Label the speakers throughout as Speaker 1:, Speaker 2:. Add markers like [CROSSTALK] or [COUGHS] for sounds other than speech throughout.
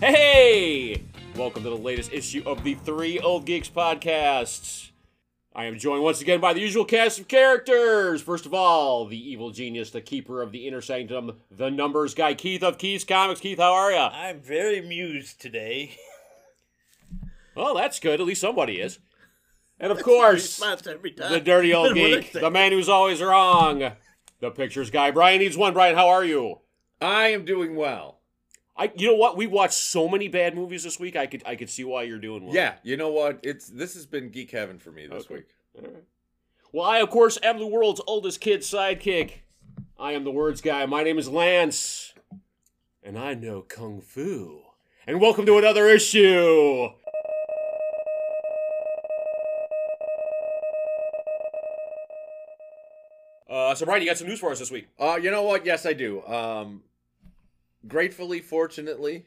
Speaker 1: Hey! Welcome to the latest issue of the Three Old Geeks podcasts. I am joined once again by the usual cast of characters. First of all, the evil genius, the keeper of the inner sanctum, the numbers guy, Keith of Keith's Comics. Keith, how are ya?
Speaker 2: I'm very amused today.
Speaker 1: Well, that's good. At least somebody is. And of course,
Speaker 2: Response every time.
Speaker 1: the dirty
Speaker 2: [LAUGHS]
Speaker 1: old
Speaker 2: What did I
Speaker 1: geek,
Speaker 2: say?
Speaker 1: the man who's always wrong, the pictures guy. Brian needs one. Brian, how are you?
Speaker 3: I am doing well.
Speaker 1: I, you know what? We watched so many bad movies this week. I could, I could see why you're doing well.
Speaker 3: Yeah, you know what? It's this has been geek heaven for me this
Speaker 1: Okay.
Speaker 3: week.
Speaker 1: Well, I, of course, am the world's oldest kid sidekick. I am the words guy. My name is Lance, and I know Kung Fu. And welcome to another issue. Uh, so, Brian, you got some news for us this week.
Speaker 3: Uh, you know what? Yes, I do. Um, gratefully, fortunately,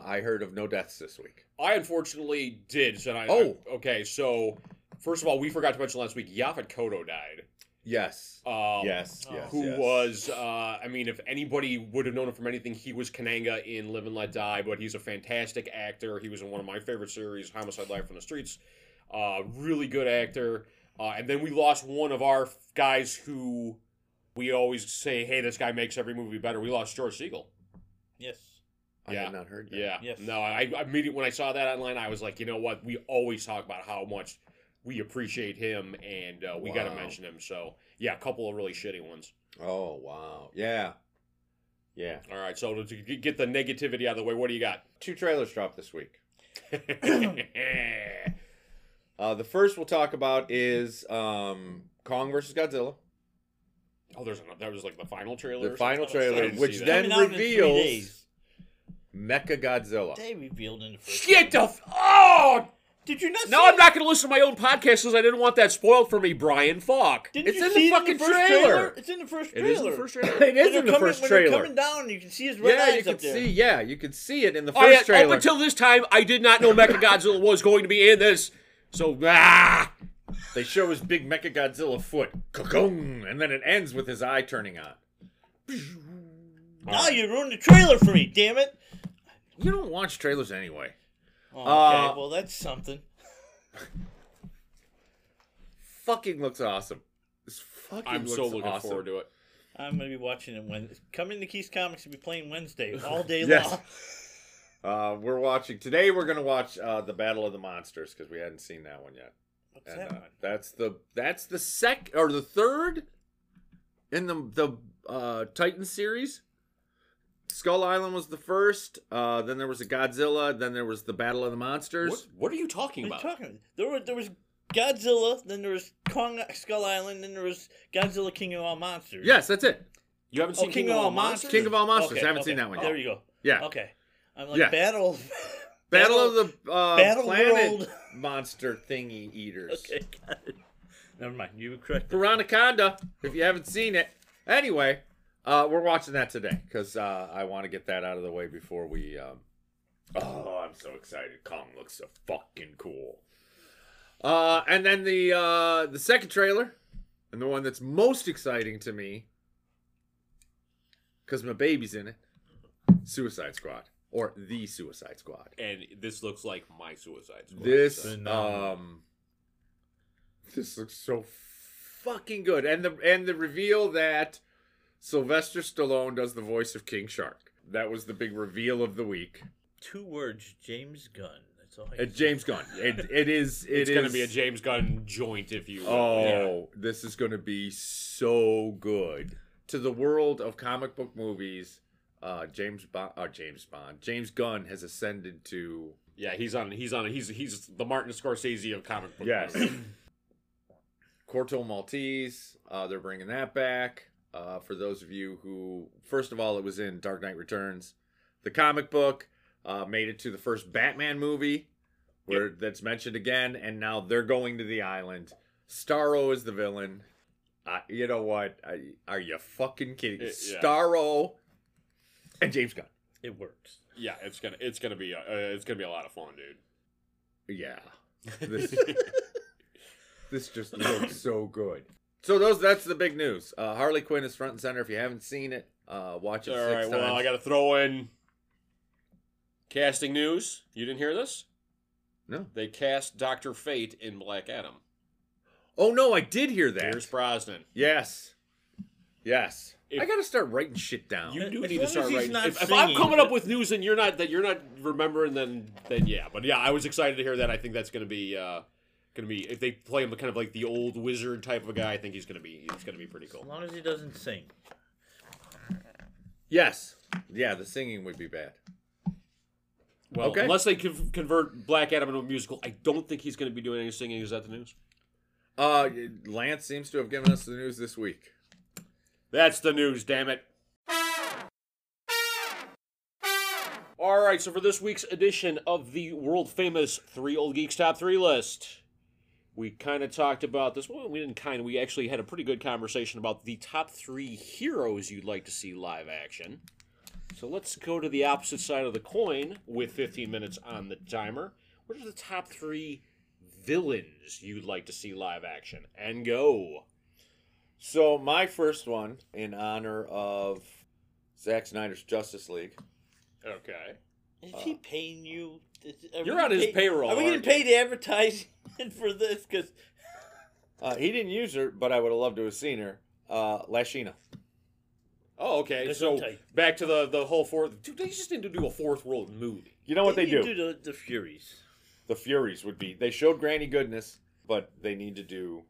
Speaker 3: I heard of no deaths this week.
Speaker 1: I unfortunately did. So I,
Speaker 3: Oh.
Speaker 1: I- okay, so first of all, we forgot to mention last week Yaphet Koto died.
Speaker 3: Yes,
Speaker 1: Um,
Speaker 3: yes, yes.
Speaker 1: who
Speaker 3: yes.
Speaker 1: was uh, I mean, if anybody would have known him from anything, he was Kananga in Live and Let Die, but he's a fantastic actor. He was in one of my favorite series, Homicide Life on the Streets. Uh, really good actor. Uh, and then we lost one of our f- guys who we always say, hey, this guy makes every movie better. We lost George Siegel.
Speaker 2: yes.
Speaker 3: I
Speaker 1: yeah.
Speaker 3: had not heard that.
Speaker 1: Yeah.
Speaker 2: Yes.
Speaker 1: No, I, I immediately when I saw that online, I was like, you know what? We always talk about how much we appreciate him, and uh, we got to
Speaker 3: Wow.
Speaker 1: mention him. So yeah, a couple of really shitty ones.
Speaker 3: Oh wow. Yeah. Yeah.
Speaker 1: All right, so to g- get the negativity out of the way, what do you [LAUGHS] got? Oh,
Speaker 3: Two trailers dropped this week.
Speaker 1: okay.
Speaker 3: Uh, the first we'll talk about is um, Kong versus Godzilla,
Speaker 1: Oh, there's another, that was like the final trailer.
Speaker 3: the
Speaker 1: or
Speaker 3: final
Speaker 1: something? I
Speaker 3: trailer,
Speaker 1: didn't
Speaker 3: which
Speaker 1: see that.
Speaker 3: then
Speaker 2: Coming out in three
Speaker 3: reveals
Speaker 2: days.
Speaker 3: Mecha Godzilla. [COUGHS]
Speaker 2: They revealed in the first.
Speaker 1: Get the f- oh!
Speaker 2: Did you not?
Speaker 1: No,
Speaker 2: see
Speaker 1: I'm
Speaker 2: it?
Speaker 1: not going to listen to my own podcast because I didn't want that spoiled for me, Brian. Fuck.
Speaker 2: Didn't
Speaker 3: It's
Speaker 2: you
Speaker 3: in the
Speaker 2: see it
Speaker 3: fucking
Speaker 2: first
Speaker 3: trailer.
Speaker 2: It's in the first
Speaker 1: It
Speaker 2: trailer.
Speaker 1: is in the [LAUGHS] first trailer.
Speaker 3: it
Speaker 2: When
Speaker 3: is
Speaker 2: they're
Speaker 3: in the
Speaker 2: coming,
Speaker 3: first
Speaker 2: when
Speaker 3: trailer.
Speaker 2: They're coming down, you can see his red
Speaker 3: yeah, you
Speaker 2: eyes
Speaker 3: can
Speaker 2: up there.
Speaker 3: see. Yeah, you can see it in the first
Speaker 1: I, up
Speaker 3: trailer.
Speaker 1: until this time, I did not know Mechagodzilla was going to be in this. So ah,
Speaker 3: They show his big Mecha Godzilla foot, Ka-gong! and then it ends with his eye turning on.
Speaker 2: Now you ruined the trailer for me. Damn it.
Speaker 3: You don't watch trailers anyway.
Speaker 2: Oh,
Speaker 3: Uh,
Speaker 2: okay. Well, that's something.
Speaker 3: Fucking looks awesome. This fucking
Speaker 1: I'm
Speaker 3: looks
Speaker 1: so looking
Speaker 3: awesome.
Speaker 1: forward to it.
Speaker 2: I'm gonna be watching it when coming to Keith's Comics and be playing Wednesday all day
Speaker 3: Yes.
Speaker 2: long.
Speaker 3: [LAUGHS] Uh, we're watching today. We're gonna watch uh, the Battle of the Monsters because we hadn't seen that one yet.
Speaker 2: What's
Speaker 3: And,
Speaker 2: that
Speaker 3: uh,
Speaker 2: one?
Speaker 3: that's the that's the sec or the third in the the uh, Titan series. Skull Island was the first. Uh, then there was a Godzilla. Then there was the Battle of the Monsters.
Speaker 1: What, what are you talking
Speaker 2: What are you
Speaker 1: about?
Speaker 2: talking about? There was there was Godzilla, then there was Kong Skull Island, then there was Godzilla King of All Monsters.
Speaker 3: Yes, that's it.
Speaker 1: you haven't
Speaker 2: Oh,
Speaker 1: seen King of All Monsters?
Speaker 3: King of All Monsters.
Speaker 2: Okay,
Speaker 3: I haven't
Speaker 2: okay.
Speaker 3: seen that one yet.
Speaker 2: There you go.
Speaker 3: Yeah.
Speaker 2: Okay. I'm like
Speaker 3: Yeah.
Speaker 2: battle.
Speaker 3: [LAUGHS] Battle of the uh,
Speaker 2: Battle
Speaker 3: Planet
Speaker 2: World.
Speaker 3: [LAUGHS] Monster Thingy Eaters.
Speaker 2: [LAUGHS] Okay. Got it. Never mind. You were correct.
Speaker 3: Piranaconda, if you haven't seen it. Anyway, uh, we're watching that today because uh, I want to get that out of the way before we. Um... Oh, I'm so excited. Kong looks so fucking cool. Uh, and then the uh, the second trailer, and the one that's most exciting to me, because my baby's in it, Suicide Squad or the Suicide Squad.
Speaker 1: And this looks like my Suicide Squad.
Speaker 3: This
Speaker 1: so-
Speaker 2: Phenomenal.
Speaker 3: um This looks so fucking good. And the and the reveal that Sylvester Stallone does the voice of King Shark. That was the big reveal of the week.
Speaker 2: Two words. James Gunn. That's all. I
Speaker 3: And Uh, James Gunn. It, it is
Speaker 1: it's
Speaker 3: it's
Speaker 1: going to be a James Gunn joint, if you. will. Yeah.
Speaker 3: Oh, this is going to be so good to the world of comic book movies. Uh, James Bond, uh, James Bond, James Gunn has ascended to
Speaker 1: Yeah, he's on. He's on. He's he's the Martin Scorsese of comic book.
Speaker 3: Yes.
Speaker 1: movies. [CLEARS THROAT]
Speaker 3: Corto Maltese, uh, they're bringing that back. Uh, for those of you who, first of all, it was in Dark Knight Returns, the comic book, uh, made it to the first Batman movie, where that's mentioned again, and now they're going to the island. Starro is the villain. Uh, you know what? I, are you fucking kidding?
Speaker 1: It- yeah.
Speaker 3: Starro and James Gunn.
Speaker 2: It works.
Speaker 1: yeah, it's gonna it's gonna be uh, it's gonna be a lot of fun, dude.
Speaker 3: Yeah,
Speaker 1: [LAUGHS]
Speaker 3: this [LAUGHS]
Speaker 1: [COUGHS]
Speaker 3: this just looks so good. So those that's the big news. Uh, Harley Quinn is front and center. If you haven't seen it, uh, watch it.
Speaker 1: All
Speaker 3: six
Speaker 1: right, well,
Speaker 3: times.
Speaker 1: I gotta throw in Casting news. You didn't hear this?
Speaker 3: No.
Speaker 1: They cast Doctor Fate in Black Adam.
Speaker 3: Oh no, I did hear that.
Speaker 1: There's Brosnan.
Speaker 3: yes, yes.
Speaker 1: If-
Speaker 3: I gotta start writing shit down.
Speaker 1: You do
Speaker 4: As
Speaker 1: need
Speaker 4: long
Speaker 1: to
Speaker 4: as
Speaker 1: start
Speaker 4: he's
Speaker 1: writing.
Speaker 4: not
Speaker 1: If, if I'm
Speaker 4: singing.
Speaker 1: coming up with news and you're not that you're not remembering, then then yeah. But yeah, I was excited to hear that. I think that's gonna be uh, gonna be if they play him kind of like the old wizard type of a guy. I think he's gonna be he's gonna be pretty
Speaker 4: As
Speaker 1: cool.
Speaker 4: long as he doesn't sing.
Speaker 3: yes, yeah. The singing would be bad.
Speaker 1: Well,
Speaker 3: Okay.
Speaker 1: unless they con- convert Black Adam into a musical, I don't think he's gonna be doing any singing. Is that the news?
Speaker 3: Uh, Lance seems to have given us the news this week.
Speaker 1: That's the news, damn it. All right, so for this week's edition of the world famous Three Old Geeks Top 3 list, we kind of talked about this. Well, we didn't kind of, we actually had a pretty good conversation about the top three heroes you'd like to see live action. So let's go to the opposite side of the coin with 15 minutes on the timer. What are the top three villains you'd like to see live action? And go.
Speaker 3: So my first one, in honor of Zack Snyder's Justice League.
Speaker 1: Okay.
Speaker 4: Is he paying you? Is- are we
Speaker 1: You're on
Speaker 4: getting
Speaker 1: his
Speaker 4: paid-
Speaker 1: payroll.
Speaker 4: Are we getting
Speaker 1: aren't
Speaker 4: paid advertising [LAUGHS] for this? Because
Speaker 3: Uh, he didn't use her, but I would have loved to have seen her. Uh, Lashina.
Speaker 1: you? Oh, okay.
Speaker 4: That's
Speaker 1: So
Speaker 4: okay.
Speaker 1: back to the the whole fourth. Dude, they just need to do a fourth world movie.
Speaker 3: You know what they, do?
Speaker 4: do the, the Furies.
Speaker 3: The Furies would be. They showed Granny Goodness, but they need to do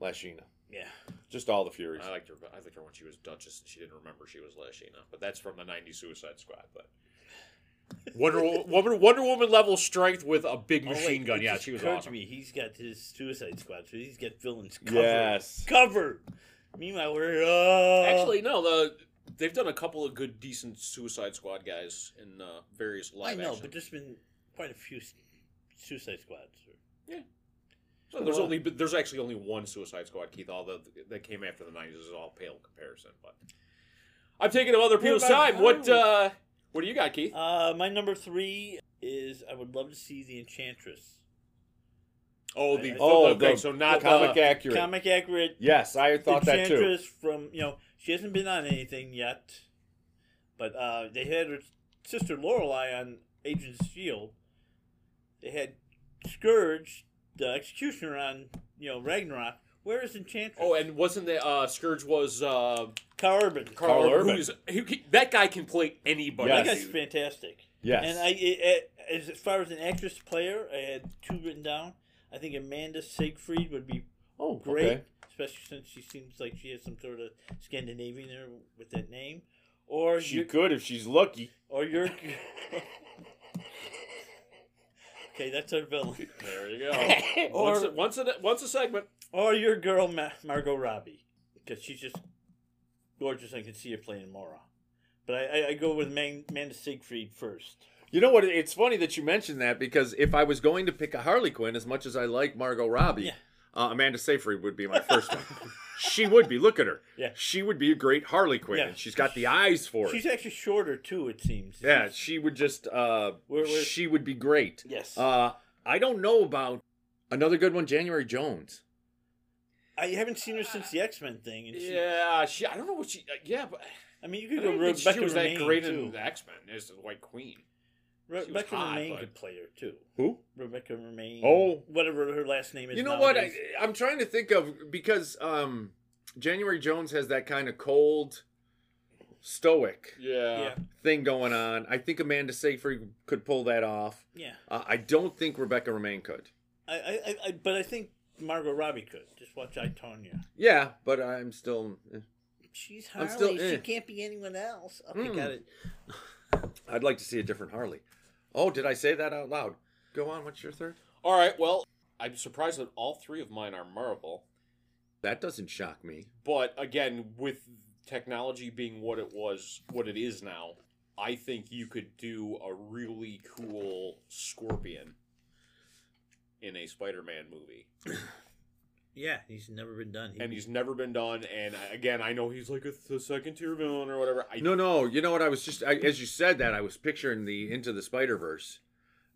Speaker 3: Lashina.
Speaker 4: Yeah.
Speaker 3: Just all the Furies.
Speaker 1: I liked her. I liked her when she was Duchess, and she didn't remember she was Lashina. But that's from the '90s Suicide Squad.
Speaker 4: [LAUGHS]
Speaker 1: But Wonder Wo- Wonder Wonder Woman level strength with a big
Speaker 4: Oh, wait,
Speaker 1: machine gun.
Speaker 4: it
Speaker 1: Yeah,
Speaker 4: just
Speaker 1: she was
Speaker 4: occurred to
Speaker 1: awesome.
Speaker 4: me. He's got his Suicide Squad, so he's got villains covered.
Speaker 3: yes.
Speaker 4: Covered. Meanwhile, we're uh,
Speaker 1: Actually, no. The they've done a couple of good, decent Suicide Squad guys in uh, various
Speaker 4: I
Speaker 1: live
Speaker 4: know,
Speaker 1: action.
Speaker 4: but there's been quite a few s- Suicide Squads.
Speaker 1: So there's only but there's actually only one Suicide Squad, Keith. All the that came after the '90s is all pale comparison. But I'm taking up other people's
Speaker 4: about
Speaker 1: time. What uh,
Speaker 4: Hollywood?
Speaker 1: what do you got, Keith?
Speaker 4: Uh, my number three is I would love to see the Enchantress.
Speaker 1: Oh, the
Speaker 3: Oh,
Speaker 1: okay.
Speaker 3: the-
Speaker 1: so not
Speaker 3: Comic
Speaker 1: the,
Speaker 3: accurate.
Speaker 4: Comic accurate
Speaker 3: yes, I thought that too.
Speaker 4: Enchantress from you know she hasn't been on anything yet, but uh, they had her sister Lorelei on Agent Shield. E They had Scourge, the Executioner, on you know Ragnarok. Where is Enchantress?
Speaker 1: Oh, and wasn't the uh, Scourge was uh,
Speaker 4: Carl Urban.
Speaker 1: Carl,
Speaker 3: Carl
Speaker 1: Urban?
Speaker 3: Urban.
Speaker 1: Who's, he, he- that guy can play anybody.
Speaker 4: that
Speaker 3: Yes.
Speaker 4: guy's
Speaker 1: dude.
Speaker 4: fantastic.
Speaker 3: Yes.
Speaker 4: And I, it, it, as far as an actress player, I had two written down. I think Amanda Siegfried would be
Speaker 3: oh,
Speaker 4: great,
Speaker 3: okay.
Speaker 4: especially since she seems like she has some sort of Scandinavian there with that name. Or
Speaker 3: She
Speaker 4: you,
Speaker 3: could if she's lucky.
Speaker 4: or you're. [LAUGHS] okay, that's our villain.
Speaker 1: There you go. [LAUGHS] once, a,
Speaker 4: or
Speaker 1: once, a, once a segment.
Speaker 4: or your girl Ma- Margot Robbie, because she's just gorgeous. I can see her playing Mora, but I, I, I go with Man- Amanda Siegfried first.
Speaker 3: You know what? It's funny that you mentioned that because if I was going to pick a Harley Quinn, as much as I like Margot Robbie,
Speaker 4: Yeah.
Speaker 3: uh, Amanda Seyfried
Speaker 4: [LAUGHS]
Speaker 3: would be my first one. She would be. Look at her.
Speaker 4: Yeah.
Speaker 3: She would be a great Harley Quinn.
Speaker 4: Yeah.
Speaker 3: And she's got the eyes for
Speaker 4: She's
Speaker 3: it.
Speaker 4: actually shorter too. It seems.
Speaker 3: Yeah, she would just. Uh,
Speaker 4: Where- where-
Speaker 3: she would be great.
Speaker 4: Yes.
Speaker 3: Uh, I don't know about another good one, January Jones.
Speaker 4: I haven't seen her since the X Men thing. And she,
Speaker 1: Yeah, she. I don't know what she. uh, yeah, but
Speaker 4: I mean, you
Speaker 1: I
Speaker 4: could go
Speaker 1: don't think
Speaker 4: Rebecca
Speaker 1: she was that
Speaker 4: Romijn
Speaker 1: great
Speaker 4: too.
Speaker 1: in X Men as the White Queen.
Speaker 4: Re-
Speaker 1: was
Speaker 4: Rebecca
Speaker 1: hot,
Speaker 4: Romaine
Speaker 1: but-
Speaker 4: could play her too.
Speaker 3: Who?
Speaker 4: Rebecca Romaine.
Speaker 3: Oh.
Speaker 4: whatever her last name is.
Speaker 3: You know what? I,
Speaker 4: nowadays.
Speaker 3: I'm trying to think of because um, January Jones has that kind of cold, stoic.
Speaker 1: Yeah.
Speaker 4: yeah,
Speaker 3: thing going on. I think Amanda Seyfried could pull that off.
Speaker 4: yeah.
Speaker 3: Uh, I don't think Rebecca Romaine could.
Speaker 4: I, I, I, I, but I think Margot Robbie could. Just watch I Tonya.
Speaker 3: Yeah, but I'm still. eh.
Speaker 4: She's
Speaker 3: I'm
Speaker 4: Harley.
Speaker 3: still
Speaker 4: she
Speaker 3: in.
Speaker 4: can't be anyone else. Okay,
Speaker 3: Mm.
Speaker 4: got it.
Speaker 3: I'd like to see a different Harley. Oh, did I say that out loud? Go on. What's your third?
Speaker 1: All right. Well, I'm surprised that all three of mine are Marvel.
Speaker 3: That doesn't shock me.
Speaker 1: But again, with technology being what it was, what it is now, I think you could do a really cool Scorpion in a Spider-Man movie,
Speaker 4: Yeah, he's never been done. He-
Speaker 1: and he's never been done. And again, I know he's like a, th- second-tier villain or whatever. I
Speaker 3: No, no. You know what? I was just I, as you said that I was picturing the Into the Spider Verse,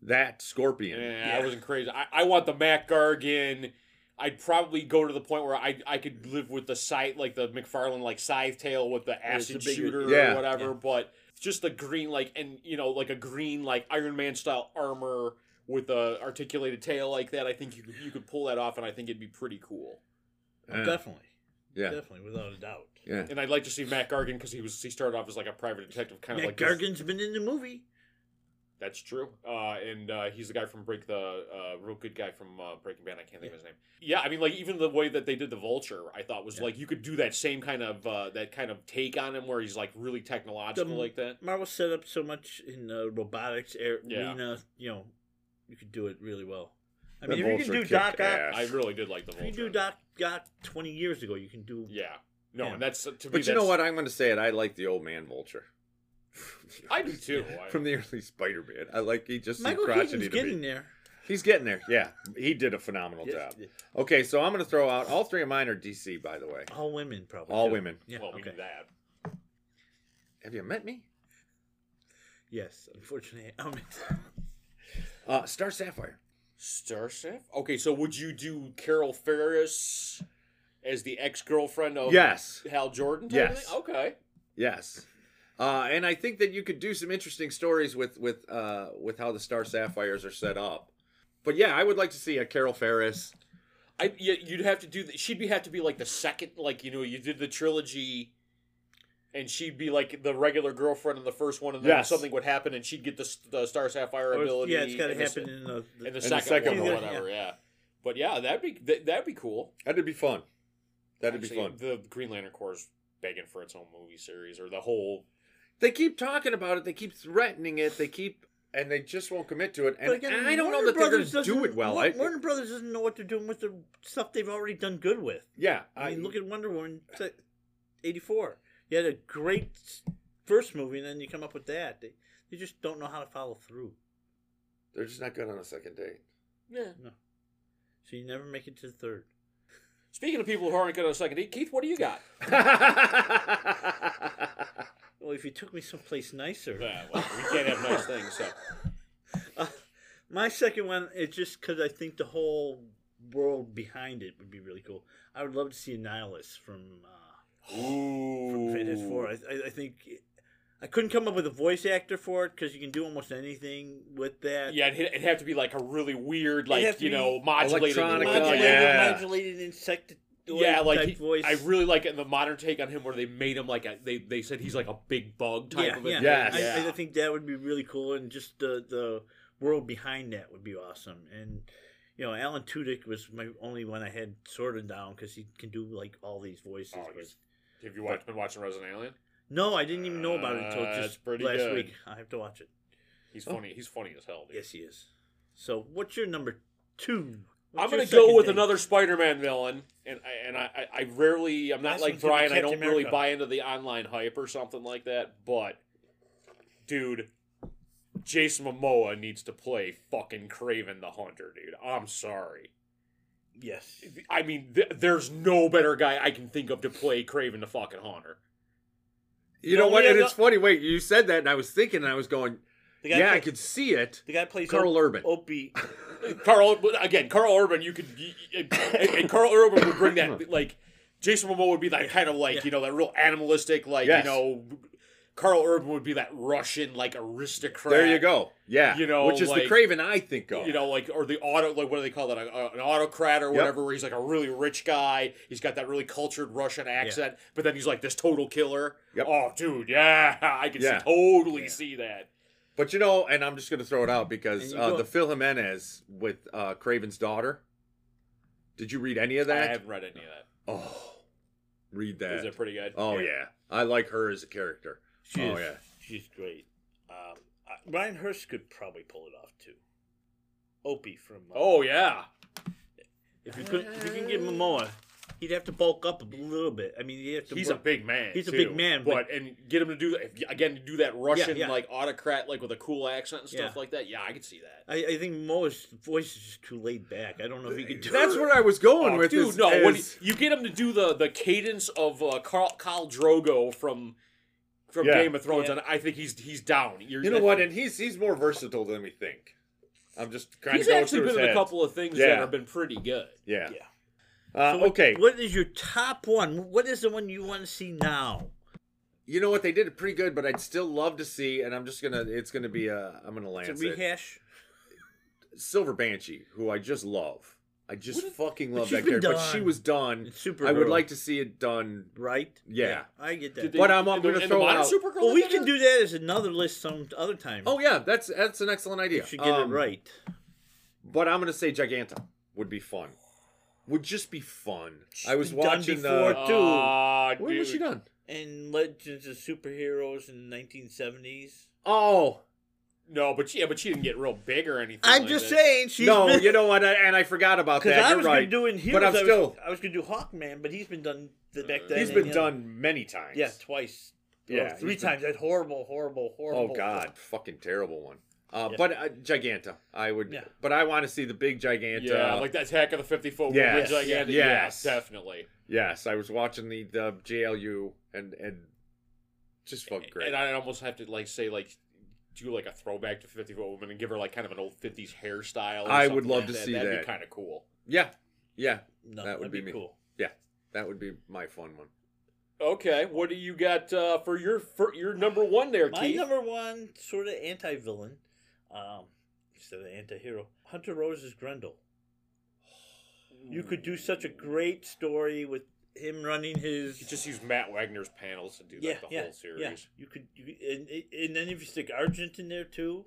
Speaker 3: that Scorpion.
Speaker 1: Yeah, I wasn't crazy. I, I want the Matt Gargan. I'd probably go to the point where I I could live with the site like the McFarlane like scythe tail with the
Speaker 4: it's
Speaker 1: acid
Speaker 4: a bigger-
Speaker 1: shooter
Speaker 3: Yeah.
Speaker 1: or whatever,
Speaker 4: Yeah.
Speaker 1: but just the green like and you know like a green like Iron Man style armor with a articulated tail like that. I think you could, you could pull that off, and I think it'd be pretty cool.
Speaker 4: Oh, definitely.
Speaker 3: Uh, Yeah.
Speaker 4: Definitely, without a doubt.
Speaker 3: yeah.
Speaker 1: And I'd like to see Matt Gargan because he was he started off as like a private detective, kind of
Speaker 4: Matt
Speaker 1: like this-
Speaker 4: Gargan's been in the movie.
Speaker 1: That's true. Uh, and uh, he's the guy from Break the uh, real good guy from uh, Breaking Bad. I can't think of his name. Yeah, I mean, like even the way that they did the Vulture, I thought was
Speaker 3: Yeah.
Speaker 1: like you could do that same kind of uh, that kind of take on him where he's like really technological
Speaker 4: The-
Speaker 1: like that.
Speaker 4: Marvel set up so much in the robotics ar-
Speaker 1: Yeah.
Speaker 4: arena. You know, you could do it really well. I mean,
Speaker 3: The
Speaker 4: if you
Speaker 3: Vulture
Speaker 4: can do
Speaker 3: kicked
Speaker 4: Doc Ock,
Speaker 3: ass.
Speaker 1: I really did like the
Speaker 4: if
Speaker 1: Vulture.
Speaker 4: you do Doc Ock twenty years ago, you can do.
Speaker 1: Yeah. No,
Speaker 4: Yeah.
Speaker 1: and that's uh, to me.
Speaker 3: But you know
Speaker 1: that's-
Speaker 3: what? I'm going to say it. I like the old man vulture. [LAUGHS]
Speaker 1: I do too.
Speaker 3: From the early Spider Man. I like he just
Speaker 4: Michael
Speaker 3: too crotchety
Speaker 4: Keaton's
Speaker 3: to
Speaker 4: getting
Speaker 3: me.
Speaker 4: there.
Speaker 3: He's getting there. Yeah. He did a phenomenal job.
Speaker 4: Yes.
Speaker 3: Okay, so I'm going to throw out all three of mine are DC, by the way.
Speaker 4: All women, probably.
Speaker 3: All
Speaker 4: too.
Speaker 3: women.
Speaker 4: Oh, Yeah.
Speaker 1: well, we
Speaker 4: okay.
Speaker 1: did that.
Speaker 3: Have you met me?
Speaker 4: Yes. Unfortunately, I'm [LAUGHS]
Speaker 3: Uh, Star Sapphire.
Speaker 1: Starship. Okay, so would you do Carol Ferris as the ex girlfriend of
Speaker 3: Yes.
Speaker 1: Hal Jordan? type
Speaker 3: Yes.
Speaker 1: thing? Okay.
Speaker 3: Yes. Uh, and I think that you could do some interesting stories with with uh, with how the Star Sapphires are set up. But yeah, I would like to see a Carol Ferris.
Speaker 1: I yeah, you'd have to do. The, she'd be have to be like the second, like you know, you did the trilogy, and she'd be like the regular girlfriend in the first one, and then
Speaker 3: Yes.
Speaker 1: something would happen, and she'd get the, the Star Sapphire ability.
Speaker 4: yeah, it's got to
Speaker 1: and the-
Speaker 4: happen in the.
Speaker 1: in the
Speaker 3: the
Speaker 1: second,
Speaker 3: second
Speaker 1: one, or
Speaker 4: one.
Speaker 1: whatever. Yeah. but yeah, that'd be that, that'd be cool.
Speaker 3: That'd be fun. That'd
Speaker 1: Actually,
Speaker 3: be fun.
Speaker 1: The Green Lantern Corps is begging for its own movie series or the whole.
Speaker 3: They keep talking about it. They keep threatening it. They keep and they just won't commit to it. And
Speaker 4: But again,
Speaker 3: I don't know
Speaker 4: Warner
Speaker 3: that they're going
Speaker 4: Brothers
Speaker 3: to do
Speaker 4: doesn't-
Speaker 3: it well.
Speaker 4: Wa-
Speaker 3: I,
Speaker 4: Warner Brothers doesn't know what they're doing with the stuff they've already done good with.
Speaker 3: yeah,
Speaker 4: I mean, look at Wonder Woman t- 84. You had a great s- first movie, and then you come up with that. They, they just don't know how to follow through.
Speaker 3: they're just not good on a second date.
Speaker 4: [LAUGHS]
Speaker 1: Yeah.
Speaker 4: So you never make it to the third.
Speaker 1: Speaking of people who aren't good on a second date, Keith, what do you got?
Speaker 4: Well, if you took me someplace nicer.
Speaker 1: Yeah, well, we can't have nice things. So
Speaker 4: Uh, my second one is just because I think the whole world behind it would be really cool. I would love to see Annihilus from uh,
Speaker 1: Ooh.
Speaker 4: Fantastic Four. I, I, I think I couldn't come up with a voice actor for it because you can do almost anything with that.
Speaker 1: Yeah, it'd, it'd have to be like a really weird,
Speaker 4: have
Speaker 1: like
Speaker 4: to
Speaker 1: you
Speaker 4: be
Speaker 1: know, modulated,
Speaker 3: electronic,
Speaker 4: modulated,
Speaker 1: yeah,
Speaker 3: Yeah.
Speaker 4: modulated insectoid
Speaker 1: yeah, like
Speaker 4: type
Speaker 1: he-
Speaker 4: voice.
Speaker 1: I really like it in the modern take on him where they made him like a they they said he's like a big bug type
Speaker 4: yeah,
Speaker 1: of a
Speaker 4: yeah.
Speaker 1: thing.
Speaker 3: Yes.
Speaker 4: I, I think that would be really cool, and just the the world behind that would be awesome. And you know, Alan Tudyk was my only one I had sorted down because he can do like all these voices.
Speaker 1: Oh,
Speaker 4: but-
Speaker 1: he's- Have you watched, been watching Resident Alien?
Speaker 4: no, I didn't even know about it until
Speaker 1: Uh, it's
Speaker 4: just
Speaker 1: pretty
Speaker 4: last
Speaker 1: good.
Speaker 4: week. I have to watch it.
Speaker 1: He's
Speaker 3: Oh.
Speaker 1: funny. He's funny as hell. Dude.
Speaker 4: Yes, he is. So, what's your number two?
Speaker 1: I'm
Speaker 4: What's your
Speaker 1: gonna go
Speaker 4: second
Speaker 1: with
Speaker 4: thing?
Speaker 1: another Spider-Man villain, and I, and I, I- I rarely I'm not
Speaker 4: That's
Speaker 1: like
Speaker 4: what
Speaker 1: Brian. I
Speaker 4: Captain
Speaker 1: don't really
Speaker 4: America.
Speaker 1: buy into the online hype or something like that. But dude, Jason Momoa needs to play fucking Craven the Hunter, dude. I'm sorry.
Speaker 4: Yes.
Speaker 1: I mean, th- there's no better guy I can think of to play Craven the fucking Hunter.
Speaker 3: You
Speaker 4: No,
Speaker 3: know what?
Speaker 4: we
Speaker 3: And
Speaker 4: have
Speaker 3: it's funny. Wait, you said that, and I was thinking, and I was going,
Speaker 4: The guy
Speaker 3: yeah, I
Speaker 4: plays,
Speaker 3: could see it.
Speaker 4: the guy plays
Speaker 3: Carl Oh,
Speaker 4: Op-
Speaker 3: Urban.
Speaker 4: Opie.
Speaker 1: Carl again, Carl Urban. You could you- you- and- and Carl Urban would bring
Speaker 3: [LAUGHS]
Speaker 1: that like Jason Momoa would be that kind of like
Speaker 4: Yeah.
Speaker 1: you know that real animalistic like
Speaker 3: Yes.
Speaker 1: you know Carl Urban would be that Russian like aristocrat.
Speaker 3: There you go. Yeah.
Speaker 1: You know,
Speaker 3: which is the
Speaker 1: like-
Speaker 3: Craven I think of.
Speaker 1: You know, like or the auto, like what do they call that? A, a- an autocrat or
Speaker 3: Yep.
Speaker 1: whatever. Where he's like a really rich guy. He's got that really cultured Russian accent, but then he's like this total killer.
Speaker 3: Yep.
Speaker 1: Oh, dude, yeah, [LAUGHS] I can
Speaker 3: Yeah.
Speaker 1: see, totally
Speaker 4: Yeah.
Speaker 1: see that.
Speaker 3: But you know, and I'm just going to throw it out
Speaker 4: And
Speaker 3: because
Speaker 4: you
Speaker 3: uh,
Speaker 4: go-
Speaker 3: the Phil Jimenez with uh, Craven's daughter. Did you read any of
Speaker 1: I
Speaker 3: that?
Speaker 1: haven't read any of that.
Speaker 3: Oh, read
Speaker 1: Is
Speaker 3: that.
Speaker 1: it pretty good?
Speaker 3: oh yeah. I like her as a character.
Speaker 4: She
Speaker 3: Oh,
Speaker 4: is,
Speaker 3: yeah.
Speaker 4: She's great. Um, I, Ryan Hurst could probably pull it off too. Opie from. uh,
Speaker 1: Oh yeah.
Speaker 4: If you could, if you can get Momoa, he'd have to bulk up a little bit. I mean, he'd have to.
Speaker 1: he's a
Speaker 4: work-
Speaker 1: big man.
Speaker 4: He's a
Speaker 1: too.
Speaker 4: big man,
Speaker 1: but, and get him to do that again. Do that Russian
Speaker 4: yeah.
Speaker 1: like autocrat, like with a cool accent and stuff
Speaker 4: Yeah.
Speaker 1: like that. Yeah, I could see that.
Speaker 4: I, I think Momoa's voice is just too laid back. I don't know if he could do.
Speaker 3: That's what I was going
Speaker 1: Oh,
Speaker 3: with.
Speaker 1: dude,
Speaker 3: is-
Speaker 1: no, when
Speaker 3: is-
Speaker 1: you get him to do the the cadence of uh, Carl, Khal Drogo from from
Speaker 3: Yeah.
Speaker 1: Game of Thrones,
Speaker 4: Yeah.
Speaker 1: and I think he's he's down. You're,
Speaker 3: you know what? And he's he's more versatile than we think. I'm just kind
Speaker 1: he's
Speaker 3: of going
Speaker 1: actually been
Speaker 3: through his
Speaker 1: in a
Speaker 3: head.
Speaker 1: couple of things that
Speaker 3: Yeah.
Speaker 1: have been pretty good.
Speaker 3: Yeah.
Speaker 4: Yeah.
Speaker 3: Uh,
Speaker 4: So what-
Speaker 3: okay.
Speaker 4: What is your top one? What is the one you want to see now?
Speaker 3: you know what? They did it pretty good, but I'd still love to see. And I'm just gonna. It's gonna be a. I'm gonna
Speaker 4: It's a
Speaker 3: lance it.
Speaker 4: rehash.
Speaker 3: Silver Banshee, who I just love. I just
Speaker 4: What if-
Speaker 3: fucking
Speaker 4: but
Speaker 3: love
Speaker 4: she's
Speaker 3: that
Speaker 4: been
Speaker 3: character. But she
Speaker 4: done.
Speaker 3: was done.
Speaker 4: It's Supergirl.
Speaker 3: I would like to see it done.
Speaker 4: right?
Speaker 3: Yeah.
Speaker 4: I get
Speaker 1: Did
Speaker 4: that.
Speaker 1: they-
Speaker 3: But I'm- I'm
Speaker 1: in the-
Speaker 3: gonna
Speaker 1: in the
Speaker 3: throw
Speaker 1: modern
Speaker 3: out-
Speaker 1: Supergirl
Speaker 4: well,
Speaker 1: that
Speaker 4: we
Speaker 1: did
Speaker 4: can
Speaker 1: it?
Speaker 4: do that as another list some other time.
Speaker 3: Oh yeah, that's that's an excellent idea.
Speaker 4: we should get
Speaker 3: Um,
Speaker 4: it right.
Speaker 3: But I'm gonna say Giganta would be fun. Would just be fun. I was
Speaker 4: been done
Speaker 3: watching uh,
Speaker 4: before.
Speaker 3: the.
Speaker 4: do.
Speaker 1: Ah,
Speaker 3: When was she
Speaker 1: dude.
Speaker 3: done?
Speaker 4: And Legends of Superheroes in the 1970s.
Speaker 3: Oh
Speaker 1: No, but she, yeah, but she didn't get real big or anything.
Speaker 4: I'm
Speaker 1: like
Speaker 4: just
Speaker 1: that.
Speaker 4: saying she's
Speaker 3: no,
Speaker 4: been, [LAUGHS]
Speaker 3: you know what? I, and I forgot about
Speaker 4: Because
Speaker 3: that.
Speaker 4: I
Speaker 3: You're
Speaker 4: was
Speaker 3: right.
Speaker 4: gonna do in heroes,
Speaker 3: But I'm
Speaker 4: I was,
Speaker 3: still-
Speaker 4: I was gonna do Hawkman, but he's been done the back
Speaker 1: Uh,
Speaker 4: then.
Speaker 3: He's
Speaker 4: and
Speaker 3: been
Speaker 4: the other-
Speaker 3: done many times.
Speaker 4: yeah, twice,
Speaker 3: Yeah,
Speaker 4: Well, three
Speaker 3: he's been-
Speaker 4: times. That horrible, horrible,
Speaker 3: Oh
Speaker 4: horrible.
Speaker 3: God, fucking terrible one. Uh,
Speaker 4: Yeah.
Speaker 3: But uh, Giganta, I would.
Speaker 4: Yeah.
Speaker 3: But I want to see the big Giganta.
Speaker 1: Yeah, like that attack of the 50 foot
Speaker 3: uh, Yes.
Speaker 1: woman gigantic.
Speaker 3: Yes.
Speaker 1: Yes. Yeah, definitely.
Speaker 3: yes, I was watching the the JLU and and just fucking great.
Speaker 1: And I'd almost have to like say like do like a throwback to 50 foot woman and give her like kind of an old 50s hairstyle. or
Speaker 3: I
Speaker 1: something
Speaker 3: would love
Speaker 1: like
Speaker 3: to
Speaker 1: that.
Speaker 3: see
Speaker 1: That'd
Speaker 3: that.
Speaker 1: be kind of cool.
Speaker 3: yeah, yeah,
Speaker 4: No,
Speaker 3: That
Speaker 4: that'd
Speaker 3: would be
Speaker 4: be,
Speaker 3: me.
Speaker 4: cool.
Speaker 3: that would be my fun one.
Speaker 1: Okay, what do you got uh, for your for your number one there,
Speaker 4: My
Speaker 1: Keith?
Speaker 4: number one sort of anti-villain, um, instead of anti-hero, Hunter Rose's Grendel. You could do such a great story with him running his.
Speaker 1: You just use Matt Wagner's panels to do
Speaker 4: yeah,
Speaker 1: like, the
Speaker 4: yeah,
Speaker 1: whole series.
Speaker 4: yeah. You could, you, and, and then if you stick Argent in there too,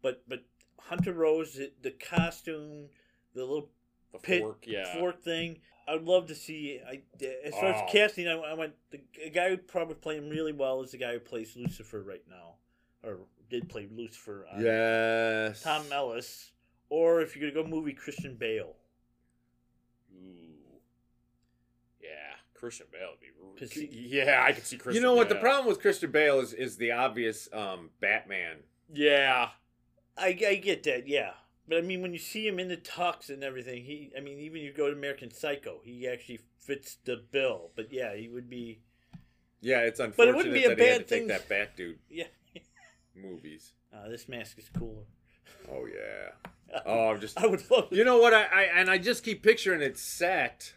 Speaker 4: but but Hunter Rose, the, the costume, the little
Speaker 1: The
Speaker 4: Pit-
Speaker 1: fork, yeah.
Speaker 4: fork thing. I'd love to see. I as far
Speaker 1: Oh.
Speaker 4: as casting, I, I went the g- guy who probably played him really well is the guy who plays Lucifer right now, or did play Lucifer. on
Speaker 3: yes,
Speaker 4: Uh, Tom Ellis, or if you're gonna go movie, Christian Bale.
Speaker 1: Ooh. Yeah, Christian Bale would be.
Speaker 4: 'Cause he-
Speaker 1: yeah, I could see Christian.
Speaker 3: You know what? The
Speaker 1: yeah.
Speaker 3: problem with Christian Bale is is the obvious um, Batman.
Speaker 1: Yeah,
Speaker 4: I, I get that, yeah. But I mean, when you see him in the tux and everything, he I mean, even you go to American Psycho, he actually fits the bill. But yeah, he would be.
Speaker 3: Yeah, it's unfortunate
Speaker 4: But it wouldn't be a
Speaker 3: that he had
Speaker 4: bad
Speaker 3: to
Speaker 4: thing.
Speaker 3: take that Bat dude
Speaker 4: [LAUGHS] Yeah,
Speaker 3: movies.
Speaker 4: uh, this mask is cooler. [LAUGHS]
Speaker 3: Oh yeah. Oh, I'm just
Speaker 4: I would love.
Speaker 3: You know what? I, I and I just keep picturing it set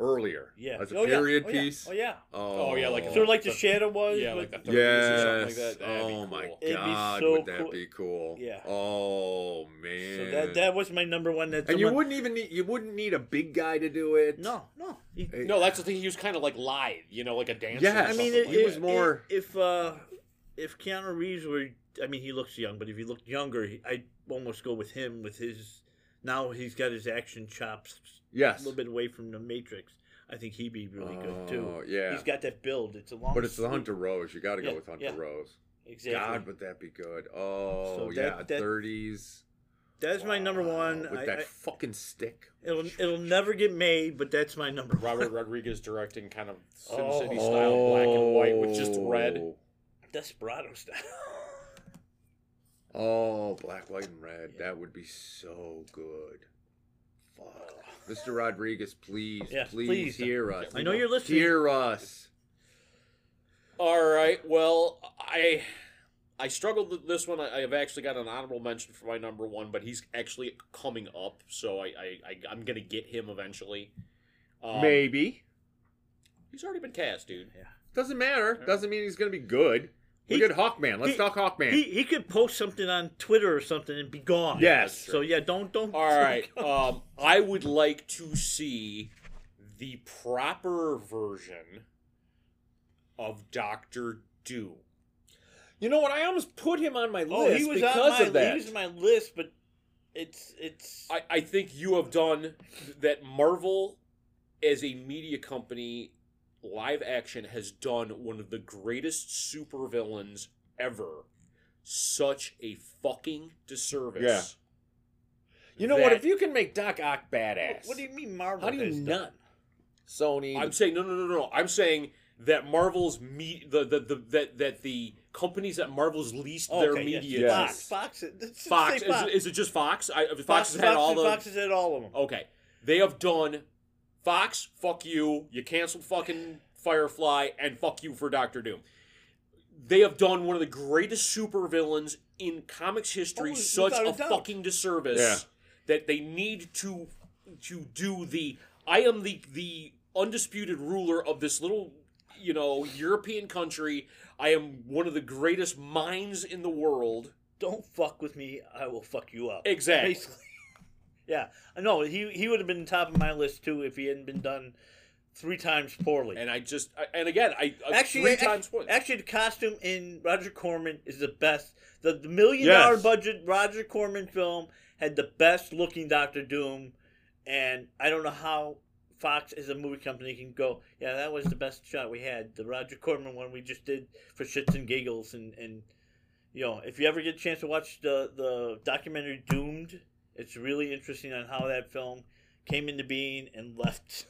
Speaker 3: earlier.
Speaker 4: yeah,
Speaker 3: as a
Speaker 4: Oh, yeah.
Speaker 3: period
Speaker 4: Oh, yeah.
Speaker 3: piece.
Speaker 4: Oh yeah,
Speaker 1: Oh, yeah, like a
Speaker 4: sort of like the
Speaker 1: The-
Speaker 4: shadow was.
Speaker 1: yeah, like
Speaker 4: but-
Speaker 1: the thirties or something
Speaker 3: yes.
Speaker 1: like that. That'd be
Speaker 3: oh my
Speaker 1: cool.
Speaker 4: It'd be
Speaker 3: god,
Speaker 4: so
Speaker 3: would that
Speaker 4: cool.
Speaker 3: be cool?
Speaker 4: Yeah.
Speaker 3: Oh man.
Speaker 4: So that that was my number one. That's
Speaker 3: and
Speaker 4: the
Speaker 3: you
Speaker 4: one-
Speaker 3: wouldn't even need you wouldn't need a big guy to do it. Eh,
Speaker 4: No, no. He-
Speaker 3: It-
Speaker 1: No, that's the thing. He was kind of like live, you know, like a dancer.
Speaker 3: Yeah,
Speaker 1: or
Speaker 3: I
Speaker 4: I
Speaker 1: something
Speaker 4: mean,
Speaker 1: like
Speaker 4: it,
Speaker 3: he
Speaker 4: it-
Speaker 3: was
Speaker 1: that.
Speaker 3: more-
Speaker 4: it- if uh, if Keanu Reeves were, I mean, he looks young, but if he looked younger, he- I'd almost go with him with his. Now he's got his action chops a
Speaker 3: Yes.
Speaker 4: little bit away from the Matrix. I think he'd be really good
Speaker 3: Oh,
Speaker 4: too.
Speaker 3: yeah.
Speaker 4: He's got that build. It's a long.
Speaker 3: but it's the
Speaker 4: sleeve.
Speaker 3: Hunter Rose. You got to go
Speaker 4: Yeah,
Speaker 3: with Hunter
Speaker 4: yeah.
Speaker 3: Rose.
Speaker 4: Exactly.
Speaker 3: God, would that be good? Oh
Speaker 4: So
Speaker 3: yeah,
Speaker 4: that- that-
Speaker 3: 30s.
Speaker 4: that's my number
Speaker 3: Wow,
Speaker 4: one.
Speaker 3: With
Speaker 4: I,
Speaker 3: that
Speaker 4: I-
Speaker 3: fucking stick.
Speaker 4: it'll it'll never get made, but that's my number one.
Speaker 1: Robert Rodriguez directing kind of Sin
Speaker 4: Oh.
Speaker 1: City style, black and white with just red.
Speaker 4: Desperado style. [LAUGHS]
Speaker 3: Oh, black, white, and red. That would be so good. Fuck. Mr. Rodriguez, please,
Speaker 4: Yeah,
Speaker 3: please,
Speaker 4: please.
Speaker 3: hear us.
Speaker 4: I know you're listening.
Speaker 3: Hear us.
Speaker 1: All right. Well, I I struggled with this one. I, I've actually got an honorable mention for my number one, but he's actually coming up, so I, I, I I'm gonna get him eventually. Um,
Speaker 3: Maybe.
Speaker 1: He's already been cast, dude.
Speaker 3: Doesn't matter. Doesn't mean he's going to be good.
Speaker 4: He-
Speaker 3: Look at Hawkman. Let's
Speaker 4: he-
Speaker 3: talk Hawkman.
Speaker 4: He he could post something on Twitter or something and be gone.
Speaker 3: yes.
Speaker 4: So yeah, don't don't. [LAUGHS]
Speaker 1: All right. Um, I would like to see the proper version of Doctor Doom.
Speaker 3: you know what? I almost put him on my list
Speaker 4: Oh, he was on my, He was on my list, but it's it's.
Speaker 1: I, I think you have done that Marvel as a media company live action has done one of the greatest supervillains ever such a fucking disservice.
Speaker 3: Yeah. you know what?
Speaker 1: that-
Speaker 3: If you can make Doc Ock badass,
Speaker 4: what do you mean Marvel?
Speaker 3: how do you
Speaker 4: has
Speaker 3: not?
Speaker 4: done?
Speaker 3: Sony.
Speaker 1: I'm saying no, no, no, no. I'm saying that Marvel's me the the, the that that the companies that Marvel's leased
Speaker 4: Oh, Okay,
Speaker 1: their
Speaker 4: yes.
Speaker 1: media
Speaker 3: Yes.
Speaker 1: to.
Speaker 4: Fox, Fox, Fox,
Speaker 1: Fox,
Speaker 4: Fox,
Speaker 1: Is, it- is it just Fox? I, Fox,
Speaker 4: Fox,
Speaker 1: has had all the
Speaker 4: Fox has had all of them.
Speaker 1: Okay. They have done Fox, fuck you. You canceled fucking Firefly and fuck you for Doctor Doom. They have done one of the greatest supervillains in comics history
Speaker 4: Oh,
Speaker 1: such
Speaker 4: without
Speaker 1: a
Speaker 4: a doubt.
Speaker 1: fucking disservice
Speaker 3: Yeah.
Speaker 1: that they need to to do the I am the the undisputed ruler of this little you know, European country. I am one of the greatest minds in the world.
Speaker 4: Don't fuck with me. I will fuck you up.
Speaker 1: Exactly.
Speaker 4: Basically. [LAUGHS] yeah. I know. He, he would have been top of my list, too, if he hadn't been done three times poorly.
Speaker 1: And I just, I, and again, I I-
Speaker 4: Actually,
Speaker 1: three
Speaker 4: actually,
Speaker 1: times. what-
Speaker 4: actually, the costume in Roger Corman is the best. The, the million
Speaker 1: Yes.
Speaker 4: dollar budget Roger Corman film had the best looking Doctor Doom, and I don't know how Fox as a movie company can go. Yeah, that was the best shot we had. The Roger Corman one we just did for shits and giggles, and and you know, if you ever get a chance to watch the the documentary Doomed, it's really interesting on how that film came into being and left.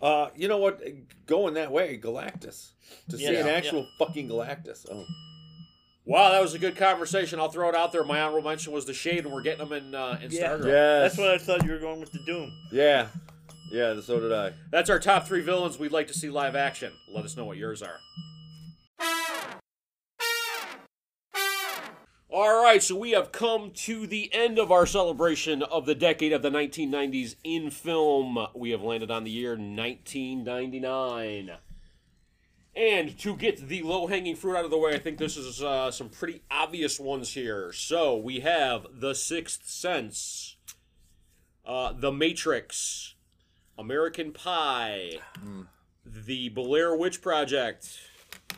Speaker 3: Uh, you know what? Going that way, Galactus. To see
Speaker 4: Yeah.
Speaker 3: an actual fucking Galactus. Oh,
Speaker 1: wow, that was a good conversation. I'll throw it out there. My honorable mention was the shade, and we're getting them in uh, in
Speaker 4: Yeah.
Speaker 1: Stargirl.
Speaker 3: yes.
Speaker 4: That's what I thought you were going with the Doom.
Speaker 3: Yeah, yeah. So did I.
Speaker 1: That's our top three villains we'd like to see live action. Let us know what yours are. All right, so we have come to the end of our celebration of the decade of the 1990s in film. We have landed on the year 1999. And to get the low hanging fruit out of the way, I think this is uh, some pretty obvious ones here. So we have The Sixth Sense, uh, The Matrix, American Pie, The Blair Witch Project,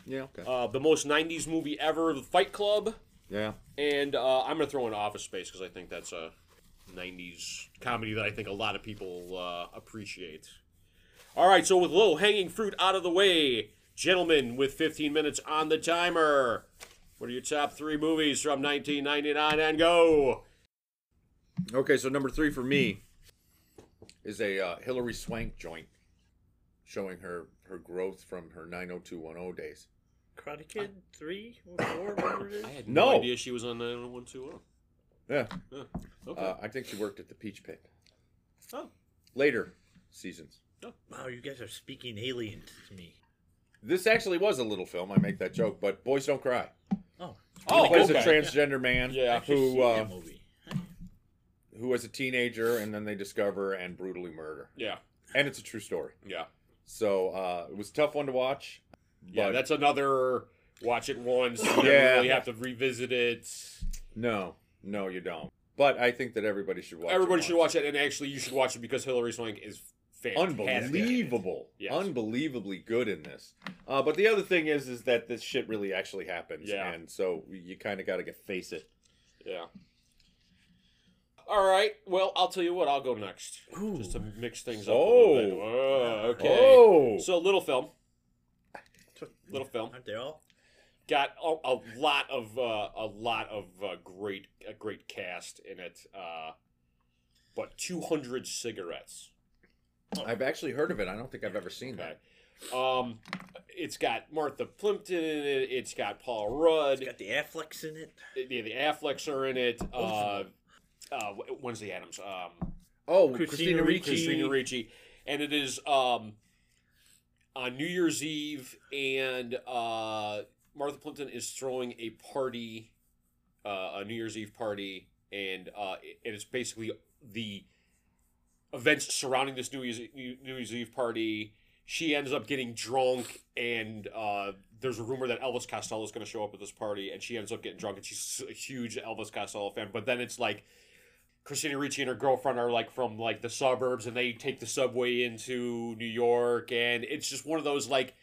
Speaker 3: Yeah. Okay.
Speaker 1: uh, the most 90s movie ever, The Fight Club,
Speaker 3: yeah.
Speaker 1: and uh, I'm going to throw in Office Space because I think that's a 90s comedy that I think a lot of people uh, appreciate. All right, so with low hanging fruit out of the way, gentlemen, with 15 minutes on the timer, what are your top three movies from 1999 and go?
Speaker 3: Okay. So number three for me is a uh, Hillary Swank joint, showing her her growth from her 90210 days.
Speaker 4: Karate Kid three or four, whatever it [COUGHS] is.
Speaker 1: I had no,
Speaker 3: No.
Speaker 1: idea she was on 90120.
Speaker 3: Yeah.
Speaker 1: Huh, Okay.
Speaker 3: Uh, I think she worked at the Peach Pit.
Speaker 1: Oh.
Speaker 3: Later seasons.
Speaker 4: Wow, you guys are speaking alien to me.
Speaker 3: This actually was a little film. I make that joke, but Boys Don't Cry.
Speaker 4: Oh,
Speaker 1: oh,
Speaker 3: He plays
Speaker 1: okay.
Speaker 3: a transgender man
Speaker 1: Yeah.
Speaker 3: who uh,
Speaker 4: that movie?
Speaker 3: who was a teenager and then they discover and brutally murder.
Speaker 1: yeah,
Speaker 3: And it's a true story.
Speaker 1: yeah.
Speaker 3: So uh, it was a tough one to watch.
Speaker 1: Yeah,
Speaker 3: But-
Speaker 1: that's another watch it once.
Speaker 3: [COUGHS]
Speaker 1: You never
Speaker 3: Yeah.
Speaker 1: really have to revisit it.
Speaker 3: No, no, you don't. But I think that everybody should watch. it
Speaker 1: Everybody
Speaker 3: once.
Speaker 1: should watch it, and actually, you should watch it because Hillary Swank is fantastic.
Speaker 3: Unbelievable,
Speaker 1: Yes.
Speaker 3: unbelievably good in this. Uh, but the other thing is, is that this shit really actually happens,
Speaker 1: Yeah.
Speaker 3: and so you kind of got to get face it.
Speaker 1: Yeah. All right. Well, I'll tell you what. I'll go next,
Speaker 4: Ooh.
Speaker 1: just to mix things
Speaker 3: Oh.
Speaker 1: up. A little bit. Whoa, okay.
Speaker 3: Oh,
Speaker 1: So little film, little film
Speaker 4: Aren't they all?
Speaker 1: got a, a lot of uh, a lot of uh, great a great cast in it. Uh, but two hundred cigarettes.
Speaker 3: I've actually heard of it. I don't think I've ever seen
Speaker 1: Okay. Um, it's got Martha Plimpton in it. It's got Paul Rudd.
Speaker 4: It's got the Afflecks in it.
Speaker 1: yeah, the Afflecks are in it. Uh, uh, Wednesday Adams. Um,
Speaker 3: that. Oh,
Speaker 4: Christina
Speaker 3: Christina,
Speaker 4: Ricci.
Speaker 3: Ricci.
Speaker 1: Christina Ricci, and it is um, on New Year's Eve, and uh, Martha Plimpton is throwing a party, uh, a New Year's Eve party, and uh, it- it is basically the events surrounding this New Year's New New Year's Eve party. She ends up getting drunk, and uh, there's a rumor that Elvis Costello is going to show up at this party, and she ends up getting drunk, and she's a huge Elvis Costello fan. But then it's like Christina Ricci and her girlfriend are like from like the suburbs and they take the subway into New York and it's just one of those like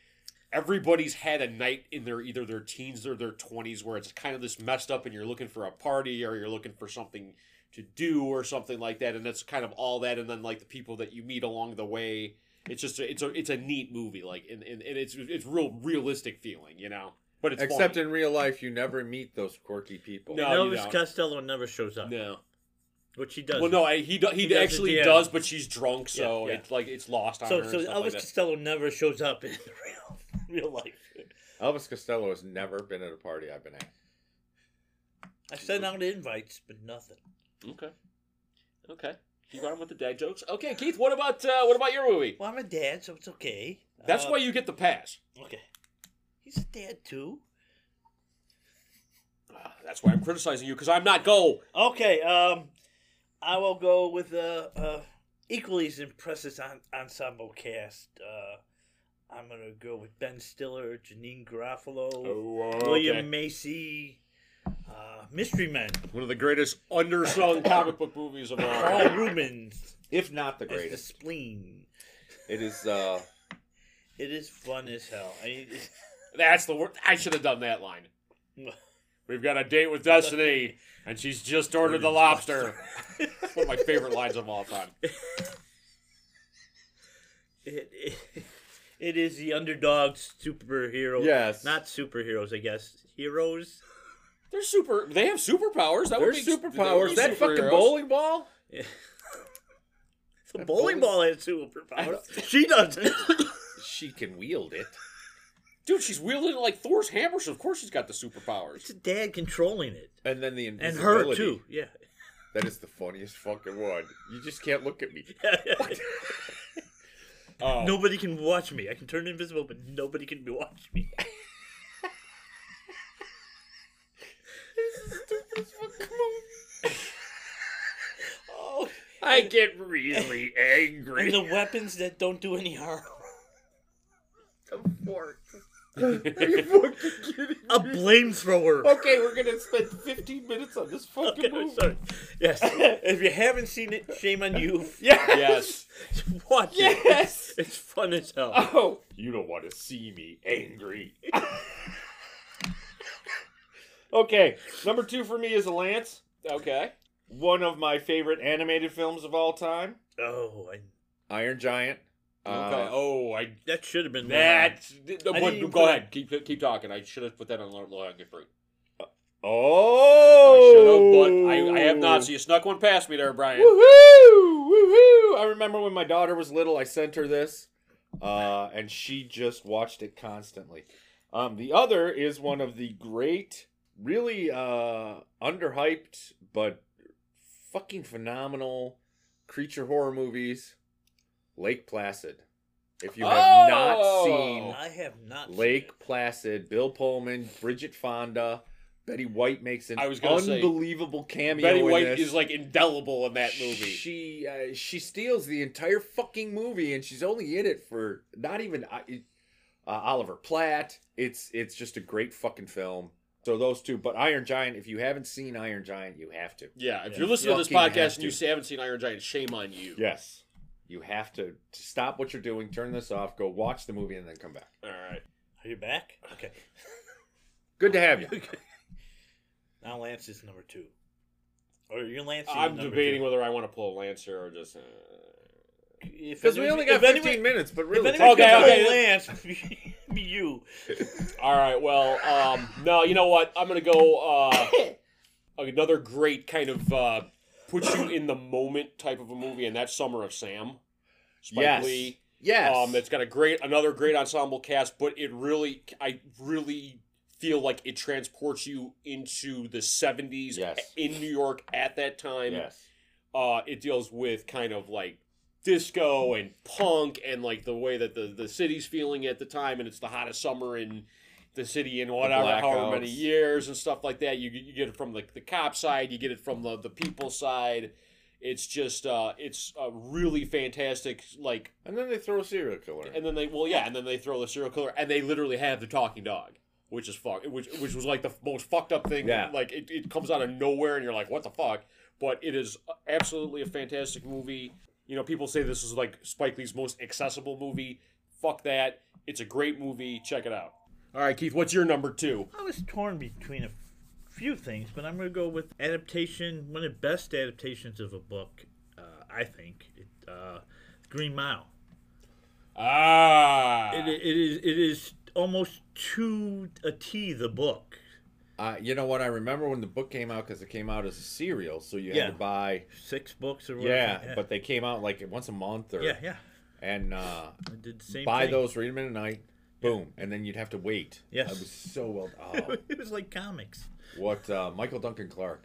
Speaker 1: everybody's had a night in their either their teens or their 20s where it's kind of this messed up and you're looking for a party or you're looking for something to do or something like that and that's kind of all that and then like the people that you meet along the way it's just a, it's a it's a neat movie like and, and, and it's it's real realistic feeling you know but it's
Speaker 3: Except
Speaker 1: funny.
Speaker 3: in real life, you never meet those quirky people.
Speaker 1: No, you
Speaker 4: Elvis
Speaker 1: don't.
Speaker 4: Costello never shows up,
Speaker 1: no
Speaker 4: which he does.
Speaker 1: Well, no, I, he do, he,
Speaker 4: He does at
Speaker 1: actually
Speaker 4: the end.
Speaker 1: does, but she's drunk, so
Speaker 4: Yeah, yeah.
Speaker 1: it's like it's lost on
Speaker 4: So,
Speaker 1: her.
Speaker 4: so
Speaker 1: and
Speaker 4: Elvis
Speaker 1: stuff like that.
Speaker 4: Costello never shows up in [LAUGHS] real real life.
Speaker 3: Elvis Costello has never been at a party I've been at.
Speaker 4: I sent out invites, but nothing.
Speaker 1: Okay, okay, keep on with the dad jokes. Okay, Keith, what about uh, what about your movie?
Speaker 4: Well, I'm a dad, so it's okay.
Speaker 1: That's
Speaker 4: Uh,
Speaker 1: why you get the pass.
Speaker 4: Okay. He's a dad too.
Speaker 1: Ah, That's why I'm criticizing you because I'm not go.
Speaker 4: Okay, um, I will go with uh, uh, equally as impressive en- ensemble cast. Uh, I I'm gonna go with Ben Stiller, Janine Garofalo,
Speaker 1: Oh, okay.
Speaker 4: William Macy, uh, Mystery Men,
Speaker 1: One of the greatest [LAUGHS] undersung comic book movies of all
Speaker 4: Paul
Speaker 1: time.
Speaker 4: Rubens,
Speaker 3: if not the
Speaker 4: as the
Speaker 3: greatest.
Speaker 4: spleen.
Speaker 3: [LAUGHS] It is. uh
Speaker 4: It is fun as hell. I mean, it's-
Speaker 1: That's the word. I should have done that line. [LAUGHS] We've got a date with Destiny, and she's just ordered the lobster. [LAUGHS] One of my favorite lines of all time.
Speaker 4: it, it, [LAUGHS] it is the underdog superhero.
Speaker 3: Yes.
Speaker 4: Not superheroes, I guess. Heroes.
Speaker 1: They're super. They have superpowers. That
Speaker 3: Their
Speaker 1: would be
Speaker 3: superpowers.
Speaker 1: they're
Speaker 3: That fucking
Speaker 1: superheroes.
Speaker 3: bowling ball.
Speaker 4: The bowling ball has superpowers. She doesn't. [LAUGHS]
Speaker 3: She can wield it.
Speaker 1: Dude, she's wielding it like Thor's hammer, so of course she's got the superpowers.
Speaker 4: it's dad controlling it.
Speaker 3: And then the
Speaker 4: And
Speaker 3: invisibility.
Speaker 4: her, too. Yeah.
Speaker 3: That is the funniest fucking one. You just can't look at me.
Speaker 1: Oh,
Speaker 4: [LAUGHS] Nobody can watch me. I can turn invisible, but nobody can watch me. oh,
Speaker 3: I get really angry. [LAUGHS]
Speaker 4: and the weapons that don't do any harm. A [LAUGHS] flamethrower.
Speaker 3: Okay, we're gonna spend 15 minutes on this fucking movie.
Speaker 4: Sorry. Yes. if you haven't seen it, shame on [LAUGHS] you.
Speaker 3: Yes.
Speaker 1: yes.
Speaker 4: Watch it.
Speaker 3: Yes.
Speaker 4: It's fun as hell.
Speaker 3: Oh, you don't want to see me [LAUGHS] angry. okay, number two for me is Lance,
Speaker 1: Okay.
Speaker 3: one of my favorite animated films of all time.
Speaker 4: Oh, I,
Speaker 3: Iron Giant. Uh,
Speaker 1: okay. Oh, I.
Speaker 4: that Oh. should have been one of mine.
Speaker 1: That.
Speaker 4: I
Speaker 1: but-
Speaker 4: didn't
Speaker 1: go
Speaker 4: put-
Speaker 1: ahead. Keep keep talking. I should have put that on Lord Long and Free. Oh. I should have,
Speaker 3: oh,
Speaker 1: but I, I have not. So you snuck one past me there, Brian.
Speaker 3: Woohoo! Woohoo! I remember when my daughter was little, I sent her this, uh, and she just watched it constantly. Um, the other is one of the great, really uh, underhyped, but fucking phenomenal creature horror movies Lake Placid. If you have not seen
Speaker 1: Oh.
Speaker 4: I have not. seen
Speaker 3: Lake Placid, Bill Pullman, Bridget Fonda, Betty White makes an
Speaker 1: I was gonna say,
Speaker 3: unbelievable cameo.
Speaker 1: Betty
Speaker 3: in
Speaker 1: White
Speaker 3: this.
Speaker 1: is like indelible in that movie.
Speaker 3: She uh, she steals the entire fucking movie, and she's only in it for not even uh, it- uh, Oliver Platt. It's it's just a great fucking film. So those two, but Iron Giant. If you haven't seen Iron Giant, you have to.
Speaker 1: yeah, if
Speaker 4: Yeah.
Speaker 1: you're listening to this
Speaker 3: Fucking have
Speaker 1: podcast and you
Speaker 3: to.
Speaker 1: haven't seen Iron Giant, shame on you.
Speaker 3: Yes, you have to, to stop what you're doing, turn this off, go watch the movie, and then come back.
Speaker 1: All right.
Speaker 4: Are you back? Okay.
Speaker 3: Good to have
Speaker 4: [LAUGHS]
Speaker 3: [LAUGHS] you.
Speaker 4: Now Lance is number two. Or you're Lance. is
Speaker 1: I'm
Speaker 4: number
Speaker 1: debating
Speaker 4: two.
Speaker 1: whether I want to pull a Lancer or just. Uh...
Speaker 4: If
Speaker 3: Because we
Speaker 4: anyone-
Speaker 3: only got
Speaker 4: if
Speaker 3: 15
Speaker 4: anyone-
Speaker 3: minutes, but
Speaker 4: If
Speaker 3: really,
Speaker 4: anyone
Speaker 1: Okay,
Speaker 4: okay,
Speaker 1: okay.
Speaker 4: Lance, [LAUGHS] be you.
Speaker 1: All right. Well, um, no, you know what? I'm gonna go uh, another great kind of uh, put you in the moment type of a movie, and that's Summer of Sam. Spike
Speaker 3: yes,
Speaker 1: Lee.
Speaker 3: yes.
Speaker 1: Um, it's got a great, another great ensemble cast, but it really, I really feel like it transports you into the '70s
Speaker 3: Yes.
Speaker 1: in New York at that time.
Speaker 3: yes.
Speaker 1: Uh, it deals with kind of like disco and punk and like the way that the the city's feeling at the time, and it's the hottest summer in the city in whatever however many
Speaker 3: blackouts.
Speaker 1: years and stuff like that. You you get it from like the cop side, you get it from the the people side. It's just uh, it's a really fantastic like
Speaker 3: And then they throw a serial killer.
Speaker 1: and then they well yeah, and then they throw the serial killer and they literally have the talking dog, which is fuck which which was like the most fucked up thing.
Speaker 3: Yeah.
Speaker 1: Like it, it comes out of nowhere and you're like, what the fuck? But it is absolutely a fantastic movie. You know, people say this is like Spike Lee's most accessible movie. Fuck that. It's a great movie. Check it out. All right, Keith, what's your number two?
Speaker 4: I was torn between a few things, but I'm going to go with adaptation, one of the best adaptations of a book, uh, I think, it, uh, Green Mile.
Speaker 1: Ah.
Speaker 4: It, it is it is almost to a T the book.
Speaker 3: Uh, you know what? I remember when the book came out because it came out as a serial, so you
Speaker 4: Yeah.
Speaker 3: had to buy.
Speaker 4: Six books or whatever.
Speaker 3: Yeah, but they came out like once a month or
Speaker 4: yeah, yeah.
Speaker 3: and uh,
Speaker 4: I did the same
Speaker 3: buy
Speaker 4: thing.
Speaker 3: those, read them at night, boom, and then you'd have to wait.
Speaker 4: Yes.
Speaker 3: I was so well.
Speaker 4: [LAUGHS]
Speaker 3: Oh,
Speaker 4: it was like comics.
Speaker 3: what uh, Michael Duncan Clark?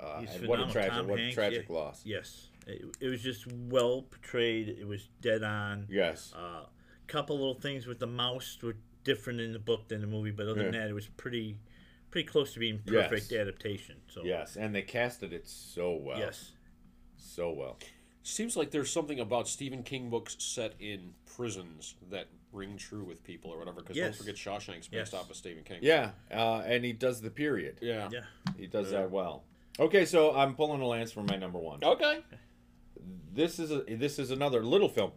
Speaker 3: Uh,
Speaker 4: He's
Speaker 3: and what a
Speaker 4: phenomenal.
Speaker 3: tragic,
Speaker 4: Tom
Speaker 3: what
Speaker 4: Hanks,
Speaker 3: a tragic
Speaker 4: yeah.
Speaker 3: loss.
Speaker 4: Yes, it, it was just well portrayed. It was dead on.
Speaker 3: Yes,
Speaker 4: A couple little things with the mouse were different in the book than the movie, but other than
Speaker 3: Yeah.
Speaker 4: that, it was pretty, pretty close to being
Speaker 3: Yes.
Speaker 4: perfect adaptation. So
Speaker 3: yes, and they casted it so well.
Speaker 4: yes,
Speaker 3: so well.
Speaker 1: Seems like there's something about Stephen King books set in prisons that ring true with people or whatever. Because don't
Speaker 4: Yes.
Speaker 1: forget Shawshank's based
Speaker 4: Yes.
Speaker 1: off of Stephen King.
Speaker 3: Yeah, uh, and he does the period.
Speaker 1: Yeah.
Speaker 4: Yeah.
Speaker 3: He does
Speaker 1: Yeah.
Speaker 3: that well. Okay, so I'm pulling a lance for my number one.
Speaker 1: Okay.
Speaker 3: This is a, this is another little film.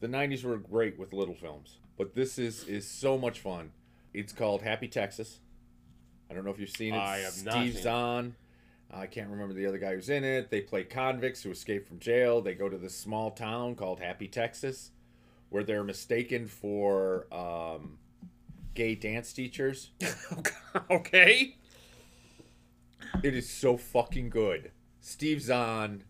Speaker 3: The '90s were great with little films, but this is is so much fun. It's called Happy Texas. I don't know if you've seen it.
Speaker 1: I have not
Speaker 3: Steve
Speaker 1: seen it.
Speaker 3: Zahn. I can't remember the other guy who's in it. They play convicts who escape from jail. They go to this small town called Happy Texas, where they're mistaken for um, gay dance teachers.
Speaker 1: [LAUGHS] okay.
Speaker 3: It is so fucking good. Steve Zahn.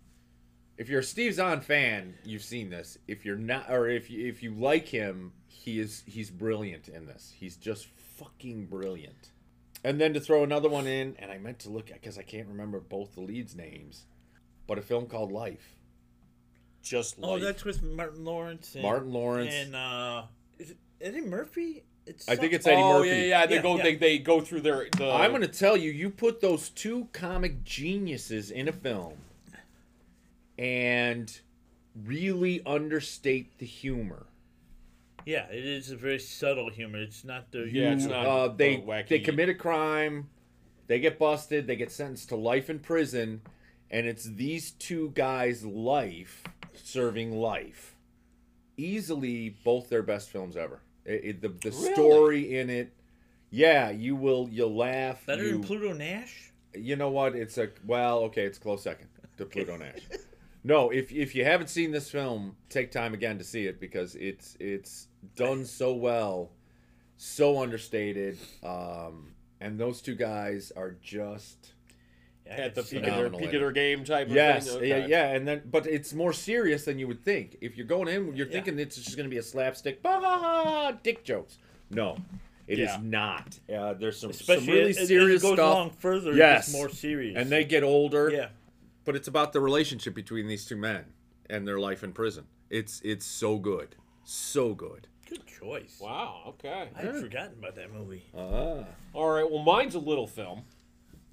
Speaker 3: If you're a Steve Zahn fan, you've seen this. If you're not, or if you, if you like him, he is he's brilliant in this. He's just fucking brilliant. And then to throw another one in, and I meant to look because I can't remember both the leads' names, but a film called Life.
Speaker 1: Just
Speaker 4: Oh,
Speaker 1: like
Speaker 4: that's with Martin Lawrence. And,
Speaker 3: Martin Lawrence.
Speaker 4: And uh, is it Eddie Murphy? It's
Speaker 3: I think
Speaker 4: some-
Speaker 3: it's Eddie
Speaker 1: oh
Speaker 3: Murphy.
Speaker 1: yeah, yeah. They
Speaker 4: Yeah,
Speaker 1: go.
Speaker 4: yeah.
Speaker 1: They, they go through their. The,
Speaker 3: I'm gonna tell you, you put those two comic geniuses in a film and really understate the humor.
Speaker 4: Yeah, it is a very subtle humor. It's not the
Speaker 1: Yeah, it's
Speaker 4: you-
Speaker 1: not-
Speaker 3: Uh, they
Speaker 1: uh, wacky.
Speaker 3: they commit a crime, they get busted, they get sentenced to life in prison, and it's these two guys' life serving life. Easily, both their best films ever. It, it- the the
Speaker 1: Really?
Speaker 3: story in it, yeah, you will you'll laugh.
Speaker 4: better
Speaker 3: you,
Speaker 4: than Pluto Nash.
Speaker 3: you know what? It's a well, okay, it's a close second [LAUGHS] to Pluto Nash. No, if if you haven't seen this film, take time again to see it because it's it's done so well, so understated, um, and those two guys are just
Speaker 4: Yeah,
Speaker 1: at the
Speaker 4: it's,
Speaker 1: peak of their
Speaker 3: Phenomenal
Speaker 1: peak of their game type.
Speaker 3: yes,
Speaker 1: Of thing.
Speaker 3: yeah,
Speaker 1: Okay.
Speaker 3: yeah, and then but it's more serious than you would think. If you're going in, you're
Speaker 4: Yeah.
Speaker 3: thinking it's just going to be a slapstick, bah, bah, bah, dick jokes. No, it is
Speaker 1: Yeah.
Speaker 3: not. Uh, there's some, some
Speaker 4: especially
Speaker 3: really
Speaker 4: as- as
Speaker 3: serious
Speaker 4: it goes
Speaker 3: stuff,
Speaker 4: along further.
Speaker 3: Yes.
Speaker 4: Yes, more serious.
Speaker 3: and they get older.
Speaker 4: yeah,
Speaker 3: but it's about the relationship between these two men and their life in prison. It's it's so good, so good.
Speaker 4: good choice.
Speaker 1: Wow. Okay.
Speaker 4: I had forgotten about that movie.
Speaker 3: Ah,
Speaker 1: All right. Well, mine's a little film.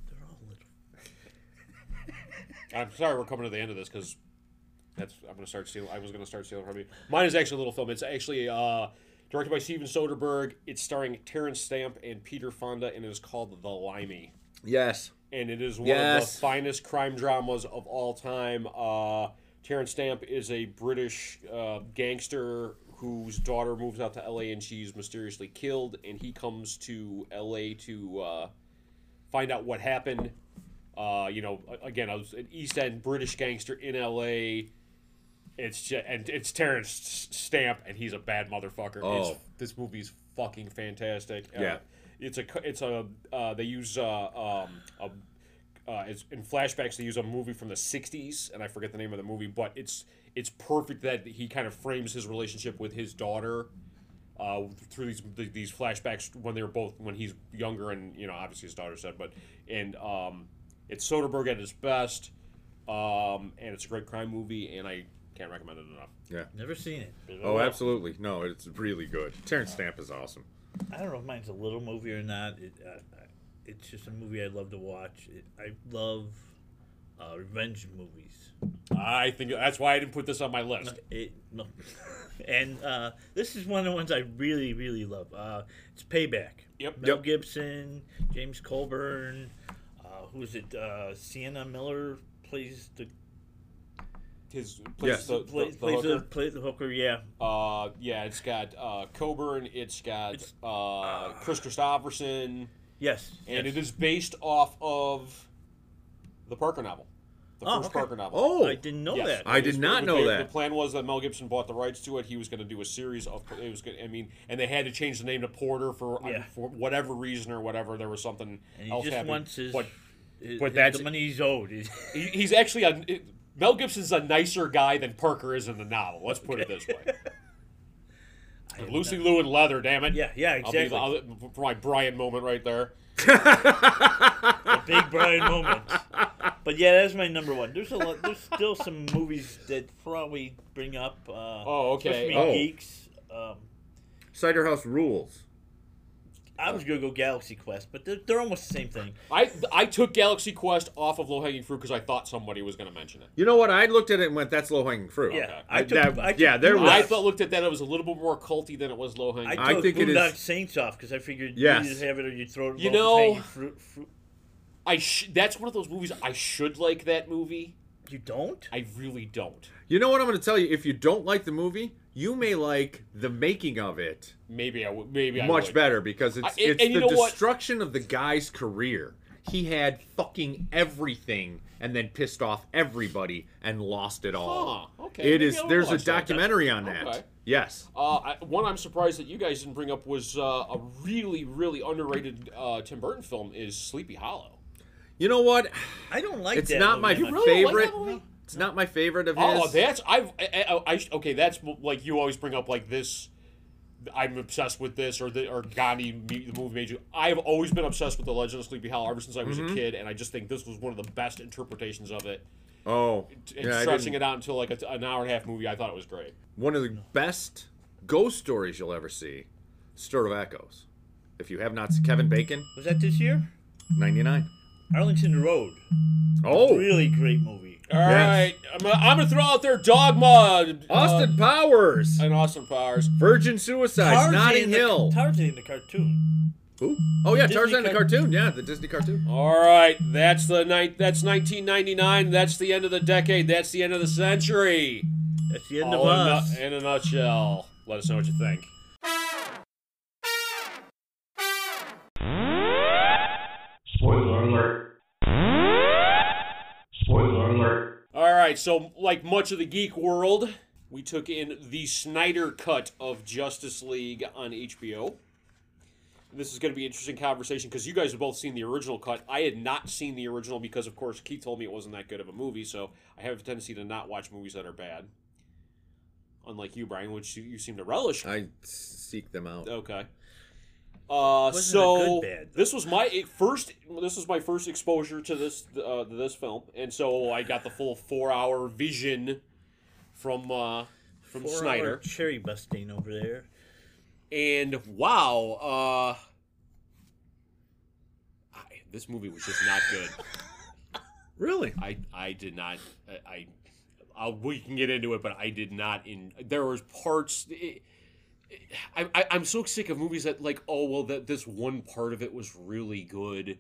Speaker 4: They're all little.
Speaker 1: I'm sorry, we're coming to the end of this because that's I'm gonna start stealing. I was gonna start stealing from you. Mine is actually a little film. It's actually uh, directed by Steven Soderbergh. It's starring Terrence Stamp and Peter Fonda, and it is called The Limey.
Speaker 3: yes,
Speaker 1: And it is one of
Speaker 3: Yes.
Speaker 1: the finest crime dramas of all time. Uh, Terrence Stamp is a British uh, gangster whose daughter moves out to L.A. and she's mysteriously killed, and he comes to L.A. to uh, find out what happened. Uh, you know, a- again, I was an East End British gangster in L.A. It's just, and it's Terrence S- Stamp, and he's a bad motherfucker. It's,
Speaker 3: Oh.
Speaker 1: this movie's fucking fantastic. Uh,
Speaker 3: Yeah.
Speaker 1: it's a co- it's a uh, they use uh, um a. Uh, it's, in flashbacks, they use a movie from the '60s, and I forget the name of the movie, but it's it's perfect that he kind of frames his relationship with his daughter uh, through these th- these flashbacks when they were both when he's younger and you know obviously his daughter's dead, but and um, it's Soderbergh at his best, um, and it's a great crime movie, and I can't recommend it enough.
Speaker 4: Never seen it. but
Speaker 3: oh, absolutely. No, it's really good. Terrence Stamp is awesome.
Speaker 4: I don't know if mine's a little movie or not. It, uh, I- it's just a movie I love to watch. It, I love uh, revenge movies.
Speaker 1: I think that's why I didn't put this on my list.
Speaker 4: It, no. [LAUGHS] and uh, this is one of the ones I really, really love. Uh, it's Payback.
Speaker 1: Yep.
Speaker 4: Mel
Speaker 3: Yep.
Speaker 4: Gibson, James Colburn, uh, who is it? Uh, Sienna Miller plays the
Speaker 1: His
Speaker 3: Yes.
Speaker 1: plays the, the,
Speaker 4: plays,
Speaker 1: the
Speaker 4: plays
Speaker 1: hooker.
Speaker 4: the plays the hooker. Yeah,
Speaker 1: Uh, yeah, it's got uh, Coburn, it's got
Speaker 4: It's-
Speaker 1: uh, Chris Christopherson,
Speaker 4: yes,
Speaker 1: and
Speaker 4: yes.
Speaker 1: it is based off of the Parker novel, the
Speaker 4: Oh,
Speaker 1: first
Speaker 4: okay.
Speaker 1: Parker novel.
Speaker 3: Oh,
Speaker 4: I didn't know
Speaker 1: Yes.
Speaker 4: that.
Speaker 3: I did
Speaker 1: It's-
Speaker 3: not
Speaker 1: the-
Speaker 3: know
Speaker 1: the-
Speaker 3: that.
Speaker 1: The plan was that Mel Gibson bought the rights to it. He was going to do a series of. It was. Gonna, I mean, and they had to change the name to Porter for
Speaker 4: Yeah.
Speaker 1: for whatever reason or whatever. There was something
Speaker 4: And he
Speaker 1: else
Speaker 4: just
Speaker 1: happening.
Speaker 4: wants his,
Speaker 1: but
Speaker 4: his-
Speaker 1: but
Speaker 4: his-
Speaker 1: that's-
Speaker 4: the money he's owed. [LAUGHS] He's-
Speaker 1: he- he's actually a. it- Mel Gibson's a nicer guy than Parker is in the novel. Let's put it this
Speaker 4: [LAUGHS]
Speaker 1: way. Lucy Lou and Leather, damn it.
Speaker 4: yeah, yeah,
Speaker 1: I'll be
Speaker 4: exactly.
Speaker 1: I'll- for my Brian moment right there.
Speaker 4: Big Brian moment. But yeah, that's my number one. There's a lot. There's still some movies that probably bring up. Uh,
Speaker 1: Oh, okay.
Speaker 4: especially
Speaker 3: Oh.
Speaker 4: geeks. Um,
Speaker 3: Cider House Rules.
Speaker 4: I was gonna go Galaxy Quest, but they're, they're almost the same thing.
Speaker 1: I I took Galaxy Quest off of low hanging fruit because I thought somebody was going to mention it.
Speaker 3: You know what? I looked at it and went, "That's low hanging fruit."
Speaker 4: Yeah, I
Speaker 3: I,
Speaker 4: took,
Speaker 3: that,
Speaker 4: I took
Speaker 3: yeah, there
Speaker 4: Boondock-
Speaker 1: I
Speaker 3: was.
Speaker 1: thought looked at that it was a little bit more culty than it was low hanging.
Speaker 4: I, took
Speaker 3: think it is-
Speaker 4: Boondock Saints off because I figured
Speaker 3: Yes.
Speaker 4: you either have it or you throw it.
Speaker 1: You
Speaker 4: low
Speaker 1: know-
Speaker 4: hanging fruit, fruit.
Speaker 1: I sh- that's one of those movies I should like that movie.
Speaker 4: you don't.
Speaker 1: I really don't.
Speaker 3: You know what I'm going to tell you? If you don't like the movie, you may like the making of it
Speaker 1: Maybe I would. Maybe I
Speaker 3: much
Speaker 1: would.
Speaker 3: better because it's
Speaker 1: I- and-
Speaker 3: it's
Speaker 1: and you
Speaker 3: the
Speaker 1: know what?
Speaker 3: destruction of the guy's career. He had fucking everything and then pissed off everybody and lost it all.
Speaker 1: Huh, okay,
Speaker 3: It
Speaker 1: maybe
Speaker 3: is
Speaker 1: I'll
Speaker 3: there's a
Speaker 1: watch that.
Speaker 3: documentary on that.
Speaker 1: Okay.
Speaker 3: Yes.
Speaker 1: Uh, I, one I'm surprised that you guys didn't bring up was uh, a really, really underrated uh, Tim Burton film is Sleepy Hollow.
Speaker 3: You know what?
Speaker 4: I don't like
Speaker 3: It's
Speaker 4: that.
Speaker 3: not my
Speaker 4: movie
Speaker 1: You
Speaker 4: much.
Speaker 1: really don't like
Speaker 3: favorite.
Speaker 1: that movie?
Speaker 3: it's not my favorite of his.
Speaker 1: Oh, that's I've I, oh, I, I- okay. That's like you always bring up like this. I'm obsessed with this or the or Gandhi me- the movie made you. I've always been obsessed with the Legend of Sleepy Hollow ever since I was
Speaker 3: Mm-hmm.
Speaker 1: a kid, and I just think this was one of the best interpretations of it.
Speaker 3: oh,
Speaker 1: And
Speaker 3: yeah, I
Speaker 1: stretching
Speaker 3: didn't-
Speaker 1: it out until like a, an hour and a half movie, I thought it was great.
Speaker 3: one of the best ghost stories you'll ever see. Stirred of Echoes. If you have not seen Kevin Bacon,
Speaker 4: Was that this year?
Speaker 3: 99.
Speaker 4: Arlington Road.
Speaker 3: Oh,
Speaker 4: Really great movie.
Speaker 1: All
Speaker 3: Yes.
Speaker 1: right, I'm gonna, I'm gonna throw out there Dogma, uh,
Speaker 3: Austin Powers.
Speaker 1: and Austin Powers.
Speaker 3: Virgin Suicides, Notting
Speaker 4: the,
Speaker 3: Hill.
Speaker 4: Tarzan the cartoon.
Speaker 3: Ooh. Oh yeah,
Speaker 4: Disney
Speaker 3: Tarzan the
Speaker 4: car-
Speaker 3: cartoon. Yeah, the Disney cartoon.
Speaker 1: All right, that's the night. That's 1999. That's the end of the decade. That's the end of the century.
Speaker 4: That's the end
Speaker 1: All
Speaker 4: of
Speaker 1: in a-
Speaker 4: us.
Speaker 1: in a nutshell, let us know what you think.
Speaker 5: Spoiler alert. Spoiler alert.
Speaker 1: All right, so like much of the geek world, we took in the Snyder cut of Justice League on HBO. This is going to be an interesting conversation because you guys have both seen the original cut. I had not seen the original because, of course, Keith told me it wasn't that good of a movie, so I have a tendency to not watch movies that are bad. Unlike you, Brian, which you, you seem to relish.
Speaker 3: I seek them out.
Speaker 1: Okay. Uh,
Speaker 4: Wasn't a
Speaker 1: so
Speaker 4: good band, though.
Speaker 1: this was my it first. This was my first exposure to this uh, to this film, and so I got the full four hour vision from uh, from
Speaker 4: Four-hour
Speaker 1: Snyder.
Speaker 4: cherry busting over there.
Speaker 1: And wow, uh, I, this movie was just not good.
Speaker 3: Really?
Speaker 1: I I did not I. I I'll, we can get into it, but I did not. In there was parts. It, I, I I'm so sick of movies that like oh well that this one part of it was really good,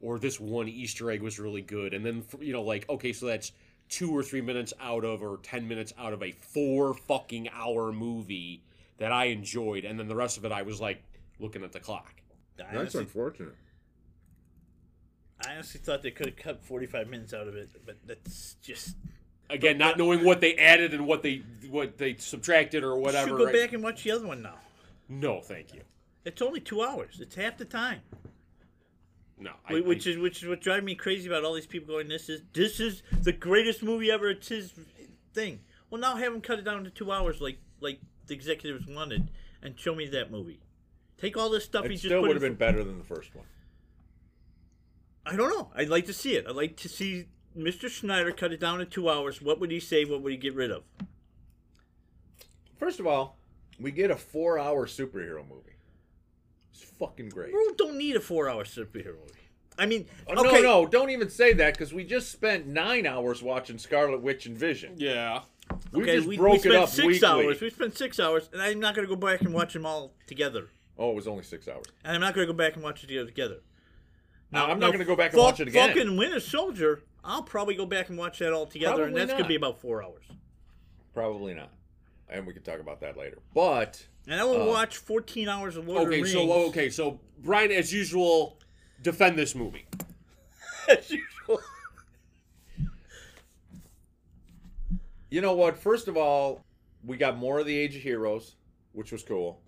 Speaker 1: or this one Easter egg was really good, and then you know like okay so that's two or three minutes out of or ten minutes out of a four fucking hour movie that I enjoyed, and then the rest of it I was like looking at the clock.
Speaker 4: I honestly,
Speaker 3: unfortunate.
Speaker 4: I honestly thought they could have cut 45 minutes out of it, but that's just.
Speaker 1: Again, not knowing what they added and what they what they subtracted or whatever.
Speaker 4: should go
Speaker 1: right?
Speaker 4: back and watch the other one now.
Speaker 1: No, thank you.
Speaker 4: It's only two hours. It's half the time,
Speaker 1: No,
Speaker 4: Wh- which is which is what drives me crazy about all these people going. This is this is the greatest movie ever. It's his thing. Well, now have him cut it down to two hours, like like the executives wanted, and show me that movie. Take all this stuff
Speaker 3: It
Speaker 4: he just
Speaker 3: still
Speaker 4: put.
Speaker 3: would
Speaker 4: In,
Speaker 3: have been better than the first one.
Speaker 4: I don't know. I'd like to see it. I'd like to see Mr. Schneider cut it down to two hours. What would he save? What would he get rid of?
Speaker 3: First of all, we get a four-hour superhero movie. It's fucking great.
Speaker 4: We don't need a four-hour superhero movie. I mean,
Speaker 3: Oh,
Speaker 4: okay,
Speaker 3: No, no, don't even say that because we just spent nine hours watching Scarlet Witch and Vision.
Speaker 1: yeah.
Speaker 3: We
Speaker 4: okay,
Speaker 3: just
Speaker 4: we,
Speaker 3: broke
Speaker 4: we
Speaker 3: it
Speaker 4: spent
Speaker 3: up
Speaker 4: six
Speaker 3: weekly.
Speaker 4: hours. We spent six hours, and I'm not going to go back and watch them all together.
Speaker 3: Oh, it was only six hours.
Speaker 4: And I'm not going to go back and watch it the- together.
Speaker 3: Now I'm not going to go back and
Speaker 4: Vul-
Speaker 3: watch it again.
Speaker 4: Vulcan Winter Soldier. I'll probably go back and watch that all together, and
Speaker 3: Probably
Speaker 4: that's going
Speaker 3: not.
Speaker 4: to be about four hours.
Speaker 3: Probably not. And we can talk about that later. But
Speaker 4: And I will
Speaker 3: Uh,
Speaker 4: watch 14 hours of Lord of the
Speaker 1: Okay,
Speaker 4: Rings.
Speaker 1: so okay, so Brian, as usual, defend this movie.
Speaker 4: as [LAUGHS] usual.
Speaker 3: you know what? First of all, we got more of the Age of Heroes, which was cool.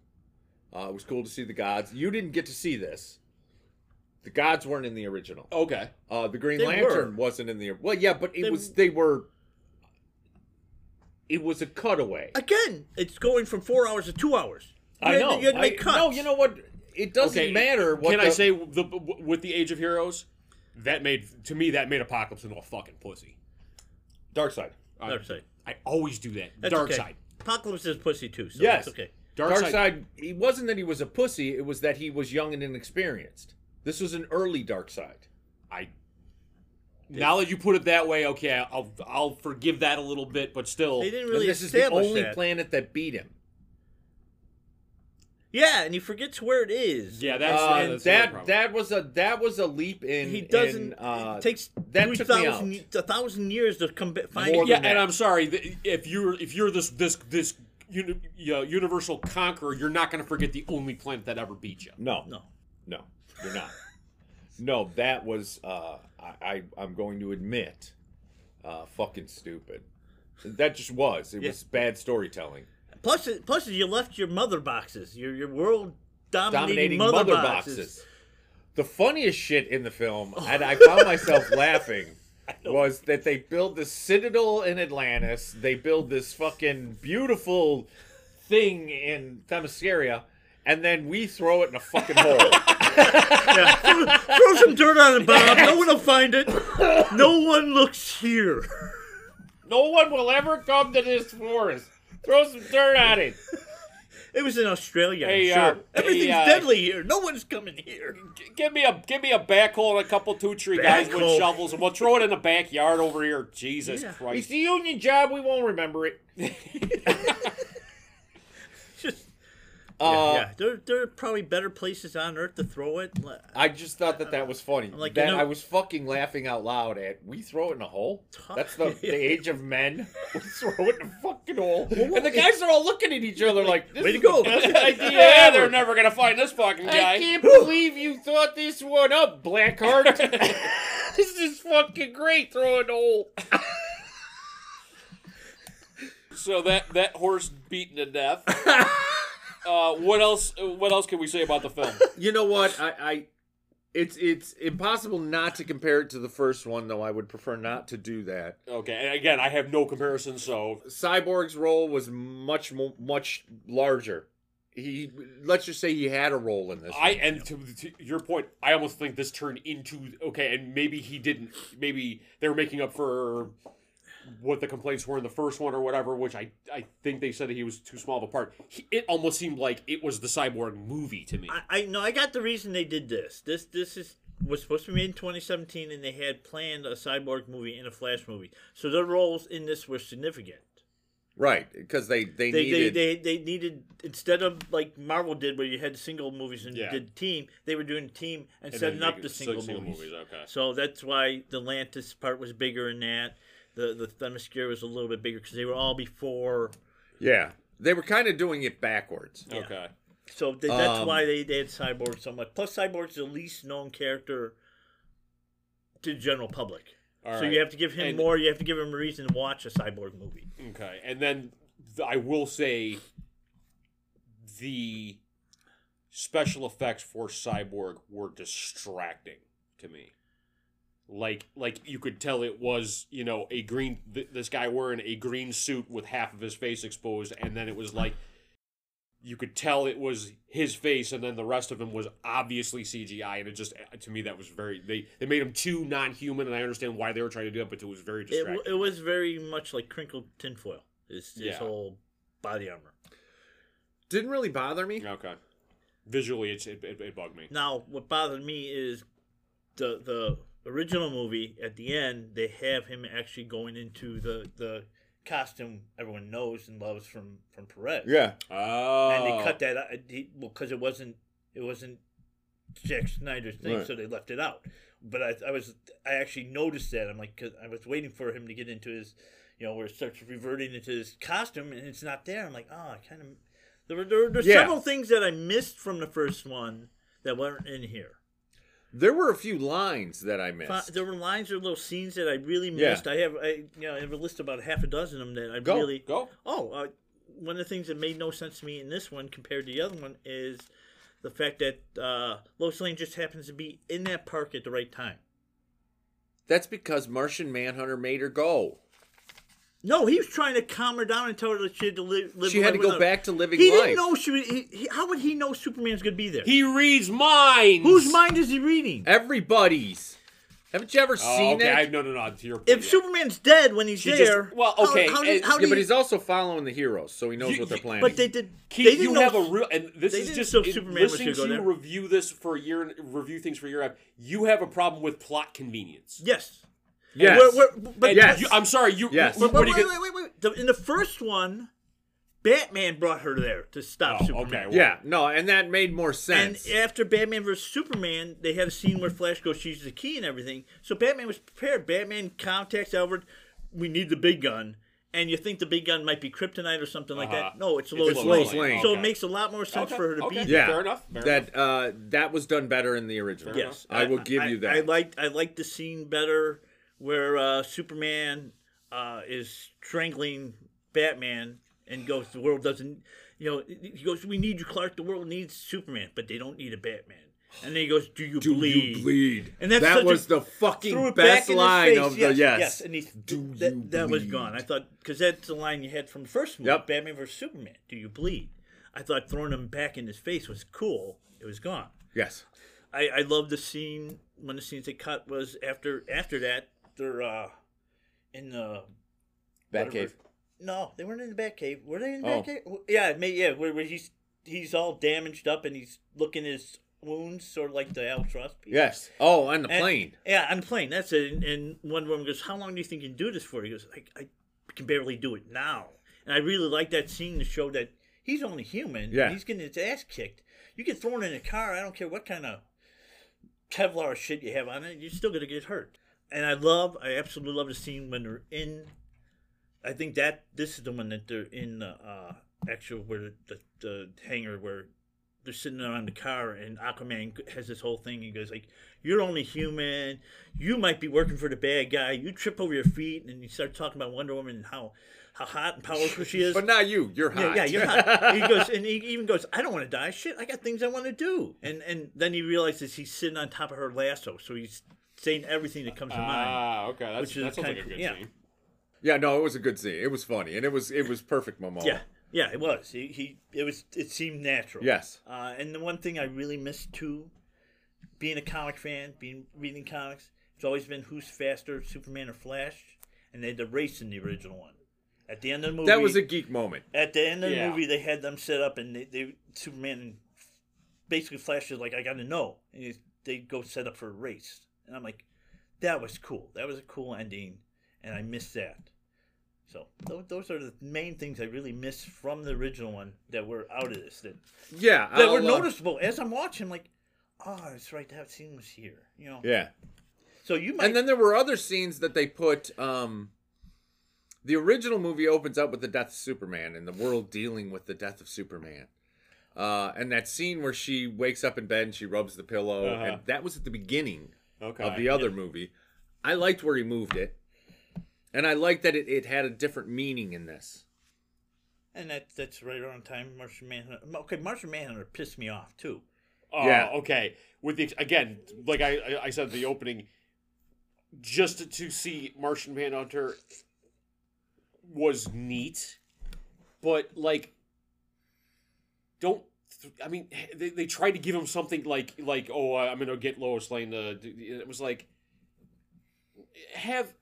Speaker 3: Uh, it was cool to see the gods. You didn't get to see this. The gods weren't in the original.
Speaker 1: Okay.
Speaker 3: Uh, the Green
Speaker 4: They
Speaker 3: Lantern wasn't in the well. Yeah, but it
Speaker 4: They-
Speaker 3: was they were. It was a cutaway.
Speaker 4: Again, it's going from four hours to two hours. You
Speaker 3: I
Speaker 4: had-
Speaker 3: know.
Speaker 4: You had to make
Speaker 3: I-
Speaker 4: cuts.
Speaker 3: No, you know what? It doesn't
Speaker 1: Okay,
Speaker 3: matter. What
Speaker 1: Can I
Speaker 3: the-
Speaker 1: say the with the Age of Heroes? That made to me that made Apocalypse into a fucking pussy.
Speaker 3: Dark side.
Speaker 1: I,
Speaker 4: Dark side.
Speaker 1: I always do that.
Speaker 4: That's
Speaker 1: Dark
Speaker 4: okay.
Speaker 1: side.
Speaker 4: Apocalypse is pussy too, so
Speaker 3: Yes.
Speaker 4: that's okay.
Speaker 1: Dark,
Speaker 3: Dark
Speaker 1: Side,
Speaker 3: Side, it wasn't that he was a pussy, it was that he was young and inexperienced. This was an early Dark Side.
Speaker 1: I. Now that you put it that way, okay, I'll I'll forgive that a little bit, but still,
Speaker 4: They didn't really
Speaker 3: and this is the
Speaker 4: establish
Speaker 3: only
Speaker 4: that.
Speaker 3: planet that beat him.
Speaker 4: yeah, and he forgets where it is.
Speaker 1: yeah, that's,
Speaker 3: Uh,
Speaker 1: that's another
Speaker 3: that
Speaker 1: problem.
Speaker 3: that was a that was a leap in
Speaker 4: he doesn't.
Speaker 3: in, uh,
Speaker 4: it takes
Speaker 3: that
Speaker 4: three
Speaker 3: took me
Speaker 4: thousand
Speaker 3: out.
Speaker 4: ye- a thousand years to come ba- find
Speaker 3: More
Speaker 4: it.
Speaker 1: yeah,
Speaker 3: than that.
Speaker 1: and I'm sorry th- if you're if you're this this this uni, you know, universal conqueror, you're not going to forget the only planet that ever beat you.
Speaker 3: no
Speaker 4: No.
Speaker 3: no you're not no that was uh, I, I I'm going to admit uh, fucking stupid that just was it
Speaker 4: Yeah.
Speaker 3: was bad storytelling
Speaker 4: Plus, it- plus you left your mother boxes, your your world dominating,
Speaker 3: dominating mother, boxes. The funniest shit in the [LAUGHS] film, and I found myself [LAUGHS] laughing, was that they build this citadel in Atlantis. They build this fucking beautiful thing in Themyscira, and then we throw it in a [LAUGHS] fucking hole.
Speaker 4: Yeah. [LAUGHS] throw, throw some dirt on it, Bob. No one will find it. No one looks here.
Speaker 3: No one will ever come to this forest. Throw some dirt on it.
Speaker 4: It was in Australia. I'm
Speaker 1: Hey,
Speaker 4: sure.
Speaker 1: uh,
Speaker 4: Everything's
Speaker 1: hey, uh,
Speaker 4: deadly here. No one's coming here. [LAUGHS]
Speaker 1: G- give me a give me a backhoe and a couple two tree guys
Speaker 4: Backhoe.
Speaker 1: with shovels, and we'll throw it in the backyard over here. Jesus
Speaker 4: Yeah.
Speaker 3: It's
Speaker 1: Christ!
Speaker 3: the union job. We won't remember it.
Speaker 4: Just
Speaker 3: Uh,
Speaker 4: yeah, there, there are probably better places on Earth to throw it. Le-
Speaker 3: I just thought that that was funny.
Speaker 4: like,
Speaker 3: that
Speaker 4: you know-
Speaker 3: I was fucking laughing out loud at. We throw it in a hole. That's the, [LAUGHS] the age of men. We throw it in a fucking hole. and the guys are all looking at each other like, this
Speaker 4: Way to
Speaker 3: is
Speaker 4: go.
Speaker 3: The best idea
Speaker 1: Yeah,
Speaker 3: ever.
Speaker 1: they're never going to find this fucking
Speaker 3: I
Speaker 1: guy.
Speaker 3: [LAUGHS] can't believe you thought this one up, [LAUGHS] Blackheart. this is fucking great. Throw it in a hole.
Speaker 1: So that that horse beaten to death. uh, what else? What else can we say about the film?
Speaker 3: You know what? I, I it's it's impossible not to compare it to the first one, though. I would prefer not to do that.
Speaker 1: Okay, and again, I have no comparison, so
Speaker 3: Cyborg's role was much mo- much larger. He let's just say he had a role in this.
Speaker 1: I and to, to your point, I almost think this turned into okay, and maybe he didn't. Maybe they were making up for what the complaints were in the first one or whatever, which I I think they said he was too small of a part. He, it almost seemed like it was the cyborg movie to me.
Speaker 4: I, I no, I got the reason they did this. This this is was supposed to be made in 2017, and they had planned a cyborg movie and a Flash movie, so their roles in this were significant.
Speaker 3: right, because they
Speaker 4: They
Speaker 3: they,
Speaker 4: they,
Speaker 3: needed
Speaker 4: they they needed instead of like Marvel did, where you had single movies and
Speaker 1: Yeah.
Speaker 4: you did team, they were doing team and,
Speaker 1: And
Speaker 4: setting
Speaker 1: then
Speaker 4: up
Speaker 1: make
Speaker 4: the
Speaker 1: it six
Speaker 4: single, movies.
Speaker 1: Okay.
Speaker 4: So that's why the Lantis part was bigger in that. The the Themyscira was a little bit bigger because they were all before.
Speaker 3: yeah they were kind of doing it backwards.
Speaker 4: Yeah.
Speaker 1: Okay.
Speaker 4: So th- that's
Speaker 3: Um,
Speaker 4: why they, they had Cyborg so much. Plus, Cyborg's the least known character to the general public.
Speaker 1: All
Speaker 4: so
Speaker 1: right.
Speaker 4: you have to give him
Speaker 1: And-
Speaker 4: more. You have to give him a reason to watch a Cyborg movie.
Speaker 1: Okay, and then th- I will say the special effects for Cyborg were distracting to me. Like, like you could tell it was, you know, a green. Th- this guy wearing a green suit with half of his face exposed, and then it was like you could tell it was his face, and then the rest of him was obviously CGI, and it just to me that was very they they made him too non-human, and I understand why they were trying to do that, but it was very
Speaker 4: It,
Speaker 1: distracting.
Speaker 4: w- it was very much like crinkled tinfoil. His, his
Speaker 1: Yeah.
Speaker 4: whole body armor.
Speaker 3: Didn't really bother me.
Speaker 1: Okay. Visually, it's, it, it, it bugged me.
Speaker 4: Now, what bothered me is the the original movie at the end. They have him actually going into the the costume everyone knows and loves from from Perez.
Speaker 3: Yeah,
Speaker 1: Oh.
Speaker 4: and they cut that out because it wasn't it wasn't Jack Snyder's thing,
Speaker 3: Right.
Speaker 4: so they left it out. But I, I was I actually noticed that I'm like 'cause I was waiting for him to get into his you know where it starts reverting into his costume and it's not there. I'm like oh, I kind of there were there, were- there's
Speaker 3: Yeah.
Speaker 4: several things that I missed from the first one that weren't in here.
Speaker 3: there were a few lines that I
Speaker 4: Fi-
Speaker 3: missed.
Speaker 4: There were lines or little scenes that I really
Speaker 3: Yeah.
Speaker 4: missed. I have I you know I have a list of about half a dozen of them that I
Speaker 3: Go,
Speaker 4: really
Speaker 1: Go.
Speaker 4: Oh, uh, one of the things that made no sense to me in this one compared to the other one is the fact that uh, Lois Lane just happens to be in that park at the right time.
Speaker 3: That's because Martian Manhunter made her go.
Speaker 4: No, he was trying to calm her down and tell her that she had to li- live.
Speaker 3: She
Speaker 4: a
Speaker 3: had to
Speaker 4: life
Speaker 3: go
Speaker 4: without-
Speaker 3: back to living
Speaker 4: He
Speaker 3: life.
Speaker 4: didn't know she. Was, he, he, how would he know Superman's going to be there?
Speaker 1: He reads minds.
Speaker 4: Whose mind is he reading?
Speaker 3: Everybody's. Haven't you ever
Speaker 1: Oh,
Speaker 3: seen
Speaker 1: okay,
Speaker 3: it?
Speaker 1: I, no, no, no. To your point,
Speaker 4: If
Speaker 1: yeah.
Speaker 4: Superman's dead when he's
Speaker 1: She just-
Speaker 4: there,
Speaker 1: well,
Speaker 4: how-
Speaker 1: okay,
Speaker 4: how,
Speaker 1: and-
Speaker 4: did, how
Speaker 3: eh, yeah,
Speaker 4: do
Speaker 3: but
Speaker 4: you-
Speaker 3: he's also following the heroes, so he knows
Speaker 1: You-
Speaker 3: what they're
Speaker 1: you-
Speaker 3: planning.
Speaker 4: But they did.
Speaker 1: Keith,
Speaker 4: they didn't
Speaker 1: you
Speaker 4: know,
Speaker 1: have a real, and this
Speaker 4: they
Speaker 1: is
Speaker 4: didn't
Speaker 1: just
Speaker 4: know
Speaker 1: it-
Speaker 4: Superman was
Speaker 1: listening to
Speaker 4: gonna go
Speaker 1: you
Speaker 4: there.
Speaker 1: review this for a year, and review things for a year. and a half, You have a problem with plot convenience.
Speaker 4: yes.
Speaker 3: yes.
Speaker 4: We're- we're- but
Speaker 1: And
Speaker 3: Yes.
Speaker 1: you- I'm sorry. You,
Speaker 3: Yes.
Speaker 1: what
Speaker 4: But
Speaker 1: do
Speaker 4: wait,
Speaker 1: you
Speaker 4: wait,
Speaker 1: get-
Speaker 4: wait, wait, wait. The- in the first one, Batman brought her there to stop
Speaker 1: Oh,
Speaker 4: Superman.
Speaker 1: okay, well,
Speaker 3: yeah, no, and that made more
Speaker 4: And
Speaker 3: sense.
Speaker 4: after Batman vs Superman, they had a scene where Flash goes, "She's the key" and everything. So Batman was prepared. Batman contacts Alfred, "We need the big gun," and you think the big gun might be Kryptonite or something like
Speaker 1: Uh-huh.
Speaker 4: that. No, it's Lois,
Speaker 3: Lois
Speaker 4: Lane.
Speaker 3: Lane.
Speaker 4: So
Speaker 1: Okay.
Speaker 4: it makes a lot more sense
Speaker 1: Okay,
Speaker 4: for her to
Speaker 1: okay.
Speaker 4: be.
Speaker 3: yeah,
Speaker 1: Fair enough, fair
Speaker 3: that Uh, that was done better in the original.
Speaker 1: Fair
Speaker 4: Yes,
Speaker 3: I will give you that.
Speaker 4: Uh-huh. I liked I liked the scene better where uh, Superman uh, is strangling Batman and goes, "The world doesn't." You know, he goes, "We need you, Clark. The world needs Superman, but they don't need a Batman." And then he goes, "Do you
Speaker 3: Do
Speaker 4: bleed?"
Speaker 3: you bleed?
Speaker 4: And that's such
Speaker 3: that
Speaker 4: a-
Speaker 3: was the
Speaker 4: Threw
Speaker 3: fucking
Speaker 4: it back
Speaker 3: best
Speaker 4: in his
Speaker 3: line
Speaker 4: face.
Speaker 3: of the
Speaker 4: yes,
Speaker 3: yes.
Speaker 4: yes, and he
Speaker 3: Do
Speaker 4: that,
Speaker 3: you
Speaker 4: that was
Speaker 3: bleed?
Speaker 4: gone. I thought because that's the line you had from the first movie,
Speaker 3: Yep.
Speaker 4: Batman versus Superman. Do you bleed? I thought throwing him back in his face was cool. It was gone.
Speaker 3: Yes.
Speaker 4: I, I love the scene one of the scenes they cut was after after that they're uh in the
Speaker 3: Batcave.
Speaker 4: no they weren't in the Batcave were they in the
Speaker 3: Oh.
Speaker 4: Batcave Well, yeah it may, yeah where, where he's he's all damaged up and he's looking at his wounds sort of like the Albatross people.
Speaker 3: Yes. Oh, and the
Speaker 4: And-
Speaker 3: plane.
Speaker 4: yeah on the plane that's it and, and one woman goes how long do you think you can do this for he goes I, I can barely do it now and I really like that scene to show that he's only human
Speaker 3: Yeah.
Speaker 4: he's getting his ass kicked you get thrown in a car I don't care what kind of Kevlar shit you have on it, you're still gonna get hurt. And I love, I absolutely love the scene when they're in. I think that this is the one that they're in the uh, actual where the, the the hangar where they're sitting around the car and Aquaman has this whole thing. He goes like, "You're only human. You might be working for the bad guy. You trip over your feet." And you start talking about Wonder Woman and how how hot and powerful she is.
Speaker 3: [LAUGHS] But not you. You're hot.
Speaker 4: Yeah, yeah, you're hot. he goes, and he even goes, I don't want to die. Shit, I got things I want to do. And and then he realizes he's sitting on top of her lasso, so he's saying everything that comes to mind.
Speaker 1: Ah, okay. That's,
Speaker 4: Which is
Speaker 1: that sounds
Speaker 4: kinda
Speaker 1: like a
Speaker 4: cool,
Speaker 1: good
Speaker 4: yeah.
Speaker 1: scene.
Speaker 3: [LAUGHS] yeah, no, it was a good scene. It was funny, and it was it was perfect, Momoa.
Speaker 4: Yeah, yeah, it was. He, he it was. It seemed natural.
Speaker 3: Yes.
Speaker 4: Uh, and the one thing I really miss too, being a comic fan, being reading comics, it's always been who's faster, Superman or Flash, and they had the race in the original one. At the end of the movie,
Speaker 3: That was a geek moment.
Speaker 4: At the end of the
Speaker 1: Yeah.
Speaker 4: movie, they had them set up, and they, they Superman and basically Flash is like, "I got to know," and he- they go set up for a race, and I'm like, "That was cool. That was a cool ending, and I miss that." So tho- those are the main things I really miss from the original one that were out of this that,
Speaker 3: Yeah.
Speaker 4: that were
Speaker 3: I'll, uh,
Speaker 4: noticeable as I'm watching. Like, oh, that's right, that scene was here. You know,
Speaker 3: Yeah.
Speaker 4: so you might
Speaker 3: And then there were other scenes that they put. Um, the original movie opens up with the death of Superman and the world dealing with the death of Superman. Uh, and that scene where she wakes up in bed and she rubs the pillow,
Speaker 1: Uh-huh.
Speaker 3: and that was at the beginning
Speaker 1: Okay.
Speaker 3: of the other movie. I liked where he moved it, and I liked that it, it had a different meaning in this.
Speaker 4: and that that's right around the time Martian Manhunter. Okay, Martian Manhunter pissed me off too.
Speaker 1: Oh,
Speaker 3: Yeah.
Speaker 1: okay. With the again, like I I- I said at the opening, just to, to see Martian Manhunter was neat, but like, don't. th- I mean, they, they tried to give him something like like oh I'm gonna get Lois Lane to. do- It was like have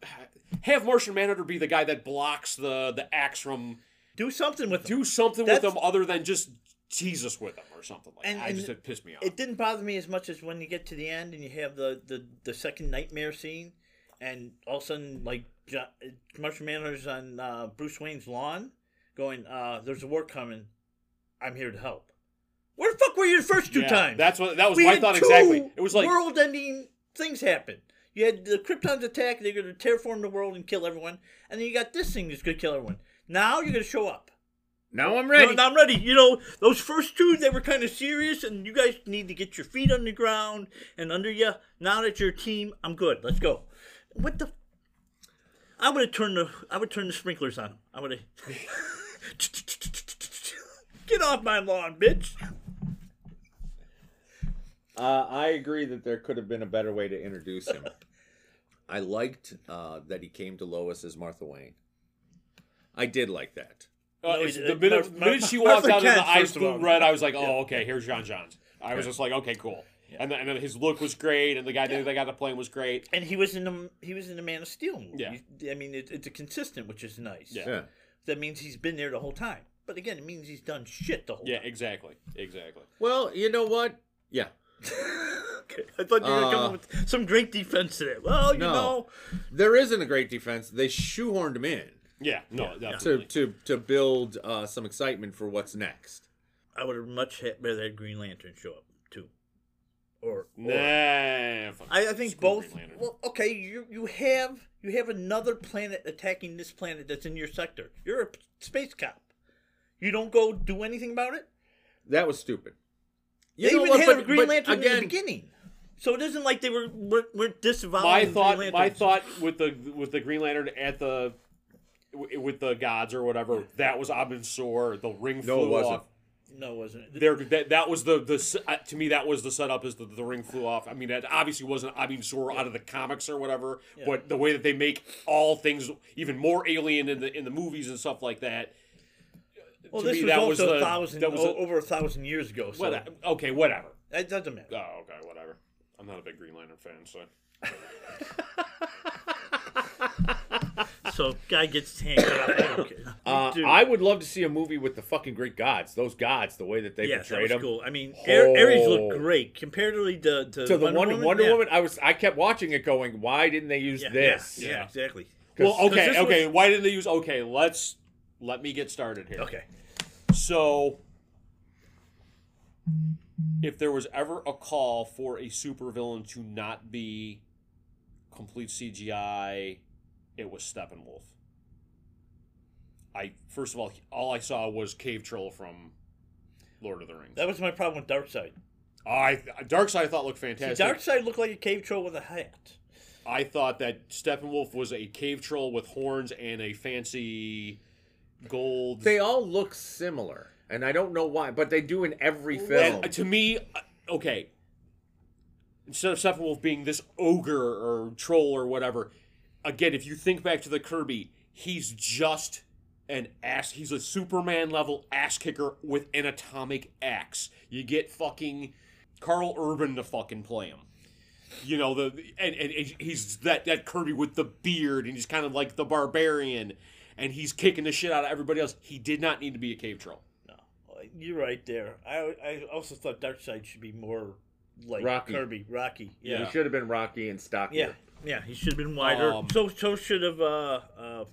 Speaker 1: have Martian Manhunter be the guy that blocks the the axe from
Speaker 4: Do something with him.
Speaker 1: do something with
Speaker 4: That's-
Speaker 1: him other than just tease us with him or something like.
Speaker 4: And-
Speaker 1: I
Speaker 4: and
Speaker 1: just it pissed me off.
Speaker 4: it didn't bother me as much as when you get to the end and you have the the, the second nightmare scene, and all of a sudden like jo- Martian Manhunter's on uh, Bruce Wayne's lawn, going, uh, "There's a war coming, I'm here to help." Where the fuck were you the first two
Speaker 1: Yeah,
Speaker 4: times?
Speaker 1: That's what that was
Speaker 4: we
Speaker 1: my
Speaker 4: had
Speaker 1: thought
Speaker 4: two
Speaker 1: exactly. It was like
Speaker 4: world-ending things happen. You had the Krypton's attack; they're going to terraform the world and kill everyone, and then you got this thing that's going to kill everyone. Now you're going to show up.
Speaker 3: Now I'm ready.
Speaker 4: No, no, I'm ready. You know, those first two, they were kind of serious, and you guys need to get your feet on the ground and under you. Now that you're a team, I'm good. Let's go. What the? I would have turned the I would turn the sprinklers on. I would have. [LAUGHS] get off my lawn, bitch.
Speaker 3: Uh, I agree that there could have been a better way to introduce
Speaker 4: [LAUGHS]
Speaker 3: him. I liked uh, that he came to Lois as Martha Wayne. I did like that.
Speaker 1: uh,
Speaker 4: No,
Speaker 1: it's
Speaker 4: it-
Speaker 1: the
Speaker 4: it-
Speaker 1: minute,
Speaker 4: Mar- [LAUGHS]
Speaker 1: minute she
Speaker 4: Mar-
Speaker 1: walked
Speaker 4: Martha
Speaker 1: out and
Speaker 4: Kent,
Speaker 1: the eyes
Speaker 4: first of all.
Speaker 1: flew red, I was like, oh okay, here's John Johns. I was just like, okay, cool. and then, and then his look was great, and the guy that they got to playing was great.
Speaker 4: And he was in the he was in the Man of Steel movie.
Speaker 1: Yeah.
Speaker 4: I mean, it, it's a consistent, which is nice.
Speaker 1: Yeah.
Speaker 3: Yeah.
Speaker 4: That means he's been there the whole time. But again, it means he's done shit the whole
Speaker 1: Yeah,
Speaker 4: time. [LAUGHS]
Speaker 1: exactly, exactly.
Speaker 3: Well, you know what? Yeah.
Speaker 4: okay. I thought you were gonna come up
Speaker 3: Uh,
Speaker 4: with some great defense to that. Well, you
Speaker 3: No.
Speaker 4: know,
Speaker 3: There isn't a great defense. They shoehorned him in
Speaker 1: Yeah, no,
Speaker 3: to
Speaker 1: definitely.
Speaker 3: to to build uh, some excitement for what's next.
Speaker 4: I would have much ha- rather had Green Lantern show up too. Or, or
Speaker 1: Nah, fuck.
Speaker 4: I, I think
Speaker 1: Screw
Speaker 4: both.
Speaker 1: Green Lantern.
Speaker 4: Well, okay, you you have you have another planet attacking this planet that's in your sector. You're a p- space cop. You don't go do anything about it.
Speaker 3: That was stupid. You
Speaker 4: they
Speaker 3: know
Speaker 4: even
Speaker 3: what?
Speaker 4: had
Speaker 3: But-
Speaker 4: a Green
Speaker 3: but
Speaker 4: Lantern in
Speaker 3: again-
Speaker 4: the beginning, so it isn't like they were were, were disavowing
Speaker 1: my
Speaker 4: Green
Speaker 1: thought,
Speaker 4: Lanterns.
Speaker 1: my thought with the with the Green Lantern at the w- with the gods or whatever, that was Abin Sur. The ring
Speaker 3: No,
Speaker 1: flew
Speaker 3: it wasn't.
Speaker 1: off.
Speaker 4: No, it wasn't
Speaker 1: There, that, that was the the s- uh, to me that was the setup is the, the ring flew off. I mean, that obviously wasn't Abin Sur out of the comics or whatever, but the way that they make all things even more alien in the in the movies and stuff like that.
Speaker 4: Well,
Speaker 1: to
Speaker 4: this
Speaker 1: me,
Speaker 4: was
Speaker 1: that
Speaker 4: also
Speaker 1: was
Speaker 4: a
Speaker 1: the-
Speaker 4: thousand
Speaker 1: that was
Speaker 4: o-
Speaker 1: a-
Speaker 4: over a thousand years ago. So
Speaker 1: What, okay, whatever.
Speaker 4: it doesn't matter.
Speaker 1: Oh, okay, whatever. I'm not a big Green Lantern fan, so
Speaker 4: So guy gets his hand cut off. [COUGHS] I don't care.
Speaker 3: Uh,
Speaker 4: Dude.
Speaker 3: I would love to see a movie with the fucking Greek gods. Those gods, the way that they
Speaker 4: Yes, that
Speaker 3: portrayed
Speaker 4: was
Speaker 3: them.
Speaker 4: cool. I mean, Ares Ares looked
Speaker 3: Oh.
Speaker 4: great comparatively to to,
Speaker 3: To the Wonder, Wonder,
Speaker 4: yeah.
Speaker 3: Woman, I was I kept watching it, going, why didn't they use
Speaker 4: Yeah,
Speaker 3: this?
Speaker 4: yeah, yeah,
Speaker 1: Yeah.
Speaker 4: exactly.
Speaker 3: 'Cause-
Speaker 1: Well, okay,
Speaker 4: this
Speaker 1: okay. Why didn't they use okay? Let's let me get started here.
Speaker 4: Okay.
Speaker 1: So, if there was ever a call for a supervillain to not be complete CGI, it was Steppenwolf. I first of all, all I saw was Cave Troll from Lord of the Rings.
Speaker 4: That was my problem with Darkseid.
Speaker 1: I Dark Side I thought looked
Speaker 4: See,
Speaker 1: fantastic.
Speaker 4: Darkseid looked like a cave troll with a hat.
Speaker 1: I thought that Steppenwolf was a cave troll with horns and a fancy gold.
Speaker 3: They all look similar, and I don't know why, but they do in every film.
Speaker 1: And to me, uh, okay. Instead of Steppenwolf being this ogre or troll or whatever, again, if you think back to the Kirby, he's just an ass. He's a Superman level ass kicker with an atomic axe. You get fucking Carl Urban to fucking play him. You know the and, and, and he's that that Kirby with the beard and he's kind of like the barbarian, and he's kicking the shit out of everybody else. He did not need to be a cave troll.
Speaker 4: No, you're right there. I I also thought Darkseid should be more like
Speaker 3: Rocky.
Speaker 4: Kirby, Rocky. Yeah,
Speaker 3: It should have been Rocky and
Speaker 4: yeah,
Speaker 3: Stockier.
Speaker 4: yeah. He should have been wider.
Speaker 1: Um,
Speaker 4: so so should have uh uh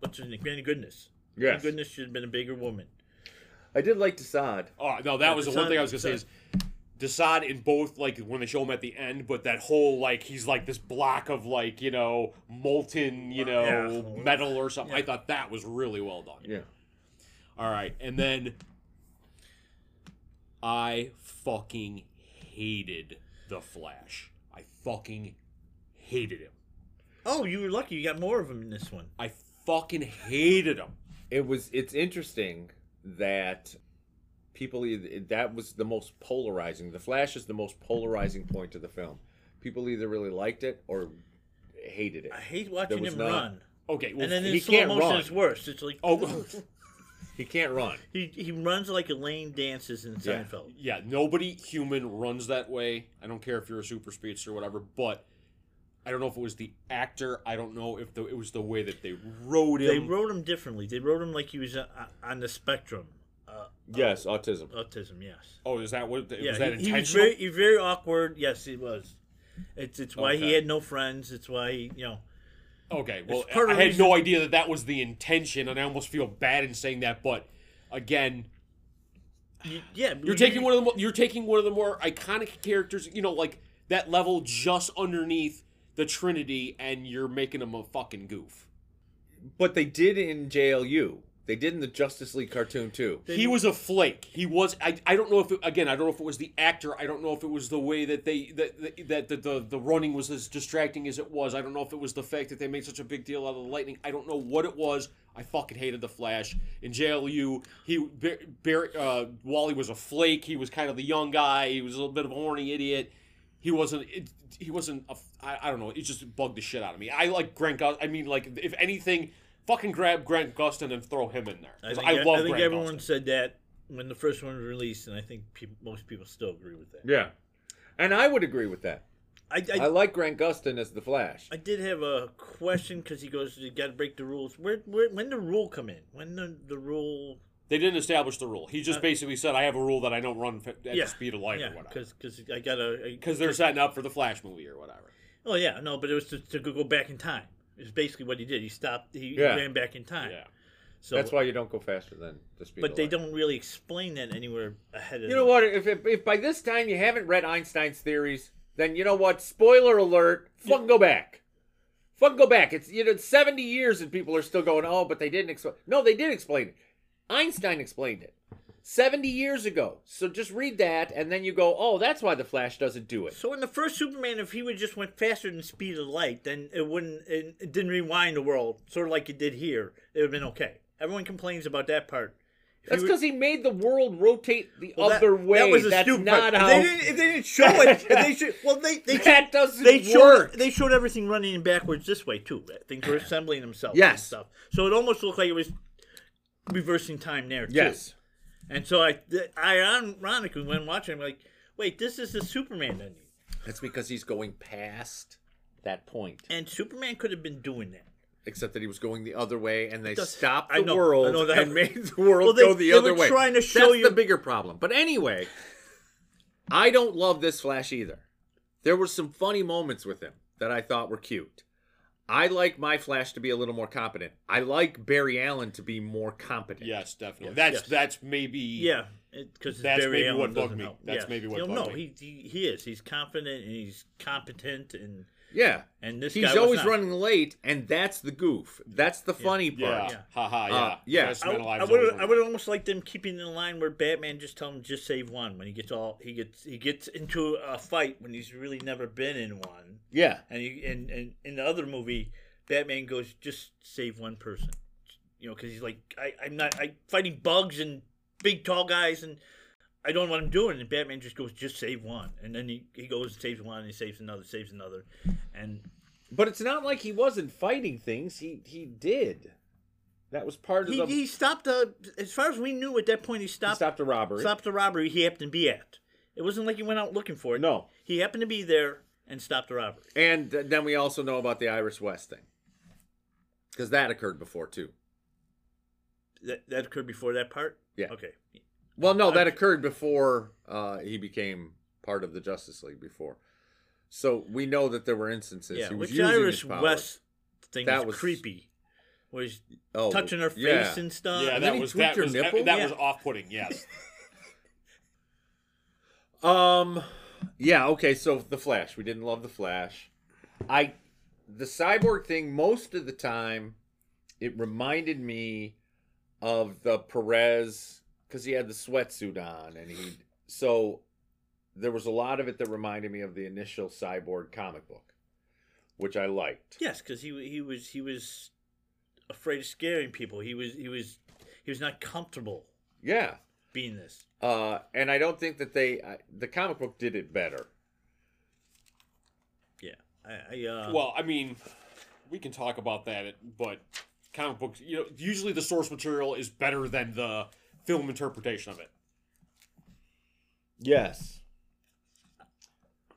Speaker 4: what's her name? Granny Goodness. Granny
Speaker 3: Yes.
Speaker 4: Goodness should have been a bigger woman.
Speaker 3: I did like Desaad.
Speaker 1: Oh no, that was the one
Speaker 4: Desaad-
Speaker 1: thing I was gonna say is Desaad in both like when they show him at the end, but that whole like he's like this block of like you know molten you know
Speaker 4: Yeah.
Speaker 1: metal or something. I thought that was really well done.
Speaker 3: Yeah.
Speaker 1: All right, and then I fucking hated the Flash. I fucking hated him.
Speaker 4: Oh, you were lucky. You got more of them in this one.
Speaker 1: I fucking hated him.
Speaker 3: It was it's interesting that people either that was the most polarizing. The Flash is the most polarizing point of the film. People either really liked it or hated it.
Speaker 4: I hate watching
Speaker 3: was
Speaker 4: him
Speaker 3: not-
Speaker 4: run.
Speaker 1: Okay, well,
Speaker 4: And then in
Speaker 3: he
Speaker 4: slow
Speaker 3: can't
Speaker 4: motion,
Speaker 3: run.
Speaker 4: it's worse. It's like
Speaker 1: oh. [LAUGHS]
Speaker 3: He can't run.
Speaker 4: [LAUGHS] he he runs like Elaine dances in
Speaker 3: Yeah.
Speaker 4: Seinfeld.
Speaker 1: Yeah, nobody human runs that way. I don't care if you're a super speedster or whatever, but I don't know if it was the actor. I don't know if the, it was the way that they wrote him.
Speaker 4: They
Speaker 3: Um,
Speaker 4: wrote him differently. They wrote him like he was uh, on the spectrum. Uh,
Speaker 3: Yes, autism.
Speaker 4: autism, yes.
Speaker 1: oh, is that what?
Speaker 4: yeah,
Speaker 1: was that
Speaker 4: he, he was
Speaker 1: intentional?
Speaker 4: very, he was very awkward. Yes, he was. It's it's why he
Speaker 1: Okay.
Speaker 4: had no friends. It's why he, you know.
Speaker 1: okay, well,
Speaker 4: part
Speaker 1: I
Speaker 4: of
Speaker 1: had
Speaker 4: reason-
Speaker 1: no idea that that was the intention, and I almost feel bad in saying that. But again,
Speaker 4: you- yeah,
Speaker 1: you're taking one of the mo- you're taking one of the more iconic characters. You know, like that level just underneath the Trinity, and you're making him a fucking goof.
Speaker 3: But they did in JLU. They did in the Justice League cartoon too.
Speaker 1: he was a flake. He was. I, I don't know if it, again. I don't know if it was the actor. I don't know if it was the way that they that that the, the the running was as distracting as it was. I don't know if it was the fact that they made such a big deal out of the lightning. I don't know what it was. I fucking hated the Flash in JLU. He Bar- Bar- uh, Wally was a flake. He was kind of the young guy. He was a little bit of a horny idiot. He wasn't. It, he wasn't. A, I, I don't know. It just bugged the shit out of me. I like Grant. Gus- I mean, like if anything. Fucking grab Grant Gustin and throw him in there.
Speaker 4: I
Speaker 1: 'Cause
Speaker 4: think, e-
Speaker 1: I, love
Speaker 4: I think
Speaker 1: Grant
Speaker 4: everyone
Speaker 1: Gustin.
Speaker 4: said that when the first one was released, and I think peop most people still agree with that.
Speaker 3: Yeah. And I would agree with that.
Speaker 4: I,
Speaker 3: I,
Speaker 4: I,
Speaker 3: like Grant Gustin as the Flash.
Speaker 4: I did have a question because he goes, "You got to break the rules." Where, where when the rule come in? When the, the rule?
Speaker 1: They didn't establish the rule. He just basically said, "I have a rule that I don't run fi- at
Speaker 4: Uh, Yeah.
Speaker 1: the speed of light
Speaker 4: Yeah,
Speaker 1: or whatever."
Speaker 4: because I got to
Speaker 1: Because they're setting up for the Flash movie or whatever.
Speaker 4: Oh yeah, no, but it was to, to go back in time. It's basically what he did. He stopped. He
Speaker 3: Yeah.
Speaker 4: ran back in time.
Speaker 1: Yeah.
Speaker 4: So
Speaker 3: That's why you don't go faster than the speed.
Speaker 4: But
Speaker 3: of
Speaker 4: they
Speaker 3: light.
Speaker 4: don't really explain that anywhere ahead of.
Speaker 3: You know what? If, if if by this time you haven't read Einstein's theories, then you know what? Spoiler alert! Fucking go back. Fucking go back. It's you know it's seventy years and people are still going. Oh, but they didn't explain. No, they did explain it. Einstein explained it seventy years ago. So just read that, and then you go, oh, that's why the Flash doesn't do it.
Speaker 4: So in the first Superman, if he would just went faster than the speed of light, then it wouldn't. It, it didn't rewind the world, sort of like it did here. It would have been okay. Everyone complains about that part. If he
Speaker 3: That's
Speaker 4: would-
Speaker 3: because he made the world rotate the
Speaker 4: Well,
Speaker 3: other
Speaker 4: that,
Speaker 3: way.
Speaker 4: That was a
Speaker 3: That's
Speaker 4: stupid
Speaker 3: not
Speaker 4: part.
Speaker 3: how.
Speaker 4: They didn't, if they didn't show it. if they should, well, they they
Speaker 3: [LAUGHS] that doesn't
Speaker 4: they
Speaker 3: work.
Speaker 4: showed they showed everything running in backwards this way too. that Things were assembling themselves. and
Speaker 3: Yes.
Speaker 4: stuff. So it almost looked like it was reversing time there. Too.
Speaker 3: Yes.
Speaker 4: And so I, th- I ironically when watching, I'm like, wait, this is the Superman ending,
Speaker 3: That's because he's going past that point.
Speaker 4: and Superman could have been doing that.
Speaker 3: except that he was going the other way, and they
Speaker 4: does-
Speaker 3: stopped
Speaker 4: I
Speaker 3: the
Speaker 4: know, I
Speaker 3: world
Speaker 4: know that.
Speaker 3: and made the world
Speaker 4: Well, they-
Speaker 3: go the
Speaker 4: they
Speaker 3: other
Speaker 4: were
Speaker 3: way.
Speaker 4: trying to show
Speaker 3: That's
Speaker 4: you-
Speaker 3: the bigger problem. But anyway, I don't love this Flash either. There were some funny moments with him that I thought were cute. I like my Flash to be a little more competent. I like Barry Allen to be more competent.
Speaker 1: Yes, definitely.
Speaker 4: Yes.
Speaker 1: That's
Speaker 4: Yes.
Speaker 1: that's maybe.
Speaker 4: Yeah, because
Speaker 1: That's
Speaker 4: Barry
Speaker 1: maybe
Speaker 4: Allen
Speaker 1: what bugged
Speaker 4: doesn't
Speaker 1: me.
Speaker 4: help.
Speaker 1: That's
Speaker 4: Yeah.
Speaker 1: maybe what
Speaker 4: You know,
Speaker 1: bugged
Speaker 4: no,
Speaker 1: me.
Speaker 4: he, he he is. He's confident and he's competent and
Speaker 3: Yeah.
Speaker 4: and this guy
Speaker 3: He's
Speaker 4: was
Speaker 3: always
Speaker 4: not.
Speaker 3: running late, and that's the goof. That's the funny
Speaker 1: Yeah.
Speaker 3: part.
Speaker 4: Yeah.
Speaker 1: Ha ha. Yeah.
Speaker 3: Uh, yeah.
Speaker 1: Best
Speaker 4: I
Speaker 1: man alive is
Speaker 4: would
Speaker 1: always
Speaker 4: I would almost like them keeping in line where Batman just tell him just save one when he gets all he gets he gets into a fight when he's really never been in one
Speaker 3: Yeah.
Speaker 4: and you and, and in the other movie Batman goes just save one person you know because he's like I I'm not I fighting bugs and big tall guys and I don't know what I'm doing and Batman just goes just save one and then he, he goes and saves one and he saves another saves another and
Speaker 3: But it's not like he wasn't fighting things. He he did. That was part of
Speaker 4: he,
Speaker 3: the
Speaker 4: he stopped a as far as we knew at that point he
Speaker 3: He
Speaker 4: stopped
Speaker 3: stopped a robbery.
Speaker 4: stopped the robbery he happened to be at. It wasn't like he went out looking for it.
Speaker 3: No.
Speaker 4: He happened to be there and stopped the robbery.
Speaker 3: And th- then we also know about the Iris West thing. Because that occurred before, too.
Speaker 4: That, that occurred before that part?
Speaker 3: Yeah.
Speaker 4: Okay.
Speaker 3: Well, no, that occurred before uh, he became part of the Justice League before. So we know that there were instances
Speaker 4: Yeah.
Speaker 3: he was
Speaker 4: Which
Speaker 3: using
Speaker 4: Irish
Speaker 3: his power.
Speaker 4: West thing
Speaker 3: That
Speaker 4: was,
Speaker 3: was-
Speaker 4: creepy. Where he's
Speaker 3: Oh,
Speaker 4: touching her face
Speaker 3: yeah.
Speaker 4: and
Speaker 1: Yeah,
Speaker 4: stuff.
Speaker 3: and then
Speaker 1: that
Speaker 3: he
Speaker 1: was
Speaker 3: tweaked
Speaker 1: that
Speaker 3: her
Speaker 1: was
Speaker 3: nipple?
Speaker 1: that
Speaker 4: Yeah.
Speaker 1: was off-putting. Yes.
Speaker 3: Um, yeah, okay, so the Flash. We didn't love the Flash. I, the cyborg thing, most of the time, it reminded me of the Perez because he had the sweatsuit on, and he so there was a lot of it that reminded me of the initial cyborg comic book, which I liked.
Speaker 4: Yes, because he he was he was afraid of scaring people. He was he was he was not comfortable
Speaker 3: Yeah.
Speaker 4: being this.
Speaker 3: Uh, and I don't think that they I, the comic book did it better.
Speaker 4: Yeah. I, I [LAUGHS] uh
Speaker 1: Well, I mean, we can talk about that, but comic books, you know, usually the source material is better than the film interpretation of it.
Speaker 3: Yes.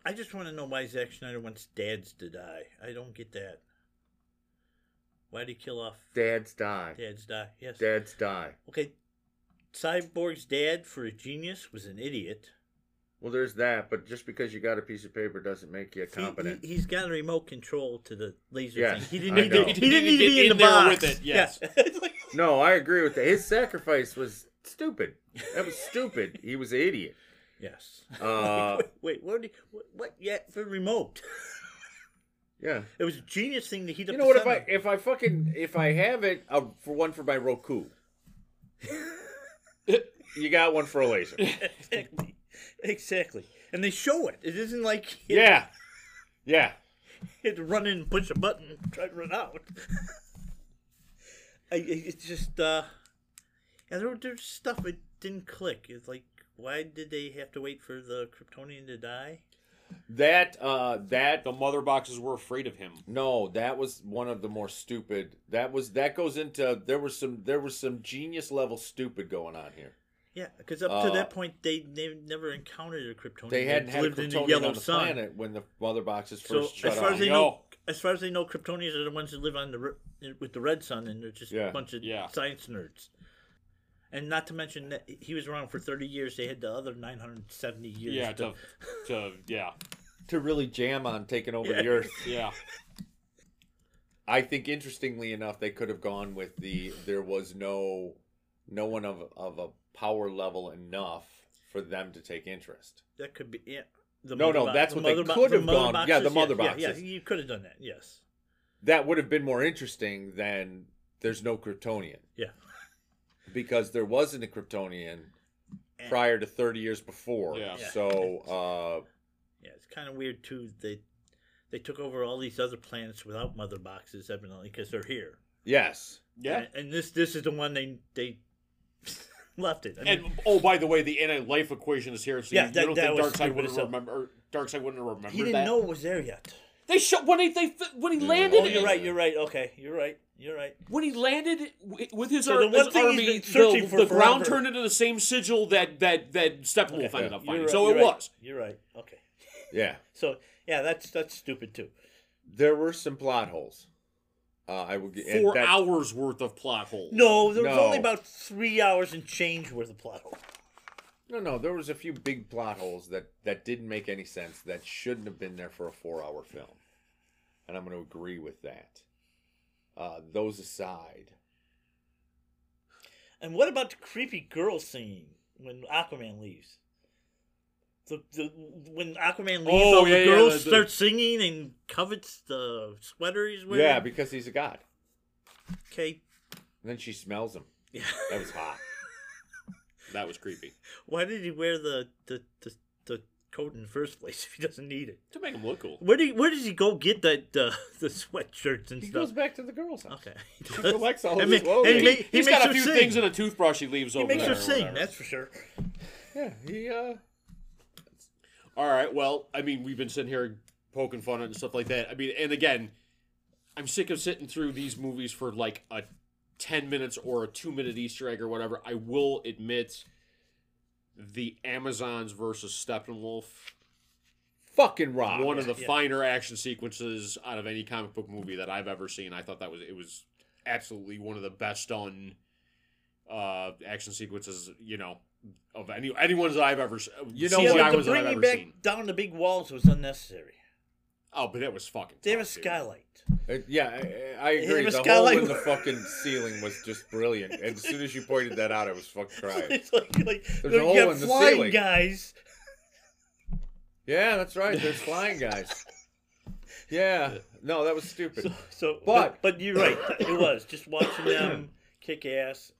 Speaker 4: I just want to know why Zack Snyder wants dads to die. I don't get that. Why'd he kill off
Speaker 3: Dads die.
Speaker 4: dads die? Yes.
Speaker 3: Dads die.
Speaker 4: Okay, Cyborg's dad for a genius was an idiot.
Speaker 3: Well, there's that, but just because you got a piece of paper doesn't make you
Speaker 4: He,
Speaker 3: competent.
Speaker 4: [LAUGHS] has got a remote control to the laser
Speaker 3: Yeah,
Speaker 4: thing. He didn't
Speaker 3: I
Speaker 4: need
Speaker 3: know.
Speaker 4: to. He didn't need to
Speaker 1: Get
Speaker 4: be in,
Speaker 1: in
Speaker 4: the
Speaker 1: there
Speaker 4: box.
Speaker 1: with it, yes.
Speaker 4: Yeah. [LAUGHS] It's like-
Speaker 3: no, I agree with that. His sacrifice was stupid. That was stupid. he was an idiot.
Speaker 4: [LAUGHS] yes.
Speaker 3: Uh,
Speaker 4: wait, wait, what? Did, what, what? Yeah, for remote.
Speaker 3: yeah.
Speaker 4: It was a genius thing to heat up.
Speaker 3: You know
Speaker 4: the sun.
Speaker 3: what? If I if I fucking if I have it uh, for one for
Speaker 4: [LAUGHS]
Speaker 3: my Roku, you got one for a laser.
Speaker 4: exactly. exactly. And they show it. It isn't like [LAUGHS] he
Speaker 3: Yeah, yeah.
Speaker 4: had to run in, and push a button, try to run out. [LAUGHS] I, I- it's just, uh, yeah, there, there's stuff that didn't click. It's like, why did they have to wait for the Kryptonian to die?
Speaker 3: That uh that
Speaker 1: The mother boxes were afraid of him.
Speaker 3: no, that was one of the more stupid. That was that goes into there was some there was some genius level stupid going on here.
Speaker 4: Yeah, because up
Speaker 3: Uh,
Speaker 4: to that point, they they never encountered a Kryptonian.
Speaker 3: They hadn't had a
Speaker 4: lived in the
Speaker 3: Kryptonian
Speaker 4: yellow
Speaker 3: on the
Speaker 4: sun.
Speaker 3: planet when the mother boxes
Speaker 4: So
Speaker 3: first
Speaker 4: as
Speaker 3: shut
Speaker 4: far
Speaker 3: off.
Speaker 4: as they
Speaker 1: Yo.
Speaker 4: know, as far as they know, Kryptonians are the ones that live on the re- with the red sun, and they're just
Speaker 3: Yeah.
Speaker 4: a bunch of
Speaker 1: Yeah.
Speaker 4: science nerds. And not to mention that he was around for thirty years. They had the other nine hundred seventy years.
Speaker 1: Yeah,
Speaker 4: to-
Speaker 1: to, to yeah,
Speaker 3: to really jam on taking over the
Speaker 4: [LAUGHS]
Speaker 3: Earth. [LAUGHS]
Speaker 1: yeah.
Speaker 3: I think interestingly enough, they could have gone with the there was no no one of of a power level enough for them to take interest.
Speaker 4: that could be. Yeah, the
Speaker 3: No,
Speaker 4: mother
Speaker 3: no,
Speaker 4: bo-
Speaker 3: that's
Speaker 4: the
Speaker 3: what they
Speaker 4: mother bo-
Speaker 3: could
Speaker 4: the
Speaker 3: have
Speaker 4: mother
Speaker 3: gone. Yeah, the mother
Speaker 4: Yeah,
Speaker 3: boxes.
Speaker 4: yeah, you could have done that. Yes.
Speaker 3: That would have been more interesting than there's no Kryptonian
Speaker 4: Yeah.
Speaker 3: [LAUGHS] because there wasn't a Kryptonian
Speaker 4: And-
Speaker 3: prior to 30 years before.
Speaker 1: Yeah.
Speaker 4: Yeah.
Speaker 3: So uh,
Speaker 4: Yeah, it's kind of weird too. They they took over all these other planets without mother boxes, evidently, because they're here.
Speaker 3: yes,
Speaker 1: Yeah.
Speaker 4: And, and this this is the one they they [LAUGHS] left it. I mean,
Speaker 1: And oh, by the way, the anti-life equation is here. So
Speaker 4: Yeah,
Speaker 1: you,
Speaker 4: that-
Speaker 1: you don't
Speaker 4: that
Speaker 1: think
Speaker 4: was
Speaker 1: Darkseid
Speaker 4: stupid
Speaker 1: would
Speaker 4: as
Speaker 1: have
Speaker 4: hell.
Speaker 1: remembered? Darkseid wouldn't have remembered
Speaker 4: he didn't
Speaker 1: that?
Speaker 4: know it was there yet.
Speaker 1: They shot when he they when he
Speaker 3: Yeah.
Speaker 1: landed.
Speaker 4: Oh, you're
Speaker 1: in-
Speaker 4: right. You're right. Okay, you're right. You're right.
Speaker 1: When he landed wi- with his,
Speaker 4: So
Speaker 1: ar-
Speaker 4: the one
Speaker 1: his
Speaker 4: thing he's
Speaker 1: army,
Speaker 4: been searching
Speaker 1: the,
Speaker 4: for
Speaker 1: the ground
Speaker 4: forever-
Speaker 1: turned into the same sigil that that that Steppenwolf
Speaker 3: Okay.
Speaker 1: ended up
Speaker 4: You're
Speaker 1: finding.
Speaker 4: right,
Speaker 1: So
Speaker 4: you're
Speaker 1: it
Speaker 4: right.
Speaker 1: was.
Speaker 4: You're right. Okay.
Speaker 3: yeah.
Speaker 4: So yeah, that's that's stupid too.
Speaker 3: There were some plot holes. Uh, I would get and
Speaker 1: Four
Speaker 3: that-
Speaker 1: hours worth of plot holes.
Speaker 4: No, there was
Speaker 3: No.
Speaker 4: only about three hours and change worth of plot hole.
Speaker 3: No, no, there was a few big plot holes that that didn't make any sense that shouldn't have been there for a four-hour film, and I'm going to agree with that. Uh, those aside,
Speaker 4: And what about the creepy girl scene when Aquaman leaves? The, the when Aquaman leaves,
Speaker 1: Oh,
Speaker 4: all
Speaker 1: yeah,
Speaker 4: the
Speaker 1: yeah,
Speaker 4: girls
Speaker 1: the- the-
Speaker 4: start singing and covets the sweater he's wearing.
Speaker 3: yeah, because he's a god.
Speaker 4: okay.
Speaker 3: And then she smells him.
Speaker 4: Yeah.
Speaker 3: That
Speaker 4: [LAUGHS]
Speaker 3: was hot.
Speaker 1: That was creepy.
Speaker 4: Why did he wear the the, the the coat
Speaker 3: Mm.
Speaker 4: in the first place if he doesn't need it?
Speaker 1: To make him look cool.
Speaker 4: Where do where does he go get that the the sweatshirts and
Speaker 3: He
Speaker 4: stuff?
Speaker 3: goes back to the girls' house. [LAUGHS]
Speaker 4: Okay. [LAUGHS]
Speaker 3: collects all
Speaker 4: And
Speaker 3: his
Speaker 4: ma-
Speaker 3: clothes.
Speaker 4: and he ma-
Speaker 3: He-
Speaker 4: he
Speaker 1: He's
Speaker 4: makes
Speaker 1: got a
Speaker 4: her
Speaker 1: few
Speaker 4: sing.
Speaker 1: things and a toothbrush he leaves
Speaker 4: He
Speaker 1: over
Speaker 4: makes
Speaker 1: there.
Speaker 4: her
Speaker 1: or
Speaker 4: sing,
Speaker 1: whatever.
Speaker 4: that's for sure.
Speaker 3: Yeah, he. Uh,
Speaker 1: All right. Well, I mean, we've been sitting here poking fun and stuff like that. I mean, and again, I'm sick of sitting through these movies for like a 10 minutes or a two minute Easter egg or whatever. I will admit the Amazons versus Steppenwolf,
Speaker 3: Fucking rock.
Speaker 1: one of the
Speaker 4: yeah.
Speaker 1: finer action sequences out of any comic book movie that I've ever seen. I thought that was, it was absolutely one of the best done uh, action sequences, you know, of any anyone's that I've ever s-
Speaker 3: You know
Speaker 1: CGI ones that
Speaker 4: yeah,
Speaker 3: what?
Speaker 4: but
Speaker 1: I've
Speaker 4: the bringing
Speaker 1: ever
Speaker 4: back
Speaker 1: seen.
Speaker 4: down the big walls was unnecessary.
Speaker 1: Oh, but that was fucking.
Speaker 4: They have
Speaker 1: tough,
Speaker 4: a
Speaker 1: dude.
Speaker 4: skylight. [LAUGHS]
Speaker 3: Uh, yeah, I- I, I
Speaker 4: It
Speaker 3: agree.
Speaker 4: was
Speaker 3: The
Speaker 4: kinda
Speaker 3: hole
Speaker 4: like-
Speaker 3: in the fucking ceiling was just brilliant. And as soon as you pointed that out, I was fucking
Speaker 4: [LAUGHS]
Speaker 3: crying.
Speaker 4: it's like, like
Speaker 3: a
Speaker 4: you
Speaker 3: hole
Speaker 4: got
Speaker 3: in the
Speaker 4: flying
Speaker 3: ceiling.
Speaker 4: guys.
Speaker 3: Yeah, that's right. There's flying guys. Yeah. No, that was stupid.
Speaker 4: So, so
Speaker 3: But-
Speaker 4: but, but you're right. It was just
Speaker 3: [COUGHS]
Speaker 4: watching them kick ass.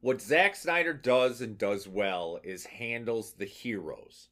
Speaker 3: what Zack Snyder does and does well is handles the heroes.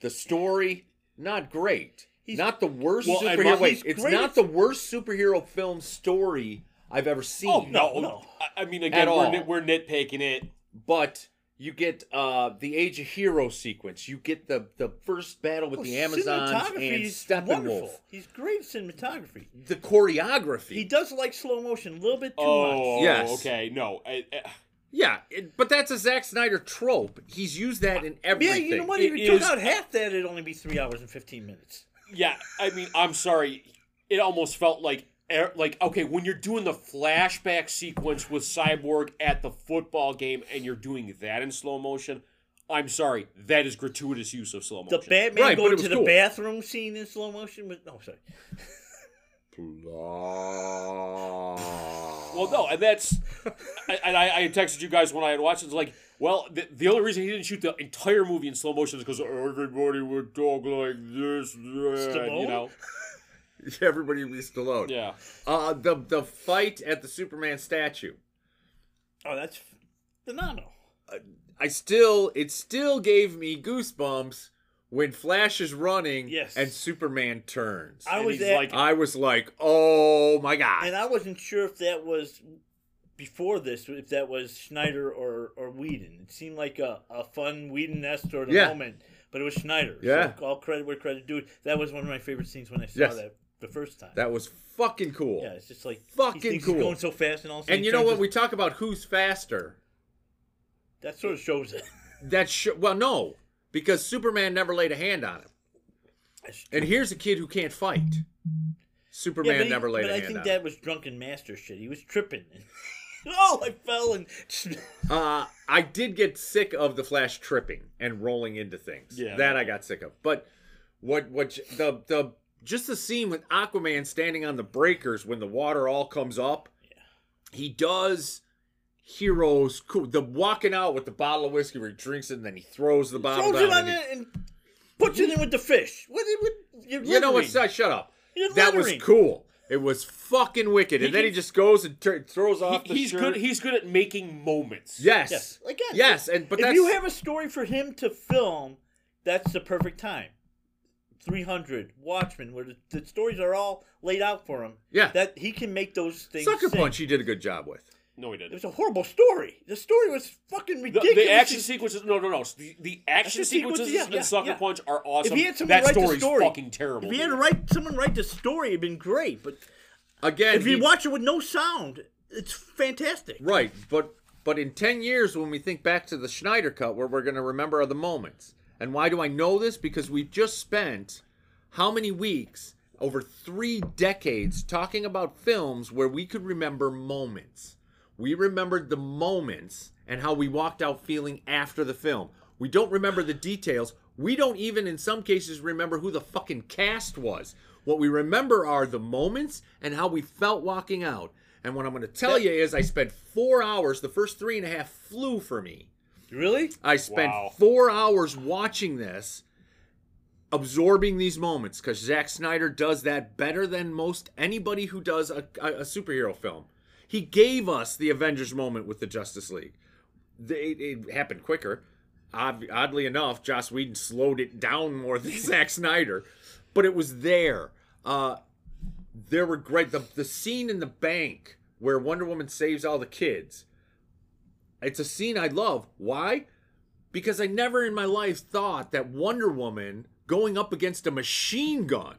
Speaker 3: The story, not great.
Speaker 4: He's-
Speaker 3: not the worst
Speaker 1: Well, and
Speaker 3: superhero.
Speaker 1: my-
Speaker 3: Wait,
Speaker 4: he's
Speaker 3: it's
Speaker 4: great
Speaker 3: not
Speaker 4: at-
Speaker 3: the worst superhero film story I've ever seen.
Speaker 1: Oh no,
Speaker 4: No.
Speaker 1: I, I mean, again,
Speaker 3: At
Speaker 1: we're,
Speaker 3: all.
Speaker 1: nit, we're nitpicking it.
Speaker 3: But you get uh, the Age of Hero sequence. You get the the first battle with
Speaker 4: Oh,
Speaker 3: the Amazons and
Speaker 4: cinematography is
Speaker 3: Steppenwolf.
Speaker 4: wonderful. He's great at cinematography.
Speaker 3: The choreography.
Speaker 4: He does like slow motion a little bit too
Speaker 1: Oh,
Speaker 4: much.
Speaker 3: Yes.
Speaker 1: okay, no, I, I,
Speaker 3: Yeah, it, but that's a Zack Snyder trope. He's used that in everything.
Speaker 4: Yeah, you know what?
Speaker 1: It
Speaker 4: If you took
Speaker 1: is-
Speaker 4: out half that, it'd only be three hours and fifteen minutes.
Speaker 1: yeah. I mean, I'm sorry. It almost felt like, er- like okay, when you're doing the flashback sequence with Cyborg at the football game, and you're doing that in slow motion. I'm sorry, that is gratuitous use of slow motion.
Speaker 4: The Batman
Speaker 3: Right, but it
Speaker 4: going
Speaker 3: was
Speaker 4: to the
Speaker 3: cool.
Speaker 4: bathroom scene in slow motion was no sorry.
Speaker 1: Well, no, and that's, I- and I, I texted you guys when I had watched it. It's like, well, the, the only reason he didn't shoot the entire movie in slow motion is because everybody would talk like this, that, you
Speaker 4: Stallone?
Speaker 1: know,
Speaker 3: [LAUGHS] Everybody leaves Stallone.
Speaker 1: yeah.
Speaker 3: Uh, the the fight at the Superman statue.
Speaker 4: Oh, that's phenomenal.
Speaker 3: I still it still gave me goosebumps when Flash is running
Speaker 4: Yes.
Speaker 3: and Superman turns.
Speaker 4: I
Speaker 1: And
Speaker 4: was
Speaker 1: he's
Speaker 4: at,
Speaker 1: like-
Speaker 3: I was like, oh my
Speaker 4: and
Speaker 3: god.
Speaker 4: I wasn't sure if that was before this, if that was Schneider or or Whedon. It seemed like a, a fun Whedon esque sort of
Speaker 3: Yeah.
Speaker 4: moment, but it was Schneider.
Speaker 3: Yeah.
Speaker 4: So all credit where credit due. That was one of my favorite scenes when I saw
Speaker 3: Yes.
Speaker 4: that the first time.
Speaker 3: That was fucking cool.
Speaker 4: yeah, it's just like he
Speaker 3: Fucking
Speaker 4: thinks
Speaker 3: cool.
Speaker 4: He's going so fast and all. of a sudden
Speaker 3: and
Speaker 4: he
Speaker 3: you know
Speaker 4: turns
Speaker 3: what?
Speaker 4: his-
Speaker 3: We talk about who's faster.
Speaker 2: That sort of shows it.
Speaker 3: That sh- well, no, because Superman never laid a hand on him.
Speaker 2: That's
Speaker 3: And here's a kid who can't fight. Superman
Speaker 2: but he-
Speaker 3: never laid
Speaker 2: But
Speaker 3: a
Speaker 2: I
Speaker 3: hand
Speaker 2: think
Speaker 3: on him.
Speaker 2: that was drunken master shit. He was tripping. [LAUGHS] oh, I fell and [LAUGHS]
Speaker 3: Uh, I did get sick of the Flash tripping and rolling into things.
Speaker 2: Yeah.
Speaker 3: that I got sick of. But what what j- the the just the scene with Aquaman standing on the breakers when the water all comes up. He does heroes cool. The walking out with the bottle of whiskey where he drinks it and then he throws the bottle
Speaker 2: throws
Speaker 3: down.
Speaker 2: it on
Speaker 3: and he-
Speaker 2: it and puts it in with the fish. What? what you're
Speaker 3: You know what?
Speaker 2: littering.
Speaker 3: Shut shut up.
Speaker 2: You're
Speaker 3: That was
Speaker 2: littering.
Speaker 3: cool. It was fucking wicked. and then he just goes and tur throws off
Speaker 1: He-
Speaker 3: the
Speaker 1: he's
Speaker 3: shirt.
Speaker 1: good. He's good at making moments.
Speaker 3: yes.
Speaker 2: Yes.
Speaker 3: Yes.
Speaker 2: Again,
Speaker 3: And but
Speaker 2: if
Speaker 3: that's
Speaker 2: you have a story for him to film, that's the perfect time. 300, Watchmen, where the, the stories are all laid out for him.
Speaker 3: Yeah.
Speaker 2: That he can make those things.
Speaker 3: sucker
Speaker 2: sing.
Speaker 3: punch. He did a good job with.
Speaker 1: No, he
Speaker 2: It
Speaker 1: didn't.
Speaker 2: was a horrible story. The story was fucking
Speaker 1: The,
Speaker 2: ridiculous.
Speaker 1: the action sequences, no, no, no. The, the action
Speaker 2: Action sequences,
Speaker 1: sequences
Speaker 2: yeah,
Speaker 1: in
Speaker 2: yeah,
Speaker 1: Sucker
Speaker 2: yeah.
Speaker 1: Punch are awesome.
Speaker 2: If he had someone
Speaker 1: that
Speaker 2: write the
Speaker 1: story's
Speaker 2: story-
Speaker 1: fucking terrible.
Speaker 4: If he had to
Speaker 1: dude.
Speaker 4: write someone write the story, it'd been great. But
Speaker 3: Again,
Speaker 4: if
Speaker 3: he,
Speaker 4: you watch it with no sound, it's fantastic.
Speaker 3: right, but but in ten years, when we think back to the Schneider cut, where we're going to remember are the moments. And why do I know this? Because we've just spent how many weeks over three decades talking about films where we could remember moments. We remembered the moments and how we walked out feeling after the film. We don't remember the details. We don't even, in some cases, remember who the fucking cast was. What we remember are the moments and how we felt walking out. And what I'm going to tell you is, I spent four hours, the first three and a half flew for me.
Speaker 2: Really?
Speaker 3: I spent
Speaker 1: Wow.
Speaker 3: four hours watching this, absorbing these moments because Zack Snyder does that better than most anybody who does a, a, a superhero film. He gave us the Avengers moment with the Justice League. The- It, it happened quicker. Ob- Oddly enough, Joss Whedon slowed it down more than [LAUGHS] Zack Snyder, but it was there. Uh, there were great the, the scene in the bank where Wonder Woman saves all the kids. It's a scene I love. Why? Because I never in my life thought that Wonder Woman going up against a machine gun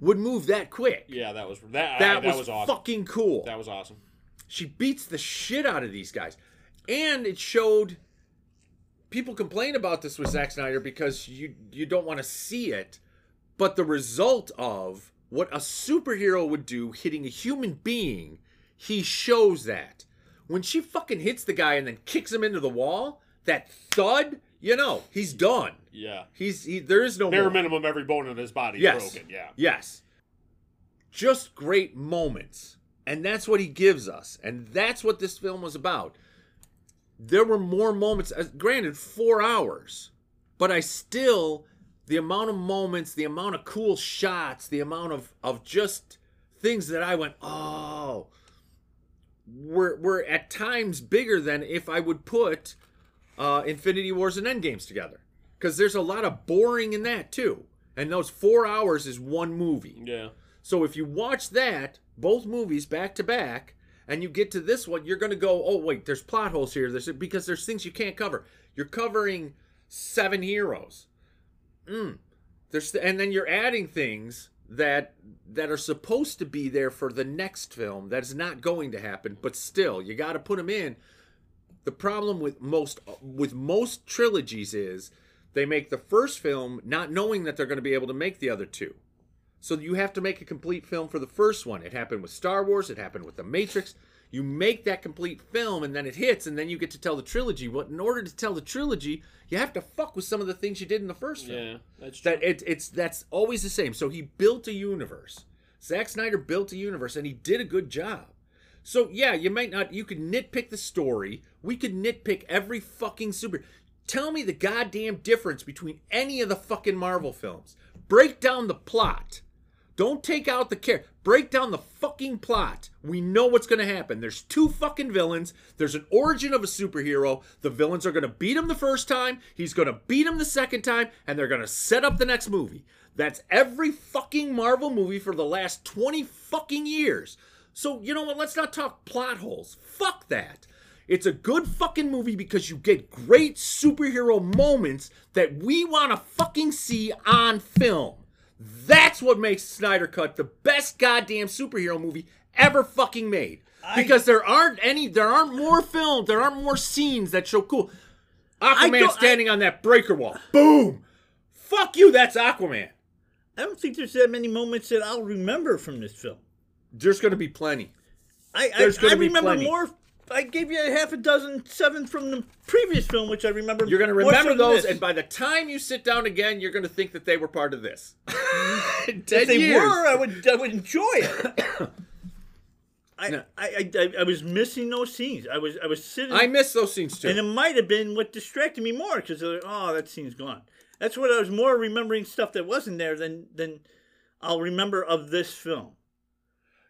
Speaker 3: would move that quick.
Speaker 1: Yeah, that was that.
Speaker 3: That,
Speaker 1: I,
Speaker 3: was,
Speaker 1: that was awesome.
Speaker 3: fucking cool.
Speaker 1: That was awesome.
Speaker 3: she beats the shit out of these guys. And it showed people complain about this with Zack Snyder because you you don't want to see it, but the result of what a superhero would do hitting a human being, he shows that. When she fucking hits the guy and then kicks him into the wall, that thud, you know, he's done.
Speaker 1: Yeah.
Speaker 3: He's he, there is no
Speaker 1: Bare
Speaker 3: more.
Speaker 1: minimum, every bone in his body
Speaker 3: Yes.
Speaker 1: broken. Yeah.
Speaker 3: Yes. Just great moments. And that's what he gives us. And that's what this film was about. There were more moments, uh, granted, four hours, but I still, the amount of moments, the amount of cool shots, the amount of, of just things that I went, oh, were, were at times bigger than if I would put uh, Infinity Wars and Endgames together. Because there's a lot of boring in that too. And those four hours is one movie.
Speaker 1: Yeah.
Speaker 3: So if you watch that, both movies back to back, and you get to this one, you're going to go, oh, wait, there's plot holes here. There's, because there's things you can't cover. You're covering seven heroes. Mm. There's, and then you're adding things that that are supposed to be there for the next film that is not going to happen but still you got to put them in the problem with most with most trilogies is they make the first film not knowing that they're going to be able to make the other two so you have to make a complete film for the first one it happened with star wars it happened with the matrix you make that complete film and then it hits and then you get to tell the trilogy what in order to tell the trilogy you have to fuck with some of the things you did in the first film
Speaker 1: Yeah. That's true.
Speaker 3: that it, it's that's always the same. So he built a universe. Zack Snyder built a universe, and he did a good job. So yeah, you might not. You could nitpick the story. We could nitpick every fucking super. Tell me the goddamn difference between any of the fucking Marvel films. Break down the plot. Don't take out the care. Break down the fucking plot. We know what's going to happen. There's two fucking villains. There's an origin of a superhero. The villains are going to beat him the first time. He's going to beat him the second time. And they're going to set up the next movie. That's every fucking Marvel movie for the last 20 fucking years. So, you know what? Let's not talk plot holes. Fuck that. It's a good fucking movie because you get great superhero moments that we want to fucking see on film. That's what makes Snyder Cut the best goddamn superhero movie ever fucking made. Because there aren't any, there aren't more films, there aren't more scenes that show cool. Aquaman
Speaker 4: don't-
Speaker 3: standing on that breaker wall. Boom! Fuck you, that's Aquaman.
Speaker 4: I don't think there's that many moments that I'll remember from this film.
Speaker 3: There's going to be plenty.
Speaker 4: I I,
Speaker 3: There's
Speaker 4: I
Speaker 3: gonna be
Speaker 4: remember
Speaker 3: plenty.
Speaker 4: more. I gave you a half a dozen seven from the previous film, which I remember.
Speaker 3: You're going to
Speaker 4: more so
Speaker 3: remember
Speaker 4: than
Speaker 3: those,
Speaker 4: this.
Speaker 3: and by the time you sit down again, you're going to think that they were part
Speaker 4: [LAUGHS]
Speaker 3: of this. In
Speaker 4: if
Speaker 3: 10
Speaker 4: they
Speaker 3: years.
Speaker 4: were, I would I would enjoy it.
Speaker 3: [COUGHS]
Speaker 4: I,
Speaker 3: No.
Speaker 4: I, I I was missing those scenes. I was I was sitting.
Speaker 3: I miss those scenes too.
Speaker 4: And it might have been what distracted me more because like, oh, that scene's gone. That's what I was more remembering stuff that wasn't there than than I'll remember of this film.